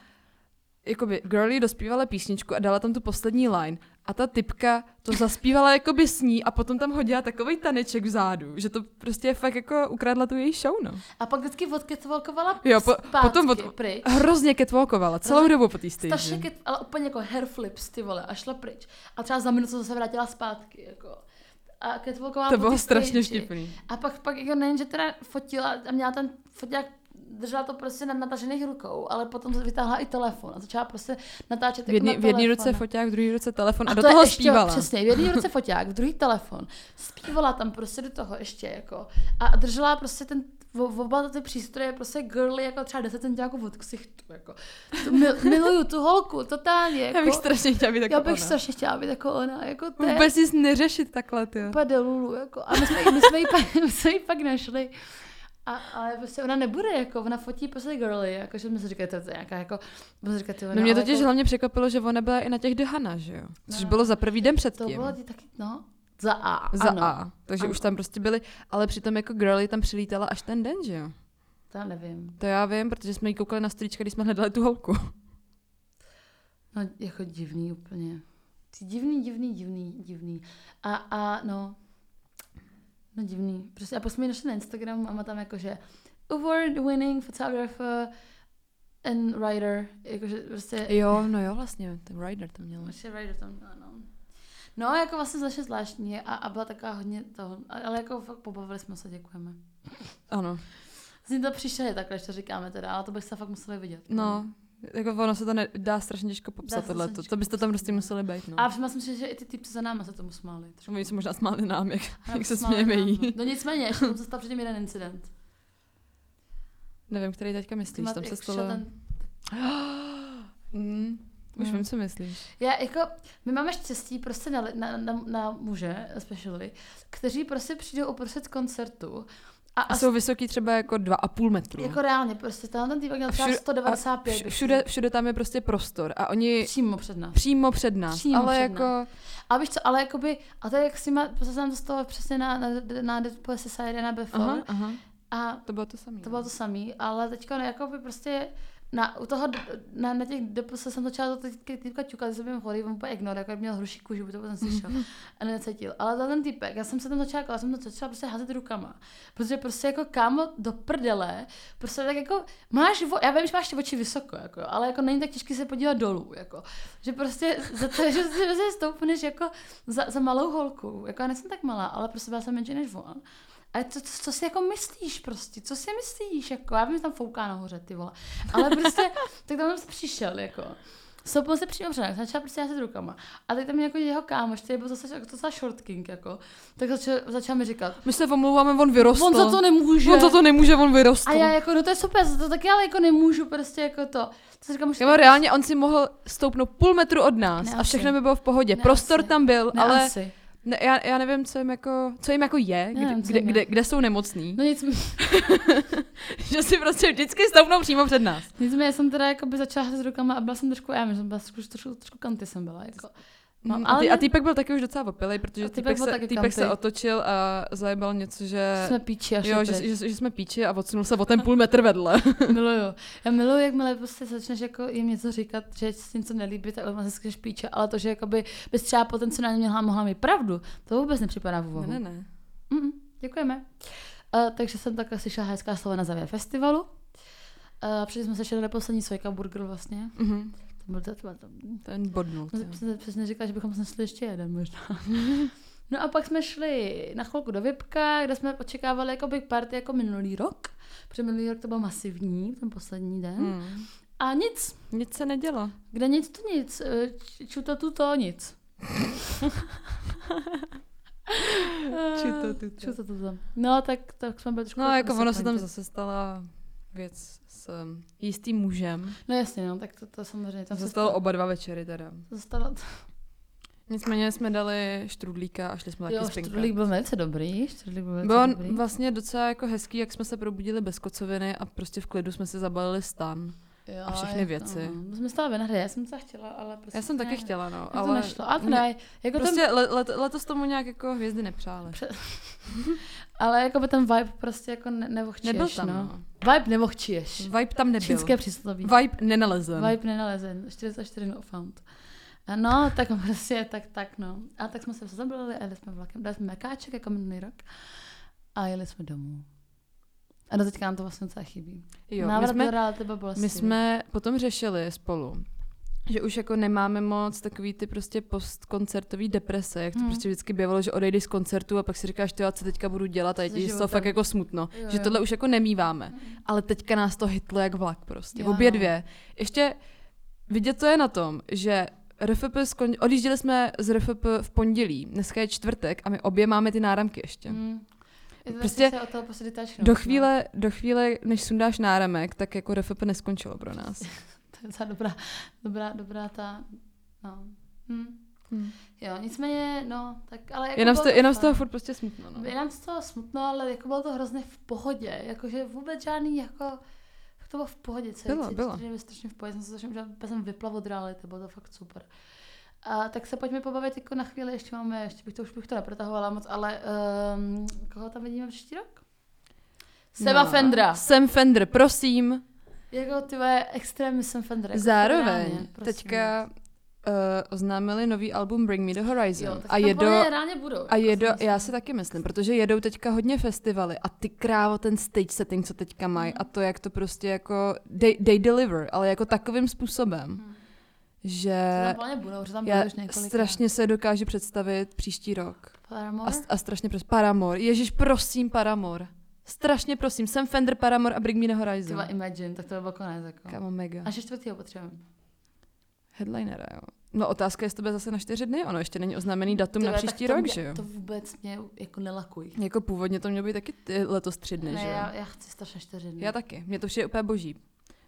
Speaker 2: jakoby Girlie dospívala písničku a dala tam tu poslední line a ta typka to zaspívala jakoby s ní a potom tam hodila takový taneček vzadu, že to prostě fakt jako ukradla tu její show, no.
Speaker 1: A pak vždycky odketvolkovala
Speaker 2: Jo, po,
Speaker 1: zpátky
Speaker 2: potom od,
Speaker 1: pryč.
Speaker 2: hrozně catwalkovala, celou dobu po té
Speaker 1: Strašně,
Speaker 2: stage.
Speaker 1: ket- ale úplně jako hair flips, ty vole, a šla pryč. A třeba za minutu se vrátila zpátky, jako. A catwalková
Speaker 2: To
Speaker 1: po
Speaker 2: bylo
Speaker 1: té
Speaker 2: strašně
Speaker 1: stage.
Speaker 2: vtipný.
Speaker 1: A pak, pak jako nejen, že teda fotila a měla ten foták, držela to prostě na natažených rukou, ale potom vytáhla i telefon a začala prostě natáčet
Speaker 2: V jedné
Speaker 1: jako
Speaker 2: v
Speaker 1: na
Speaker 2: jedný ruce
Speaker 1: telefon.
Speaker 2: foťák, v druhé ruce telefon a, a do
Speaker 1: to je
Speaker 2: toho
Speaker 1: ještě,
Speaker 2: zpívala.
Speaker 1: Přesně, v jedné ruce foťák, v druhý telefon. Zpívala tam prostě do toho ještě jako. A držela prostě ten v- oba ty přístroje prostě girly jako třeba 10 centiáků od ksichtu. Jako. To mil, miluju tu holku, totálně. Jako,
Speaker 2: Já bych strašně chtěla být jako
Speaker 1: já bych
Speaker 2: ona.
Speaker 1: strašně chtěla být jako ona. Jako to je
Speaker 2: Vůbec nic neřešit takhle, ty.
Speaker 1: úplně do lulu, jako. A my jsme, jí- my jsme, ji, pak, my jsme ji pak našli. A, ale prostě ona nebude, jako, ona fotí prostě girly, jako, že my si říkali, to je nějaká, jako, my si říkali, ty,
Speaker 2: No
Speaker 1: ona,
Speaker 2: mě
Speaker 1: ale
Speaker 2: totiž
Speaker 1: jako-
Speaker 2: hlavně překvapilo, že ona byla i na těch Dehana, že jo? Což
Speaker 1: No.
Speaker 2: bylo za prvý den
Speaker 1: To
Speaker 2: předtím.
Speaker 1: bylo ty taky, no, za A,
Speaker 2: Za
Speaker 1: ano.
Speaker 2: A. Takže
Speaker 1: Ano.
Speaker 2: už tam prostě byli, ale přitom jako girly tam přilítala až ten den, že jo?
Speaker 1: To já nevím.
Speaker 2: To já vím, protože jsme jí koukali na stříčka, když jsme hledali tu holku.
Speaker 1: No, jako divný úplně. Ty divný, divný, divný, divný. A, a no, no divný. Prostě, a pak jsme ji našli na Instagramu a má tam jakože award winning photographer and writer. Jakože prostě,
Speaker 2: Jo, no jo, vlastně, ten Rider to měl.
Speaker 1: prostě writer tam měla, no. No, jako vlastně značně zvláštní a, a byla taková hodně toho, a- ale jako fakt pobavili jsme se, děkujeme.
Speaker 2: Ano.
Speaker 1: Z ní to příště takhle, když to říkáme teda, ale to bych se fakt museli vidět.
Speaker 2: No, jako ono se to ne- dá strašně těžko
Speaker 1: Dá
Speaker 2: popsat
Speaker 1: se
Speaker 2: tohle.
Speaker 1: strašně
Speaker 2: To byste tam prostě museli být, no.
Speaker 1: A všimla jsem si, že i ty typci za náma se tomu smáli. trošku.
Speaker 2: Oni se možná smáli nám, jak,
Speaker 1: Ano,
Speaker 2: jak se
Speaker 1: smáli
Speaker 2: smějeme
Speaker 1: nám,
Speaker 2: jí.
Speaker 1: no. No nicméně, ještě tam se stal předtím jeden incident.
Speaker 2: Nevím, který teďka myslíš,
Speaker 1: Mat-
Speaker 2: tam se
Speaker 1: jak
Speaker 2: stalo...
Speaker 1: šel ten-
Speaker 2: Mm, už
Speaker 1: Mm.
Speaker 2: vím, co myslíš.
Speaker 1: Já jako, my máme štěstí prostě na, li- na, na, na muže, especially, kteří prostě přijdou uprostřed koncertu a,
Speaker 2: A
Speaker 1: a
Speaker 2: jsou vysoký třeba jako dva a půl metru.
Speaker 1: jako reálně prostě, tenhle ten týpek měl třeba
Speaker 2: všude- a
Speaker 1: 195.
Speaker 2: Vš-
Speaker 1: bych
Speaker 2: všude,
Speaker 1: řekla.
Speaker 2: všude tam je prostě prostor a oni
Speaker 1: přímo před nás.
Speaker 2: přímo před nás,
Speaker 1: Přímo
Speaker 2: ale
Speaker 1: před
Speaker 2: jako...
Speaker 1: nás. A víš co, ale jakoby, a to je jak s nima, prostě jsem to z toho přesně na, na, na Deadpool Society, na Before,
Speaker 2: Aha, aha,
Speaker 1: a
Speaker 2: to bylo to samé.
Speaker 1: To no. bylo to samé, ale teďka no, jako by prostě na, u toho, d- na, na těch depose jsem začala to teď týpka ťukat, jsem jim chorý, on úplně ignor, jako měl hruší kůži, to jsem slyšel a necítil. Ale za ten týpek, já jsem se tam začala, já jsem to začala prostě házet rukama, protože prostě jako kámo do prdele, prostě tak jako máš, vo- já vím, že máš ty oči vysoko, jako, ale jako není tak těžký se podívat dolů, jako, že prostě za to, že si že si stoupneš jako za, za malou holku, jako já nejsem tak malá, ale prostě byla jsem menší než on. A co, co, co si jako myslíš prostě? Co si myslíš? Jako, já vím, že tam fouká nahoře, ty vole. Ale prostě, tak tam se přišel, jako. Stoupil se přímo před nás, začal prostě házet rukama. A teď tam jako jeho kámoš, který byl zase jako docela short king, jako. Tak začal, začal mi říkat,
Speaker 2: My se omlouváme, on vyrostl.
Speaker 1: on za to nemůže.
Speaker 2: On za to nemůže, on vyrostl.
Speaker 1: a já jako, no to je super, za to taky, ale jako nemůžu prostě jako to. Co říkám,
Speaker 2: Nebo reálně on si mohl stoupnout půl metru od nás
Speaker 1: Ne,
Speaker 2: a všechno
Speaker 1: asi.
Speaker 2: by bylo v pohodě.
Speaker 1: Ne,
Speaker 2: Prostor
Speaker 1: asi.
Speaker 2: tam byl,
Speaker 1: ne,
Speaker 2: ale
Speaker 1: asi.
Speaker 2: ne, já, já, nevím, co jim jako, co jim jako je, kde,
Speaker 1: nevím, co
Speaker 2: kde,
Speaker 1: jim je.
Speaker 2: kde, kde, jsou nemocní.
Speaker 1: No nic,
Speaker 2: že si prostě vždycky stoupnou přímo před nás.
Speaker 1: nicméně jsem teda jako by začala házet rukama a byla jsem trošku, já vím, že jsem byla trošku, trošku, trošku kanty jsem byla, jako. Mám,
Speaker 2: Mm,
Speaker 1: ale
Speaker 2: a, ty,
Speaker 1: ne-
Speaker 2: a týpek byl taky už docela opilej, protože
Speaker 1: A týpek
Speaker 2: týpek,
Speaker 1: byl
Speaker 2: se,
Speaker 1: taky
Speaker 2: týpek se
Speaker 1: kantej.
Speaker 2: otočil a zajebal něco, že...
Speaker 1: jsme píči a šel
Speaker 2: jo, že,
Speaker 1: pryč.
Speaker 2: že, že, jsme píči a odsunul se o ten půl metr vedle.
Speaker 1: Miluju. Já miluju, jakmile prostě začneš jako jim něco říkat, že se něco nelíbí, tak ona se skrýš píče, ale to, že jakoby bys třeba potenciálně měla, mohla mít pravdu, to vůbec nepřipadá v úvahu.
Speaker 2: Ne, ne, ne.
Speaker 1: Mm, děkujeme. Uh, takže jsem takhle slyšela hezká slova na závěr festivalu. Uh, předtím jsme se šli na poslední Sojka Burger vlastně.
Speaker 2: Mhm. No,
Speaker 1: To byl to, to, to,
Speaker 2: Ten bodnul. ty jo.
Speaker 1: jsem přesně říkala, že bychom se šli ještě jeden možná. No a pak jsme šli na chvilku do Vipka, kde jsme očekávali jako big party jako minulý rok. Protože minulý rok to byl masivní, ten poslední den.
Speaker 2: Mm.
Speaker 1: A nic.
Speaker 2: Nic se nedělo.
Speaker 1: Kde nic, to nic. Eh, č- Čuto tu to nic. Eh,
Speaker 2: Čuto tu to.
Speaker 1: Čuto tu to. No, tak, tak jsme byli trošku...
Speaker 2: No, jako ono se tam
Speaker 1: disappointed.
Speaker 2: zase stala věc s um, jistým mužem.
Speaker 1: No jasně, no, tak to, to samozřejmě.
Speaker 2: Tam
Speaker 1: Tam
Speaker 2: se stalo oba dva večery teda.
Speaker 1: Zastalo,
Speaker 2: Nicméně jsme dali štrudlíka a šli jsme taky
Speaker 1: jo,
Speaker 2: spinkat.
Speaker 1: Štrudlík byl velice dobrý, Štrudlík byl velice
Speaker 2: Bylo
Speaker 1: dobrý.
Speaker 2: vlastně docela jako hezký, jak jsme se probudili bez kocoviny a prostě v klidu jsme si zabalili stan.
Speaker 1: Jo,
Speaker 2: A všechny
Speaker 1: je
Speaker 2: věci.
Speaker 1: To, no. jsme stále na hře, já jsem se chtěla, ale prostě
Speaker 2: Já jsem
Speaker 1: ne,
Speaker 2: taky chtěla, no.
Speaker 1: Já
Speaker 2: Ale
Speaker 1: to nešlo. A to
Speaker 2: mě-
Speaker 1: ne, jako ten,
Speaker 2: Prostě le, let, letos tomu nějak jako hvězdy nepřáli.
Speaker 1: ale jako by ten vibe prostě jako ne, nevohčíješ,
Speaker 2: Nebyl tam,
Speaker 1: no.
Speaker 2: no.
Speaker 1: Vibe nevohčíješ.
Speaker 2: Vibe tam nebyl.
Speaker 1: Čínské přísloví.
Speaker 2: Vibe nenalezen.
Speaker 1: Vibe nenalezen. 44 no found. A No, tak prostě, tak, tak no. A tak jsme se zabrali a jeli jsme vlakem. Dali jsme mekáček jako minulý rok. A jeli jsme domů. A do teďka nám to vlastně docela chybí.
Speaker 2: Jo, my
Speaker 1: Návrat
Speaker 2: jsme,
Speaker 1: do relativa bolesti.
Speaker 2: my jsme potom řešili spolu, že už jako nemáme moc takový ty prostě postkoncertový deprese, jak to
Speaker 1: Hmm.
Speaker 2: hmm. prostě vždycky bývalo, že odejdeš z koncertu a pak si říkáš, ty, co teďka budu dělat a
Speaker 1: Se
Speaker 2: je ti z toho
Speaker 1: životem.
Speaker 2: fakt jako smutno.
Speaker 1: Jo,
Speaker 2: Jo, že
Speaker 1: jo.
Speaker 2: tohle už jako nemýváme. Ale teďka nás to hitlo jak vlak prostě.
Speaker 1: Jo,
Speaker 2: Obě
Speaker 1: no.
Speaker 2: dvě. Ještě vidět to je na tom, že RFP skon... odjížděli jsme z RFP v pondělí, dneska je čtvrtek a my obě máme ty náramky ještě.
Speaker 1: Mm. Je to
Speaker 2: Prostě
Speaker 1: prostě se od toho prostě detachnout,
Speaker 2: Do
Speaker 1: no.
Speaker 2: chvíle, do chvíle, než sundáš náramek, tak jako RFP neskončilo pro nás.
Speaker 1: To je docela dobrá, dobrá, dobrá ta, no. Hm.
Speaker 2: Hmm.
Speaker 1: Jo, nicméně, no, tak ale... Jako
Speaker 2: Jenom, z
Speaker 1: bylo
Speaker 2: to, jenom z
Speaker 1: fajn.
Speaker 2: toho furt prostě smutno. No.
Speaker 1: Je nám z toho smutno, ale jako bylo to hrozně v pohodě. Jakože vůbec žádný jako... fakt To bylo v pohodě. Celý
Speaker 2: Bylo,
Speaker 1: tři-
Speaker 2: bylo.
Speaker 1: čtyři dny strašně v pohodě. Jsem se strašně užila, úplně jsem vyplav od reality, bylo to fakt super. A, tak se pojďme pobavit jako na chvíli, ještě máme, ještě bych to už bych to neprotahovala moc, ale um, koho tam vidíme příští rok? Seba
Speaker 2: No.
Speaker 1: Fendra.
Speaker 2: Sam Fender, prosím.
Speaker 1: Jako ty vole, extrémně jsem Fendra. Jako
Speaker 2: Zároveň
Speaker 1: federálně, prosím.
Speaker 2: teďka uh, oznámili nový album Bring Me the Horizon.
Speaker 1: Jo, tak
Speaker 2: a
Speaker 1: tam
Speaker 2: jedo,
Speaker 1: podle mě reálně budou.
Speaker 2: a
Speaker 1: jako
Speaker 2: jedo,
Speaker 1: si myslím.
Speaker 2: já si taky myslím, protože jedou teďka hodně festivaly a ty krávo, ten stage setting, co teďka
Speaker 1: Mhm.
Speaker 2: mají a to, jak to prostě jako, they, they deliver, ale jako takovým způsobem,
Speaker 1: Mhm. To
Speaker 2: že
Speaker 1: tam podle mě budou, že tam budou
Speaker 2: já
Speaker 1: už několik.
Speaker 2: strašně se dokážu představit příští rok. A,
Speaker 1: Paramore?
Speaker 2: s- a strašně prosím. Paramor. Ježíš, prosím, Paramor. Strašně prosím. Jsem Fender Paramor a Bring Me the
Speaker 1: Ty
Speaker 2: Horizon.
Speaker 1: vole, Imagine, tak to by bylo konec. Jako.
Speaker 2: Kámo, mega.
Speaker 1: Až čtvrtýho potřebujeme.
Speaker 2: Headlinera, jo. No otázka je, jestli to bude zase na čtyři dny. Ono ještě není oznámený datum na
Speaker 1: Tyhle, tak
Speaker 2: příští
Speaker 1: to
Speaker 2: rok,
Speaker 1: mě-
Speaker 2: že jo?
Speaker 1: To vůbec mě jako nelakuj.
Speaker 2: Jako původně to mělo být taky ty, letos tři dny,
Speaker 1: ne,
Speaker 2: že jo?
Speaker 1: já, já chci strašně čtyři dny.
Speaker 2: Já taky. Mě to přijde úplně boží.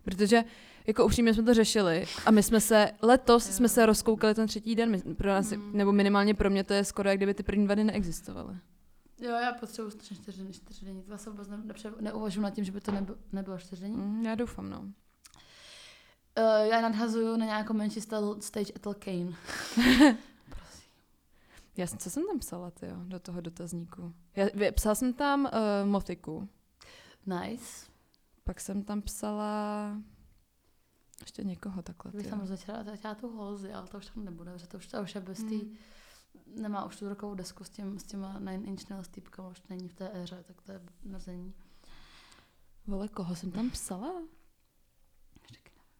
Speaker 2: Protože jako upřímně jsme to řešili a my jsme se, letos jsme se rozkoukali ten třetí den, My- pro nás,
Speaker 1: Mhm.
Speaker 2: nebo minimálně pro mě to je skoro, jak kdyby ty první dva dny neexistovaly.
Speaker 1: Jo, já potřebuji strašně čtyři dny, čtyři dny. To já se vůbec ne, nepře- neuvažuji nad tím, že by to nebylo, nebylo čtyři dny. Mm.
Speaker 2: Mm, já doufám, no.
Speaker 1: Uh, já nadhazuju na nějakou menší stel, stage Ethel Kane.
Speaker 2: Já, jsem- co jsem tam psala, ty jo, do toho dotazníku? Já, vě- psala jsem tam uh, motiku,
Speaker 1: Nice.
Speaker 2: pak jsem tam psala ještě někoho takhle,
Speaker 1: Bych
Speaker 2: ty
Speaker 1: tam
Speaker 2: jo.
Speaker 1: začala já tu holzy, ale to už tam nebude, protože to už, to už je bez té,
Speaker 2: Mm.
Speaker 1: nemá už tu rokovou desku s, tím, s těma Nine Inch Nails týpkama, už není v té éře, tak to je mrzení.
Speaker 2: Vole, koho jsem tam psala?
Speaker 1: Ještě taky nevím.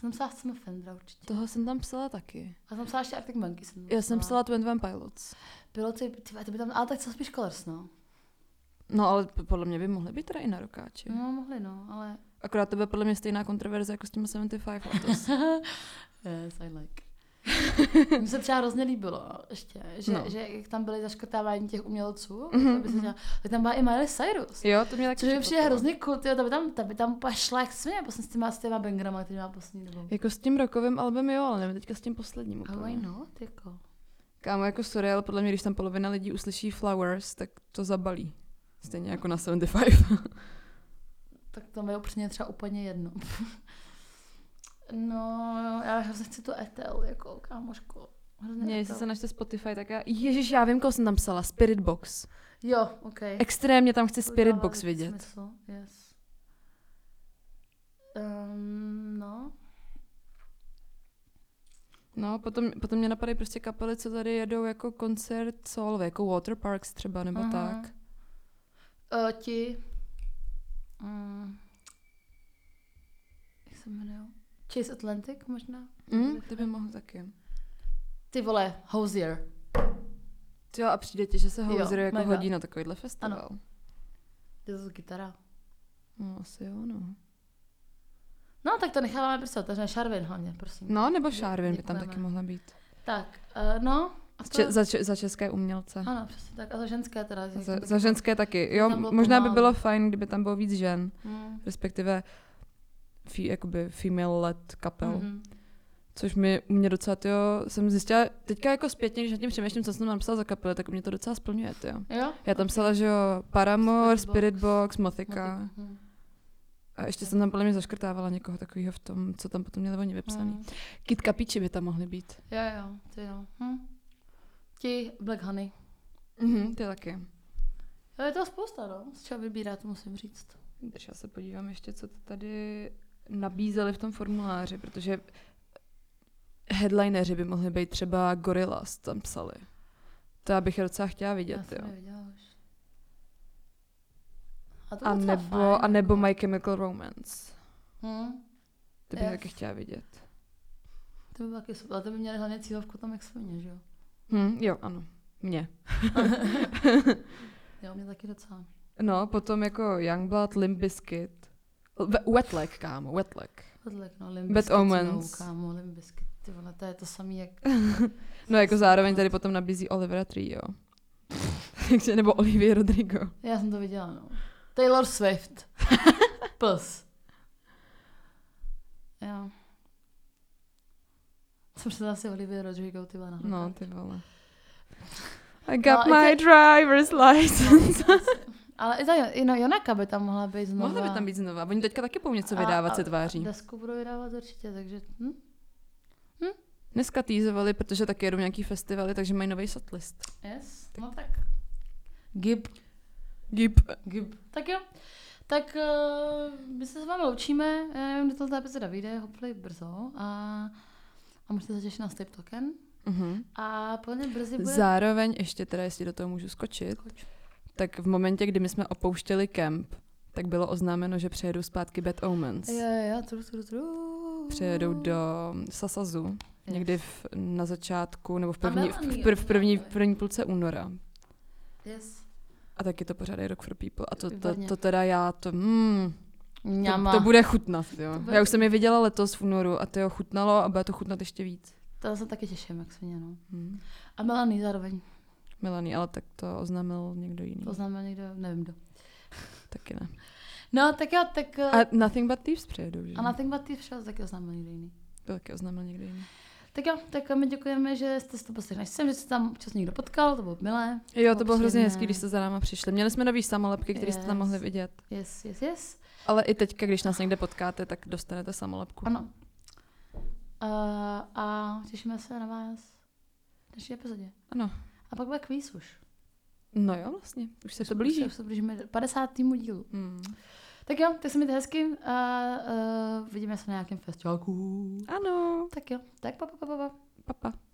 Speaker 1: Jsem psala sama Fendra určitě.
Speaker 2: Toho jsem tam psala taky.
Speaker 1: A jsem psala ještě Arctic Monkey. Jsem
Speaker 2: Já jsem psala Twin Van Pilots.
Speaker 1: Bylo ty, ty, ty by tam, ale tak co spíš Colors, no.
Speaker 2: No ale p- podle mě by mohly být teda i na rokáči.
Speaker 1: No, mohli, no, ale...
Speaker 2: Akorát to bude podle mě stejná kontroverze jako s těma 75 letos.
Speaker 1: Yes, I like. Mně se třeba hrozně líbilo ještě, že,
Speaker 2: No.
Speaker 1: no. že jak tam byly zaškrtávání těch umělců,
Speaker 2: Mhm,
Speaker 1: mm-hmm, by se
Speaker 2: mhm.
Speaker 1: dělala, tak tam byla i Miley Cyrus.
Speaker 2: jo, to mě tak
Speaker 1: Což mi přijde
Speaker 2: překvapilo.
Speaker 1: hrozně cool, tyjo, ta by tam, ta by tam úplně šla jak svině, prostě s těma, s těma bangrama, který má poslední dobou.
Speaker 2: Jako s tím rokovým albem jo, ale no. nevím teďka s tím posledním
Speaker 1: How I
Speaker 2: úplně.
Speaker 1: know, jako.
Speaker 2: Kámo, jako sorry, ale podle mě, když tam polovina lidí uslyší Flowers, tak to zabalí. Stejně jako na 75.
Speaker 1: Tak to mi je upřímně třeba úplně jedno. no, já hrozně chci tu Etel, jako kámoško. Hrozně
Speaker 2: Mě, jestli
Speaker 1: Ethel.
Speaker 2: se našte Spotify, tak já... Ježíš, já vím, koho jsem tam psala. Spirit Box.
Speaker 1: Jo, okej.
Speaker 2: Extrémně tam chci
Speaker 1: To
Speaker 2: Spirit
Speaker 1: dává
Speaker 2: Box vidět.
Speaker 1: Smysl, yes. Um, no,
Speaker 2: No, potom, potom mě napadají prostě kapely, co tady jedou jako koncert solo, jako Waterparks třeba, nebo
Speaker 1: Aha.
Speaker 2: tak.
Speaker 1: uh, ti... Um, jak se jmenuje? Chase Atlantic možná?
Speaker 2: Hm? To by mohl taky.
Speaker 1: Ty vole, Hosier.
Speaker 2: Jo, a přijde ti, že se
Speaker 1: Jo,
Speaker 2: Houser jako
Speaker 1: mega.
Speaker 2: hodí na takovýhle festival. Ano.
Speaker 1: To je zase kytara.
Speaker 2: No, asi jo, no.
Speaker 1: No, tak to necháváme prostě otevřené. Šarvin hlavně, prosím.
Speaker 2: No, nebo Sharvin by tam
Speaker 1: Děkujeme.
Speaker 2: taky mohla být.
Speaker 1: Tak, uh, no. A to,
Speaker 2: Če- za, če- za české umělce.
Speaker 1: Ano, přesně tak. A za ženské teda. jako
Speaker 2: A
Speaker 1: jak to
Speaker 2: Za, za
Speaker 1: bylo.
Speaker 2: ženské taky. Jo,
Speaker 1: tam bylo
Speaker 2: možná by
Speaker 1: pomálo.
Speaker 2: bylo fajn, kdyby tam bylo víc žen,
Speaker 1: Mm.
Speaker 2: respektive fí, jakoby female led kapel. Mm-hmm.
Speaker 1: Mhm.
Speaker 2: Což mi u mě docela, jo, jsem zjistila, teďka jako zpětně, když nad tím přemýšlím, co jsem tam napsala za kapely, tak mě to docela splňuje, jo.
Speaker 1: Jo?
Speaker 2: Já tam psala, že jo, Paramore,
Speaker 1: Spirit Box.
Speaker 2: Spirit Box, Mothika
Speaker 1: Motika. No, Mhm.
Speaker 2: a A ještě jsem tam podle mě zaškrtávala někoho takového v tom, co tam potom měli oni vypsaný.
Speaker 1: Mm.
Speaker 2: Kitka Píči Hmm. by tam mohly být.
Speaker 1: Jo, jo, ty jo. Hm. Ti Black Honey.
Speaker 2: Mhm, ty taky.
Speaker 1: Jo, je toho spousta, no. Z čeho vybírat, musím říct.
Speaker 2: Když já se podívám ještě, co to tady nabízeli v tom formuláři, protože headlineři by mohli být třeba Gorillaz, tam psali. To já bych je docela chtěla
Speaker 1: Já
Speaker 2: vidět,
Speaker 1: jsem
Speaker 2: jo.
Speaker 1: neviděla už. A, to
Speaker 2: A
Speaker 1: bylo docela
Speaker 2: nebo, a
Speaker 1: fajn,
Speaker 2: nebo
Speaker 1: jako.
Speaker 2: My Chemical Romance.
Speaker 1: Hm,
Speaker 2: To bych
Speaker 1: Jo.
Speaker 2: taky chtěla vidět.
Speaker 1: to by bylo taky super, ale to by měli hlavně cílovku tam, jak jsme mě, že jo?
Speaker 2: Hm, jo, ano. Mně.
Speaker 1: Jo, mě taky docela.
Speaker 2: No, potom jako Youngblood, Limp Bizkit. Ve- Wetlag, kámo, Wetlag.
Speaker 1: Podlek, no,
Speaker 2: Bad
Speaker 1: Limbiskit,
Speaker 2: Omens.
Speaker 1: No, kámo, Limbiskit, ty vole, to je to samý, jak...
Speaker 2: No jako zároveň tady potom nabízí Olivera Trio. Takže, nebo Olivia Rodrigo.
Speaker 1: Já jsem to viděla, no. Taylor Swift. Plus. Jo. Jsem se zase Olivia Rodrigo, ty vole, na
Speaker 2: No,
Speaker 1: hokej.
Speaker 2: ty vole. I got
Speaker 1: No,
Speaker 2: my
Speaker 1: i ty-
Speaker 2: driver's license.
Speaker 1: Ale i ta, i no, Jonaka by tam mohla být znovu.
Speaker 2: Mohla by tam být znova. Oni teďka taky budou něco
Speaker 1: A-
Speaker 2: vydávat,
Speaker 1: a-
Speaker 2: se tváří.
Speaker 1: Desku budou vydávat určitě, takže... Hm?
Speaker 2: Dneska týzovali, protože taky jedou nějaký festivaly, takže mají nový setlist.
Speaker 1: Yes, no tak. Gib.
Speaker 2: Gip.
Speaker 1: Gib. Tak jo. Tak uh, my se s vámi loučíme, já nevím, kdy tohle epizoda vyjde, hopefully brzo. A, a můžete se těšit na Step Token.
Speaker 2: Mhm.
Speaker 1: A plně brzy bude...
Speaker 2: Zároveň ještě teda, jestli do toho můžu skočit,
Speaker 1: Skoč.
Speaker 2: tak v momentě, kdy my jsme opouštěli kemp, tak bylo oznámeno, že přejedou zpátky Bad Omens.
Speaker 1: Jo, jo, jo, tru, tru, tru.
Speaker 2: Přejedou do Sasazu
Speaker 1: Yes.
Speaker 2: někdy v, na začátku nebo v
Speaker 1: A
Speaker 2: první, v,
Speaker 1: Melanie
Speaker 2: v, prv, v první, v
Speaker 1: oznámili.
Speaker 2: první půlce února.
Speaker 1: Yes.
Speaker 2: A taky to pořádají Rock for People. A to, to,
Speaker 1: Výborně.
Speaker 2: to teda já to... Mm,
Speaker 1: Mňama.
Speaker 2: to, to, bude chutnat, jo.
Speaker 1: To bude-
Speaker 2: Já už jsem je viděla letos v únoru a to jo chutnalo a bude to chutnat ještě víc.
Speaker 1: To se taky těším, jak se mě, no.
Speaker 2: Hmm.
Speaker 1: A Melanie zároveň,
Speaker 2: Melanie, ale tak to oznámil někdo jiný.
Speaker 1: to znamená někdo, nevím kdo.
Speaker 2: Taky ne.
Speaker 1: No, tak jo, tak... eh,
Speaker 2: A Nothing But Thieves přijedou, že?
Speaker 1: a na ten ty všel taky oznámil někdo jiný.
Speaker 2: To taky oznámil někdo jiný.
Speaker 1: Tak jo, tak my děkujeme, že jste se to poslechli. Jsem, že se tam občas někdo potkal, to bylo milé.
Speaker 2: Jo, to bylo hrozně
Speaker 1: Příjemné.
Speaker 2: hezký, když jste za náma přišli. Měli jsme nový samolepky, které jste tam mohli
Speaker 1: Yes.
Speaker 2: vidět.
Speaker 1: Yes, yes, yes.
Speaker 2: Ale i teďka, když nás někde potkáte, tak dostanete samolepku.
Speaker 1: Ano. Uh, a těšíme se na vás v dnešní epizodě.
Speaker 2: ano.
Speaker 1: A pak bude kvíz už.
Speaker 2: No jo, vlastně. Už se to
Speaker 1: Už
Speaker 2: blíží.
Speaker 1: se- Už se blížíme 50. dílu.
Speaker 2: Hmm.
Speaker 1: Tak jo, tak se mějte hezky a uh, vidíme se na nějakém festivalku.
Speaker 2: Ano.
Speaker 1: Tak jo, tak pa pa pa pa. pa.
Speaker 2: Papa.